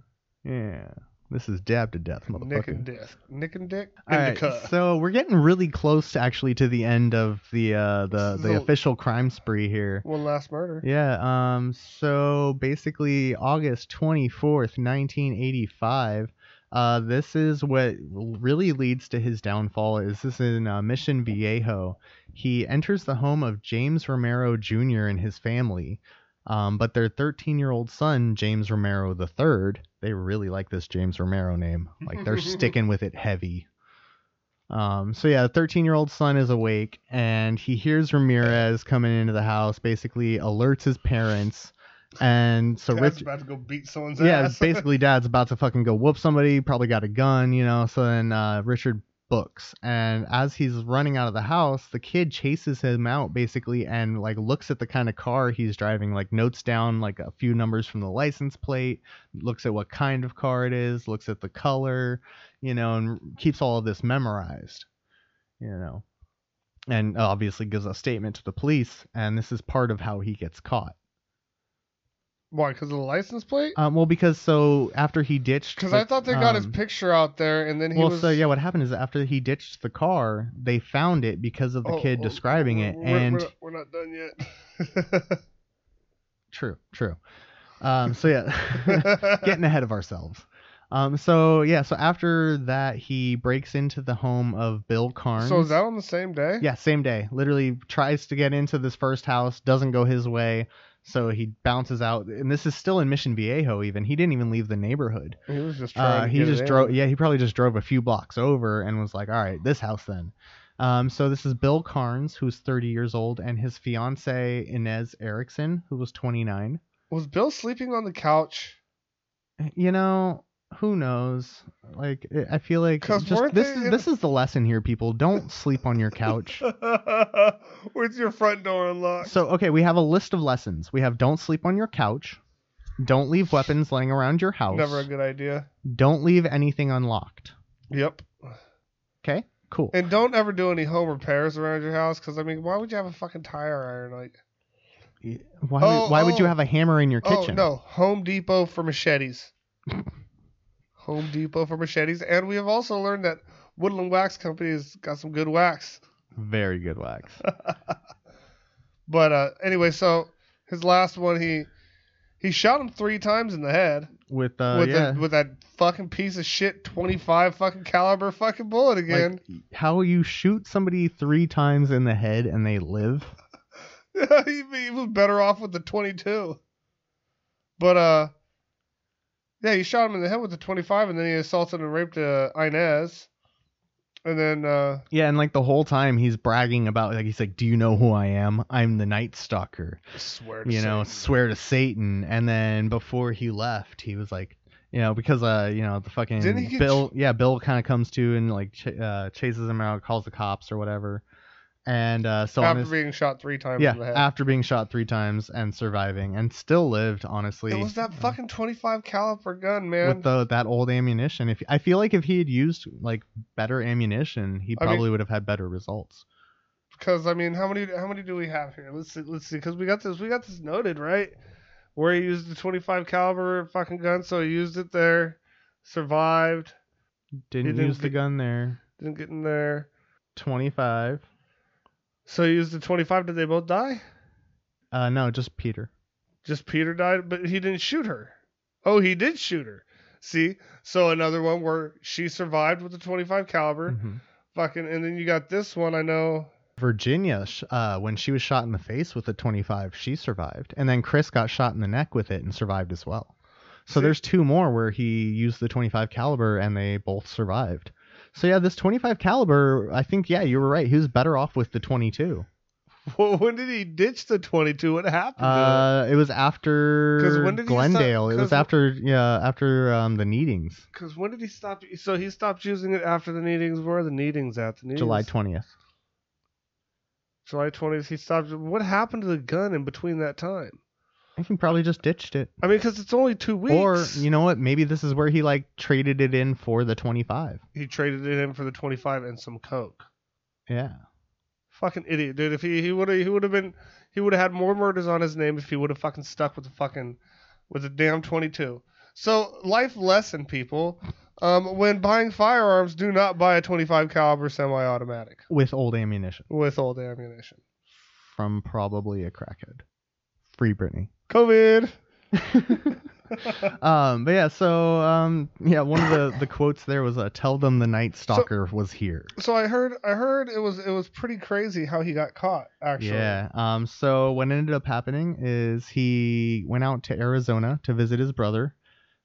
[SPEAKER 3] Yeah. This is dab to death, motherfucker.
[SPEAKER 1] Nick and Dick. Nick and Dick.
[SPEAKER 3] All right,
[SPEAKER 1] Indica.
[SPEAKER 3] so we're getting really close, actually, to the end of the uh, the
[SPEAKER 1] This is
[SPEAKER 3] the
[SPEAKER 1] the-
[SPEAKER 3] official crime spree here.
[SPEAKER 1] One last murder.
[SPEAKER 3] Yeah. Um. So basically, August twenty fourth, nineteen eighty five. Uh, this is what really leads to his downfall. Is this in uh, Mission Viejo? He enters the home of James Romero Jr. and his family, um, but their 13 year old son, James Romero III, they really like this James Romero name. Like they're sticking with it heavy. Um, so yeah, the 13 year old son is awake and he hears Ramirez coming into the house, basically alerts his parents. And so
[SPEAKER 1] Dad's
[SPEAKER 3] Rich,
[SPEAKER 1] about to go beat someone's
[SPEAKER 3] yeah,
[SPEAKER 1] ass.
[SPEAKER 3] basically, dad's about to fucking go whoop somebody. Probably got a gun, you know. So then uh, Richard books, and as he's running out of the house, the kid chases him out basically, and like looks at the kind of car he's driving, like notes down like a few numbers from the license plate, looks at what kind of car it is, looks at the color, you know, and keeps all of this memorized, you know, and obviously gives a statement to the police, and this is part of how he gets caught.
[SPEAKER 1] Why? Because of the license plate?
[SPEAKER 3] Um, well, because so after he ditched,
[SPEAKER 1] Because
[SPEAKER 3] the-
[SPEAKER 1] I thought they got his
[SPEAKER 3] um,
[SPEAKER 1] picture out there, and then he
[SPEAKER 3] Well,
[SPEAKER 1] was.
[SPEAKER 3] so yeah, what happened is after he ditched the car, they found it because of the
[SPEAKER 1] Oh,
[SPEAKER 3] kid
[SPEAKER 1] oh,
[SPEAKER 3] describing
[SPEAKER 1] we're-
[SPEAKER 3] it,
[SPEAKER 1] we're-
[SPEAKER 3] and
[SPEAKER 1] we're, not- we're not done
[SPEAKER 3] true, true. Um, so yeah,
[SPEAKER 1] yet.
[SPEAKER 3] getting ahead of ourselves. Um, so yeah, so after that, he breaks into the home of Bill Carnes.
[SPEAKER 1] so is that on the same day?
[SPEAKER 3] Yeah, same day. Literally tries to get into this first house, doesn't go his way, so he bounces out. And this is still in Mission Viejo. Even he didn't even leave the neighborhood.
[SPEAKER 1] He was just trying.
[SPEAKER 3] Uh,
[SPEAKER 1] to
[SPEAKER 3] he
[SPEAKER 1] get it
[SPEAKER 3] just
[SPEAKER 1] in.
[SPEAKER 3] drove. Yeah, he probably just drove a few blocks over and was like, "All right, this house then." Um, so this is Bill Carnes, who's 30 years old, and his fiancee Inez Erickson, who was 29.
[SPEAKER 1] Was Bill sleeping on the couch?
[SPEAKER 3] You know, who knows? Like, I- I feel like
[SPEAKER 1] 'Cause
[SPEAKER 3] just,
[SPEAKER 1] weren't
[SPEAKER 3] this
[SPEAKER 1] they
[SPEAKER 3] is
[SPEAKER 1] in-
[SPEAKER 3] this is the lesson here, people. Don't sleep on your couch.
[SPEAKER 1] With your front door unlocked.
[SPEAKER 3] So okay, we have a list of lessons. We have don't sleep on your couch. Don't leave weapons laying around your house.
[SPEAKER 1] Never a good idea.
[SPEAKER 3] Don't leave anything unlocked.
[SPEAKER 1] Yep.
[SPEAKER 3] Okay, cool.
[SPEAKER 1] And don't ever do any home repairs around your house, because I mean, why would you have a fucking tire iron? Like,
[SPEAKER 3] Why,
[SPEAKER 1] Oh,
[SPEAKER 3] would why would you
[SPEAKER 1] oh.
[SPEAKER 3] have a hammer in your kitchen?
[SPEAKER 1] oh no, Home Depot for machetes. Home Depot for machetes, and we have also learned that Woodland Wax Company has got some good wax.
[SPEAKER 3] Very good wax.
[SPEAKER 1] But uh, anyway, so his last one, he he shot him three times in the head
[SPEAKER 3] With uh
[SPEAKER 1] with
[SPEAKER 3] yeah.
[SPEAKER 1] a, with that fucking piece of shit twenty five fucking caliber fucking bullet again.
[SPEAKER 3] like, how you shoot somebody three times in the head and they live?
[SPEAKER 1] he, he was better off with the twenty two. But uh, yeah, he shot him in the head with the twenty five, and then he assaulted and raped uh, Inez, and then uh,
[SPEAKER 3] Yeah, and like the whole time he's bragging about like he's like, "Do you know who I am? I'm the Night Stalker."
[SPEAKER 1] swear to
[SPEAKER 3] you know,
[SPEAKER 1] Satan.
[SPEAKER 3] swear to Satan. And then before he left, he was like, you know, because uh, you know, the
[SPEAKER 1] Didn't he
[SPEAKER 3] fucking
[SPEAKER 1] get
[SPEAKER 3] Bill, yeah, Bill kind of comes to and like ch- uh, chases him out, calls the cops or whatever. And uh, so on
[SPEAKER 1] after
[SPEAKER 3] his,
[SPEAKER 1] being shot three times
[SPEAKER 3] yeah,
[SPEAKER 1] in the head.
[SPEAKER 3] after being shot three times and surviving and still lived, honestly.
[SPEAKER 1] it was that
[SPEAKER 3] uh,
[SPEAKER 1] fucking twenty five caliber gun, man.
[SPEAKER 3] with the that old ammunition. If I feel like if he had used like better ammunition, he
[SPEAKER 1] I mean-
[SPEAKER 3] probably would have had better results.
[SPEAKER 1] because I mean, how many how many do we have here? Let's see, let's see, because we got this we got this noted right where he used the 25 caliber fucking gun, so he used it there, survived,
[SPEAKER 3] Didn't,
[SPEAKER 1] didn't
[SPEAKER 3] use the
[SPEAKER 1] get-
[SPEAKER 3] gun there.
[SPEAKER 1] didn't get in there,
[SPEAKER 3] Twenty five.
[SPEAKER 1] so he used the 25. Did they both die?
[SPEAKER 3] Uh, no, just Peter.
[SPEAKER 1] Just Peter died, but he didn't shoot her. Oh, he did shoot her. See, so another one where she survived with the 25 caliber,
[SPEAKER 3] Mhm.
[SPEAKER 1] fucking, and then you got this one. I know.
[SPEAKER 3] Virginia, sh- uh, when she was shot in the face with a 25, she survived, and then Chris got shot in the neck with it and survived as well. So
[SPEAKER 1] See-
[SPEAKER 3] there's two more where he used the 25 caliber and they both survived. So yeah, this 25 caliber, I think yeah, you were right. He was better off with the 22.
[SPEAKER 1] Well, when did he ditch the 22? What happened? to it?
[SPEAKER 3] Uh, it was after
[SPEAKER 1] 'Cause when did he stop-
[SPEAKER 3] Glendale. It was
[SPEAKER 1] 'cause-
[SPEAKER 3] after yeah after um the meetings,
[SPEAKER 1] Because when did he stop? So he stopped using it after the meetings. Where are the meetings at? The meetings,
[SPEAKER 3] July twentieth.
[SPEAKER 1] July 20th. He stopped. What happened to the gun in between that time?
[SPEAKER 3] I think probably just ditched it.
[SPEAKER 1] I mean, because it's only two weeks.
[SPEAKER 3] Or you know what? Maybe this is where he like traded it in for the twenty five.
[SPEAKER 1] he traded it in for the 25 and some coke.
[SPEAKER 3] Yeah.
[SPEAKER 1] Fucking idiot, dude. If he he would have he would have been he would have had more murders on his name if he would have fucking stuck with the fucking with the damn 22. So life lesson, people. Um, when buying firearms, do not buy a 25 caliber semi-automatic
[SPEAKER 3] With old ammunition
[SPEAKER 1] with old ammunition.
[SPEAKER 3] from probably a crackhead. Free Britney.
[SPEAKER 1] COVID.
[SPEAKER 3] Um, but yeah, so um, yeah, one of the, the quotes there was, uh, "Tell them the Night Stalker was here."
[SPEAKER 1] So I heard I heard it was it was pretty crazy how he got caught actually.
[SPEAKER 3] Yeah. Um. So what ended up happening is he went out to Arizona to visit his brother,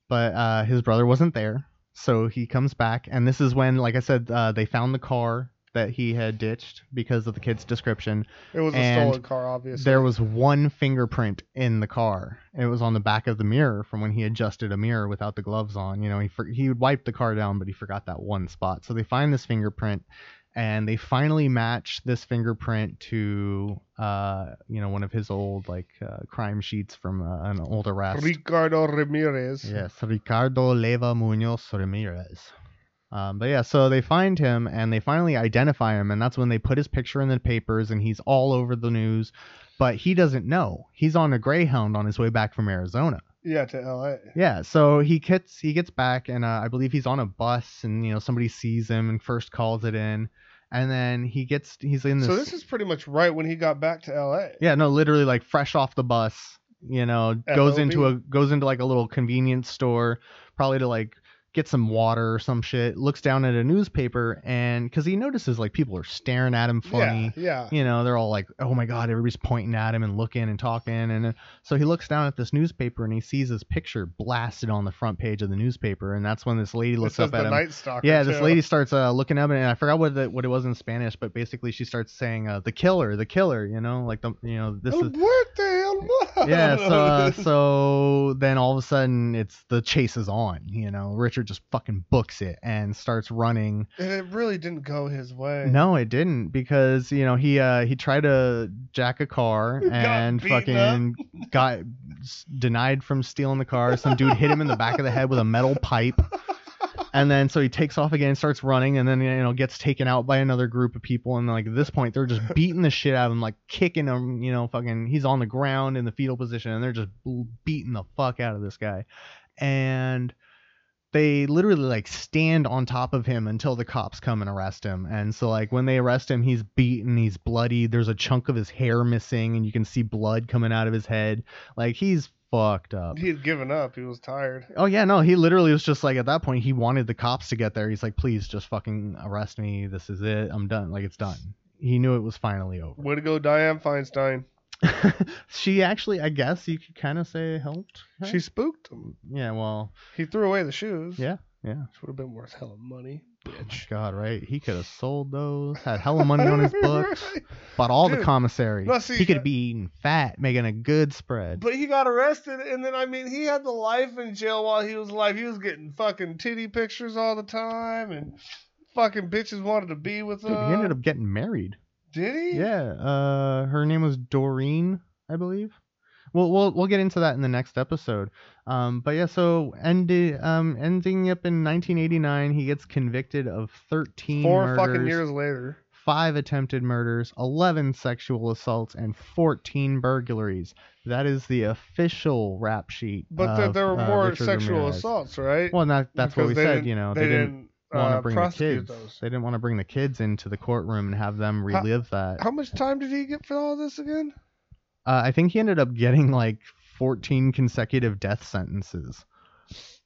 [SPEAKER 3] but uh, his brother wasn't there. So he comes back, and this is when, like I said, uh, they found the car that he had ditched because of the kid's description.
[SPEAKER 1] It was a
[SPEAKER 3] And
[SPEAKER 1] stolen car, obviously.
[SPEAKER 3] There was one fingerprint in the car. It was on the back of the mirror from when he adjusted a mirror without the gloves on. You know, he for- he wiped the car down, but he forgot that one spot. So they find this fingerprint, and they finally match this fingerprint to uh you know one of his old like uh, crime sheets from uh, an old arrest.
[SPEAKER 1] Ricardo Ramirez.
[SPEAKER 3] Yes, Ricardo Leva Munoz Ramirez. Um, but yeah, so they find him and they finally identify him, and that's when they put his picture in the papers, and he's all over the news. But he doesn't know. He's on a Greyhound on his way back from Arizona.
[SPEAKER 1] Yeah, to L.A.
[SPEAKER 3] Yeah, so he gets he gets back, and uh, I believe he's on a bus, and you know somebody sees him and first calls it in, and then he gets he's in this.
[SPEAKER 1] So this is pretty much right when he got back to L.A.
[SPEAKER 3] Yeah, no, literally like fresh off the bus, you know, goes
[SPEAKER 1] FOB.
[SPEAKER 3] into a goes into like a little convenience store, probably to like get some water or some shit. Looks down at a newspaper and cuz he notices like people are staring at him funny.
[SPEAKER 1] Yeah, yeah.
[SPEAKER 3] You know, they're all like, "Oh my god, everybody's pointing at him and looking and talking." And uh, so he looks down at this newspaper and he sees his picture blasted on the front page of the newspaper, and that's when this lady
[SPEAKER 1] It
[SPEAKER 3] looks
[SPEAKER 1] says
[SPEAKER 3] up at
[SPEAKER 1] the
[SPEAKER 3] him.
[SPEAKER 1] Night Stalker.
[SPEAKER 3] Yeah, this
[SPEAKER 1] too.
[SPEAKER 3] lady starts uh, looking up, and I forgot what the, what it was in Spanish, but basically she starts saying uh, "the killer, the killer," you know, like the you know this
[SPEAKER 1] Oh,
[SPEAKER 3] is
[SPEAKER 1] what the hell? What?
[SPEAKER 3] yeah. So uh, so then all of a sudden it's the chase is on, you know. Richard just fucking books it and starts running.
[SPEAKER 1] and it really didn't go his way.
[SPEAKER 3] No, it didn't because you know he uh, he tried to jack a car and
[SPEAKER 1] beaten
[SPEAKER 3] fucking got s- denied from stealing the car. Some dude hit him in the back of the head with a metal pipe, and then so he takes off again, starts running, and then you know gets taken out by another group of people. And like at this point, they're just beating the shit out of him, like kicking him. You know, fucking he's on the ground in the fetal position, and they're just beating the fuck out of this guy, and they literally like stand on top of him until the cops come and arrest him. And so like when they arrest him, he's beaten, he's bloody. There's a chunk of his hair missing, and you can see blood coming out of his head. Like he's fucked up.
[SPEAKER 1] he had given up. He was tired.
[SPEAKER 3] Oh yeah, no, he literally was just like at that point he wanted the cops to get there. He's like, please just fucking arrest me. This is it. I'm done. Like it's done. He knew it was finally over.
[SPEAKER 1] Way to go, Diane Feinstein.
[SPEAKER 3] she actually, I guess you could kind of say helped. her?
[SPEAKER 1] She spooked him.
[SPEAKER 3] yeah, well,
[SPEAKER 1] He threw away the shoes.
[SPEAKER 3] yeah, yeah.
[SPEAKER 1] which would have been worth hell of money. Bitch.
[SPEAKER 3] God, right? He could have sold those, had hella money on his books, bought all the
[SPEAKER 1] Dude,
[SPEAKER 3] commissary.
[SPEAKER 1] no, see,
[SPEAKER 3] he could
[SPEAKER 1] uh,
[SPEAKER 3] be eating fat, making a good spread.
[SPEAKER 1] But he got arrested, and then I mean, he had the life in jail while he was alive. He was getting fucking titty pictures all the time, and fucking bitches wanted to be with him.
[SPEAKER 3] Dude, he ended up getting married.
[SPEAKER 1] Did uh, he?
[SPEAKER 3] Yeah, uh, her name was Doreen, I believe. We'll, we'll we'll get into that in the next episode. Um, but yeah, so ended um ending up in 1989, he gets convicted of 13
[SPEAKER 1] Four
[SPEAKER 3] murders,
[SPEAKER 1] fucking years later.
[SPEAKER 3] five attempted murders, 11 sexual assaults, and 14 burglaries. That is the official rap sheet.
[SPEAKER 1] But
[SPEAKER 3] of,
[SPEAKER 1] there, there were
[SPEAKER 3] uh,
[SPEAKER 1] more
[SPEAKER 3] Richard
[SPEAKER 1] sexual
[SPEAKER 3] Ramirez.
[SPEAKER 1] assaults, right?
[SPEAKER 3] Well, and that, that's
[SPEAKER 1] Because
[SPEAKER 3] what we
[SPEAKER 1] they
[SPEAKER 3] said.
[SPEAKER 1] didn't-
[SPEAKER 3] You know,
[SPEAKER 1] they, didn't,
[SPEAKER 3] want
[SPEAKER 1] uh,
[SPEAKER 3] to bring the
[SPEAKER 1] prosecute
[SPEAKER 3] kids.
[SPEAKER 1] those.
[SPEAKER 3] They didn't want to bring the kids into the courtroom and have them relive that.
[SPEAKER 1] How much time did he get for all this again?
[SPEAKER 3] Uh, I think he ended up getting like 14 consecutive death sentences.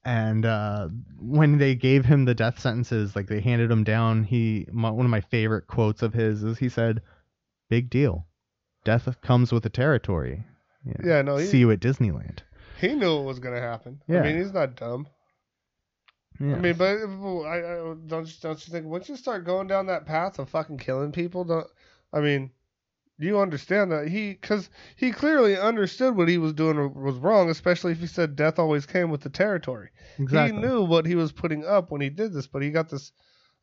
[SPEAKER 3] And uh, when they gave him the death sentences, like they handed him down, he my, one of my favorite quotes of his is he said, "Big deal, death comes with the territory." You know,
[SPEAKER 1] Yeah, no, he,
[SPEAKER 3] see you at Disneyland.
[SPEAKER 1] he knew it was gonna happen.
[SPEAKER 3] Yeah.
[SPEAKER 1] I mean, he's not dumb.
[SPEAKER 3] Yeah.
[SPEAKER 1] I mean, but but I, I don't you- don't you think once you start going down that path of fucking killing people, don't I mean, you understand that he because he clearly understood what he was doing was wrong, especially if he said death always came with the territory.
[SPEAKER 3] Exactly.
[SPEAKER 1] He knew what he was putting up when he did this, but he got this,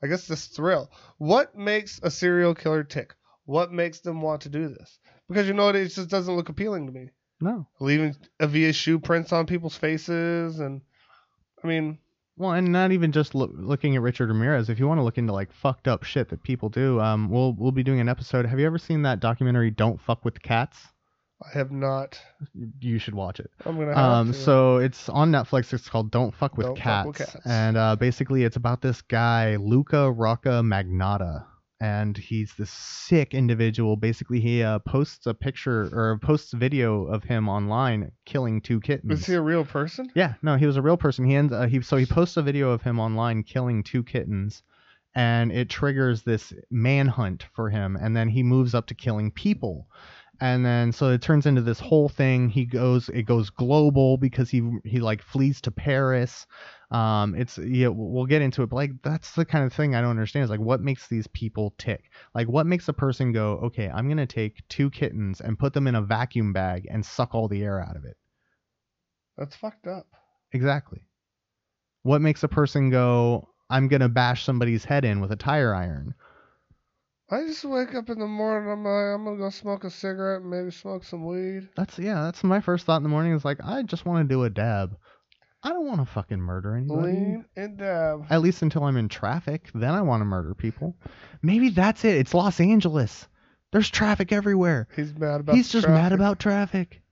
[SPEAKER 1] I guess, this thrill. What makes a serial killer tick? What makes them want to do this? Because you know what, it just doesn't look appealing to me.
[SPEAKER 3] No.
[SPEAKER 1] Leaving Avia's shoe prints on people's faces, and I mean,
[SPEAKER 3] Well, and not even just loo- looking at Richard Ramirez. If you want to look into like fucked up shit that people do, um, we'll we'll be doing an episode. Have you ever seen that documentary? Don't fuck with cats.
[SPEAKER 1] I have not.
[SPEAKER 3] You should watch it.
[SPEAKER 1] I'm gonna have
[SPEAKER 3] Um,
[SPEAKER 1] to.
[SPEAKER 3] so it's on Netflix. It's called Don't Fuck with
[SPEAKER 1] Don't
[SPEAKER 3] Cats,
[SPEAKER 1] Fuck with Cats.
[SPEAKER 3] and uh, basically it's about this guy Luca Rocca Magnata, and he's this sick individual. Basically, he uh, posts a picture or posts video of him online killing two kittens.
[SPEAKER 1] is he a real person?
[SPEAKER 3] Yeah, no, he was a real person. He ends, uh, he so he posts a video of him online killing two kittens, and it triggers this manhunt for him, and then he moves up to killing people, and then so it turns into this whole thing. He goes, it goes global because he he like flees to Paris. Um, it's yeah, we'll get into it, but like that's the kind of thing I don't understand. Is like what makes these people tick? Like what makes a person go, okay, I'm gonna take two kittens and put them in a vacuum bag and suck all the air out of it.
[SPEAKER 1] That's fucked up.
[SPEAKER 3] Exactly. What makes a person go, I'm going to bash somebody's head in with a tire iron?
[SPEAKER 1] I just wake up in the morning. I'm like, I'm gonna go smoke a cigarette and maybe smoke some weed.
[SPEAKER 3] That's, yeah, that's my first thought in the morning is like, I just want to do a dab. I don't want to fucking murder anybody.
[SPEAKER 1] Lean and dab.
[SPEAKER 3] At least until I'm in traffic. Then I want to murder people. Maybe that's it. It's Los Angeles. There's traffic everywhere.
[SPEAKER 1] He's mad about.
[SPEAKER 3] He's
[SPEAKER 1] the
[SPEAKER 3] just mad
[SPEAKER 1] traffic.
[SPEAKER 3] about traffic.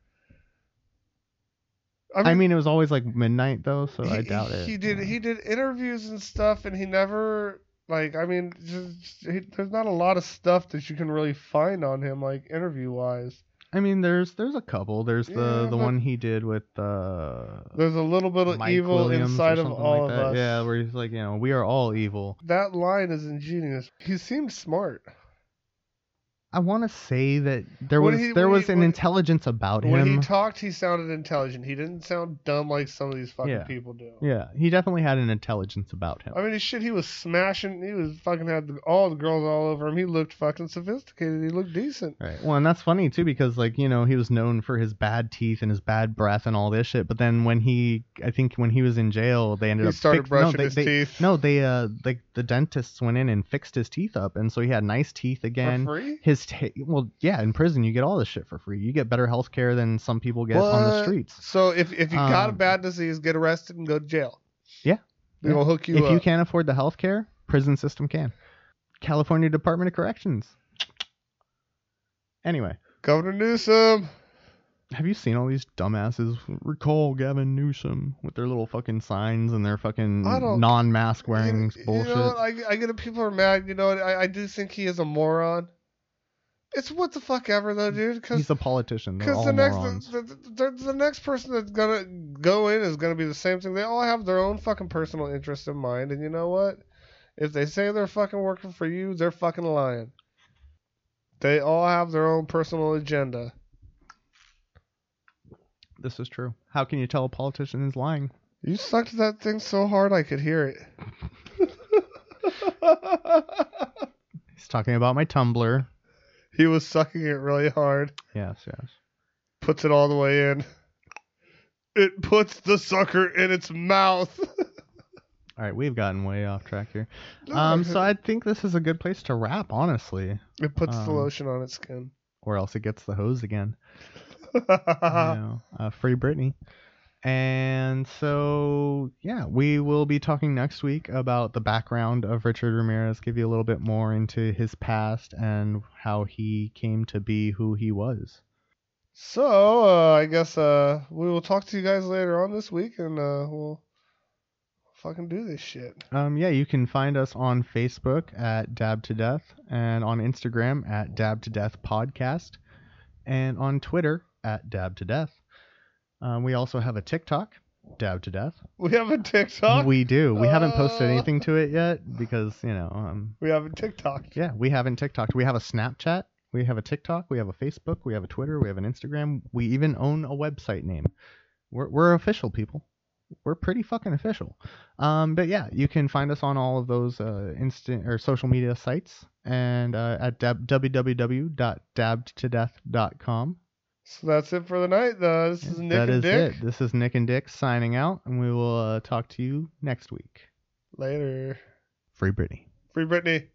[SPEAKER 1] I mean,
[SPEAKER 3] I mean, it was always like midnight though, so I doubt it.
[SPEAKER 1] He did. He did interviews and stuff, and he never like. I mean, just he, there's not a lot of stuff that you can really find on him, like interview wise.
[SPEAKER 3] I mean, there's there's a couple. There's the
[SPEAKER 1] Yeah, but-
[SPEAKER 3] the one he did with uh,
[SPEAKER 1] There's a little bit of
[SPEAKER 3] Mike
[SPEAKER 1] evil
[SPEAKER 3] Williams or
[SPEAKER 1] inside of
[SPEAKER 3] something
[SPEAKER 1] all
[SPEAKER 3] like
[SPEAKER 1] of
[SPEAKER 3] that.
[SPEAKER 1] us.
[SPEAKER 3] Yeah, where he's like, you know, we are all evil.
[SPEAKER 1] that line is ingenious. He seemed smart.
[SPEAKER 3] I want to say that there
[SPEAKER 1] When
[SPEAKER 3] was
[SPEAKER 1] he-
[SPEAKER 3] there
[SPEAKER 1] when
[SPEAKER 3] was
[SPEAKER 1] he-
[SPEAKER 3] an
[SPEAKER 1] when-
[SPEAKER 3] intelligence about
[SPEAKER 1] When
[SPEAKER 3] him.
[SPEAKER 1] he talked, he sounded intelligent. He didn't sound dumb like some of these fucking
[SPEAKER 3] Yeah.
[SPEAKER 1] people do.
[SPEAKER 3] yeah, he definitely had an intelligence about him.
[SPEAKER 1] I mean, shit, he was smashing. He was fucking had the, all the girls all over him. He looked fucking sophisticated. He looked decent.
[SPEAKER 3] Right. Well, and that's funny too because like, you know, he was known for his bad teeth and his bad breath and all this shit, but then when he I think when he was in jail, they ended
[SPEAKER 1] He
[SPEAKER 3] up
[SPEAKER 1] started
[SPEAKER 3] fix-
[SPEAKER 1] brushing
[SPEAKER 3] no, they,
[SPEAKER 1] his
[SPEAKER 3] they-
[SPEAKER 1] teeth.
[SPEAKER 3] No, they uh like the dentists went in and fixed his teeth up and so he had nice teeth again.
[SPEAKER 1] For free?
[SPEAKER 3] His ta- well, yeah, in prison you get all this shit for free. You get better health care than some people get on the
[SPEAKER 1] What?
[SPEAKER 3] streets.
[SPEAKER 1] So if if you got a
[SPEAKER 3] Um,
[SPEAKER 1] bad disease, get arrested and go to jail.
[SPEAKER 3] Yeah.
[SPEAKER 1] They will hook you uh,
[SPEAKER 3] if
[SPEAKER 1] up.
[SPEAKER 3] you can't afford the health care, prison system can. California Department of Corrections. Anyway,
[SPEAKER 1] Governor Newsom.
[SPEAKER 3] have you seen all these dumbasses recall Gavin Newsom with their little fucking signs and their fucking
[SPEAKER 1] I don't-
[SPEAKER 3] non-mask wearing
[SPEAKER 1] you,
[SPEAKER 3] bullshit?
[SPEAKER 1] You know, what? I I get it. People are mad. You know, what? I I do think he is a moron. It's what the fuck ever though, dude. Because
[SPEAKER 3] He's a politician. They're
[SPEAKER 1] because
[SPEAKER 3] all
[SPEAKER 1] the next
[SPEAKER 3] morons.
[SPEAKER 1] the, the, the, the next person that's gonna go in is gonna be the same thing. They all have their own fucking personal interests in mind, and you know what? If they say they're fucking working for you, they're fucking lying. They all have their own personal agenda.
[SPEAKER 3] This is true. How can you tell a politician is lying?
[SPEAKER 1] You sucked that thing so hard I could hear it.
[SPEAKER 3] He's talking about my Tumblr.
[SPEAKER 1] he was sucking it really hard.
[SPEAKER 3] Yes, yes.
[SPEAKER 1] Puts it all the way in. It puts the sucker in its mouth.
[SPEAKER 3] All right, we've gotten way off track here. Um, so I think this is a good place to wrap, honestly,
[SPEAKER 1] it puts the
[SPEAKER 3] um,
[SPEAKER 1] lotion on its skin.
[SPEAKER 3] or else it gets the hose again.
[SPEAKER 1] Uh-huh.
[SPEAKER 3] you know, uh, free Britney. And so, yeah, we will be talking next week about the background of Richard Ramirez, give you a little bit more into his past and how he came to be who he was.
[SPEAKER 1] So uh, I guess uh, we will talk to you guys later on this week, and uh, we'll fucking do this shit.
[SPEAKER 3] Um, yeah, you can find us on Facebook at Dab to Death and on Instagram at Dab to Death Podcast and on Twitter at Dab to Death. Um, we also have a TikTok, Dab to Death.
[SPEAKER 1] We have a TikTok. We,
[SPEAKER 3] We do. We haven't posted
[SPEAKER 1] Uh.
[SPEAKER 3] anything to it yet because, you know, um,
[SPEAKER 1] have a TikTok.
[SPEAKER 3] Yeah, we haven't TikTok. We have a Snapchat. We have a TikTok. We have a Facebook. We have a Twitter. We have an Instagram. We even own a website name. We're, we're official people. we're pretty fucking official. Um, but yeah, you can find us on all of those uh, instant or social media sites and uh, at dab- www.dabbedtodeath.com.
[SPEAKER 1] So that's it for the night. Uh, this is Nick
[SPEAKER 3] that
[SPEAKER 1] and
[SPEAKER 3] is
[SPEAKER 1] Dick.
[SPEAKER 3] it. This is Nick and Dick signing out, and we will uh, talk to you next week.
[SPEAKER 1] Later.
[SPEAKER 3] Free Britney.
[SPEAKER 1] Free Britney.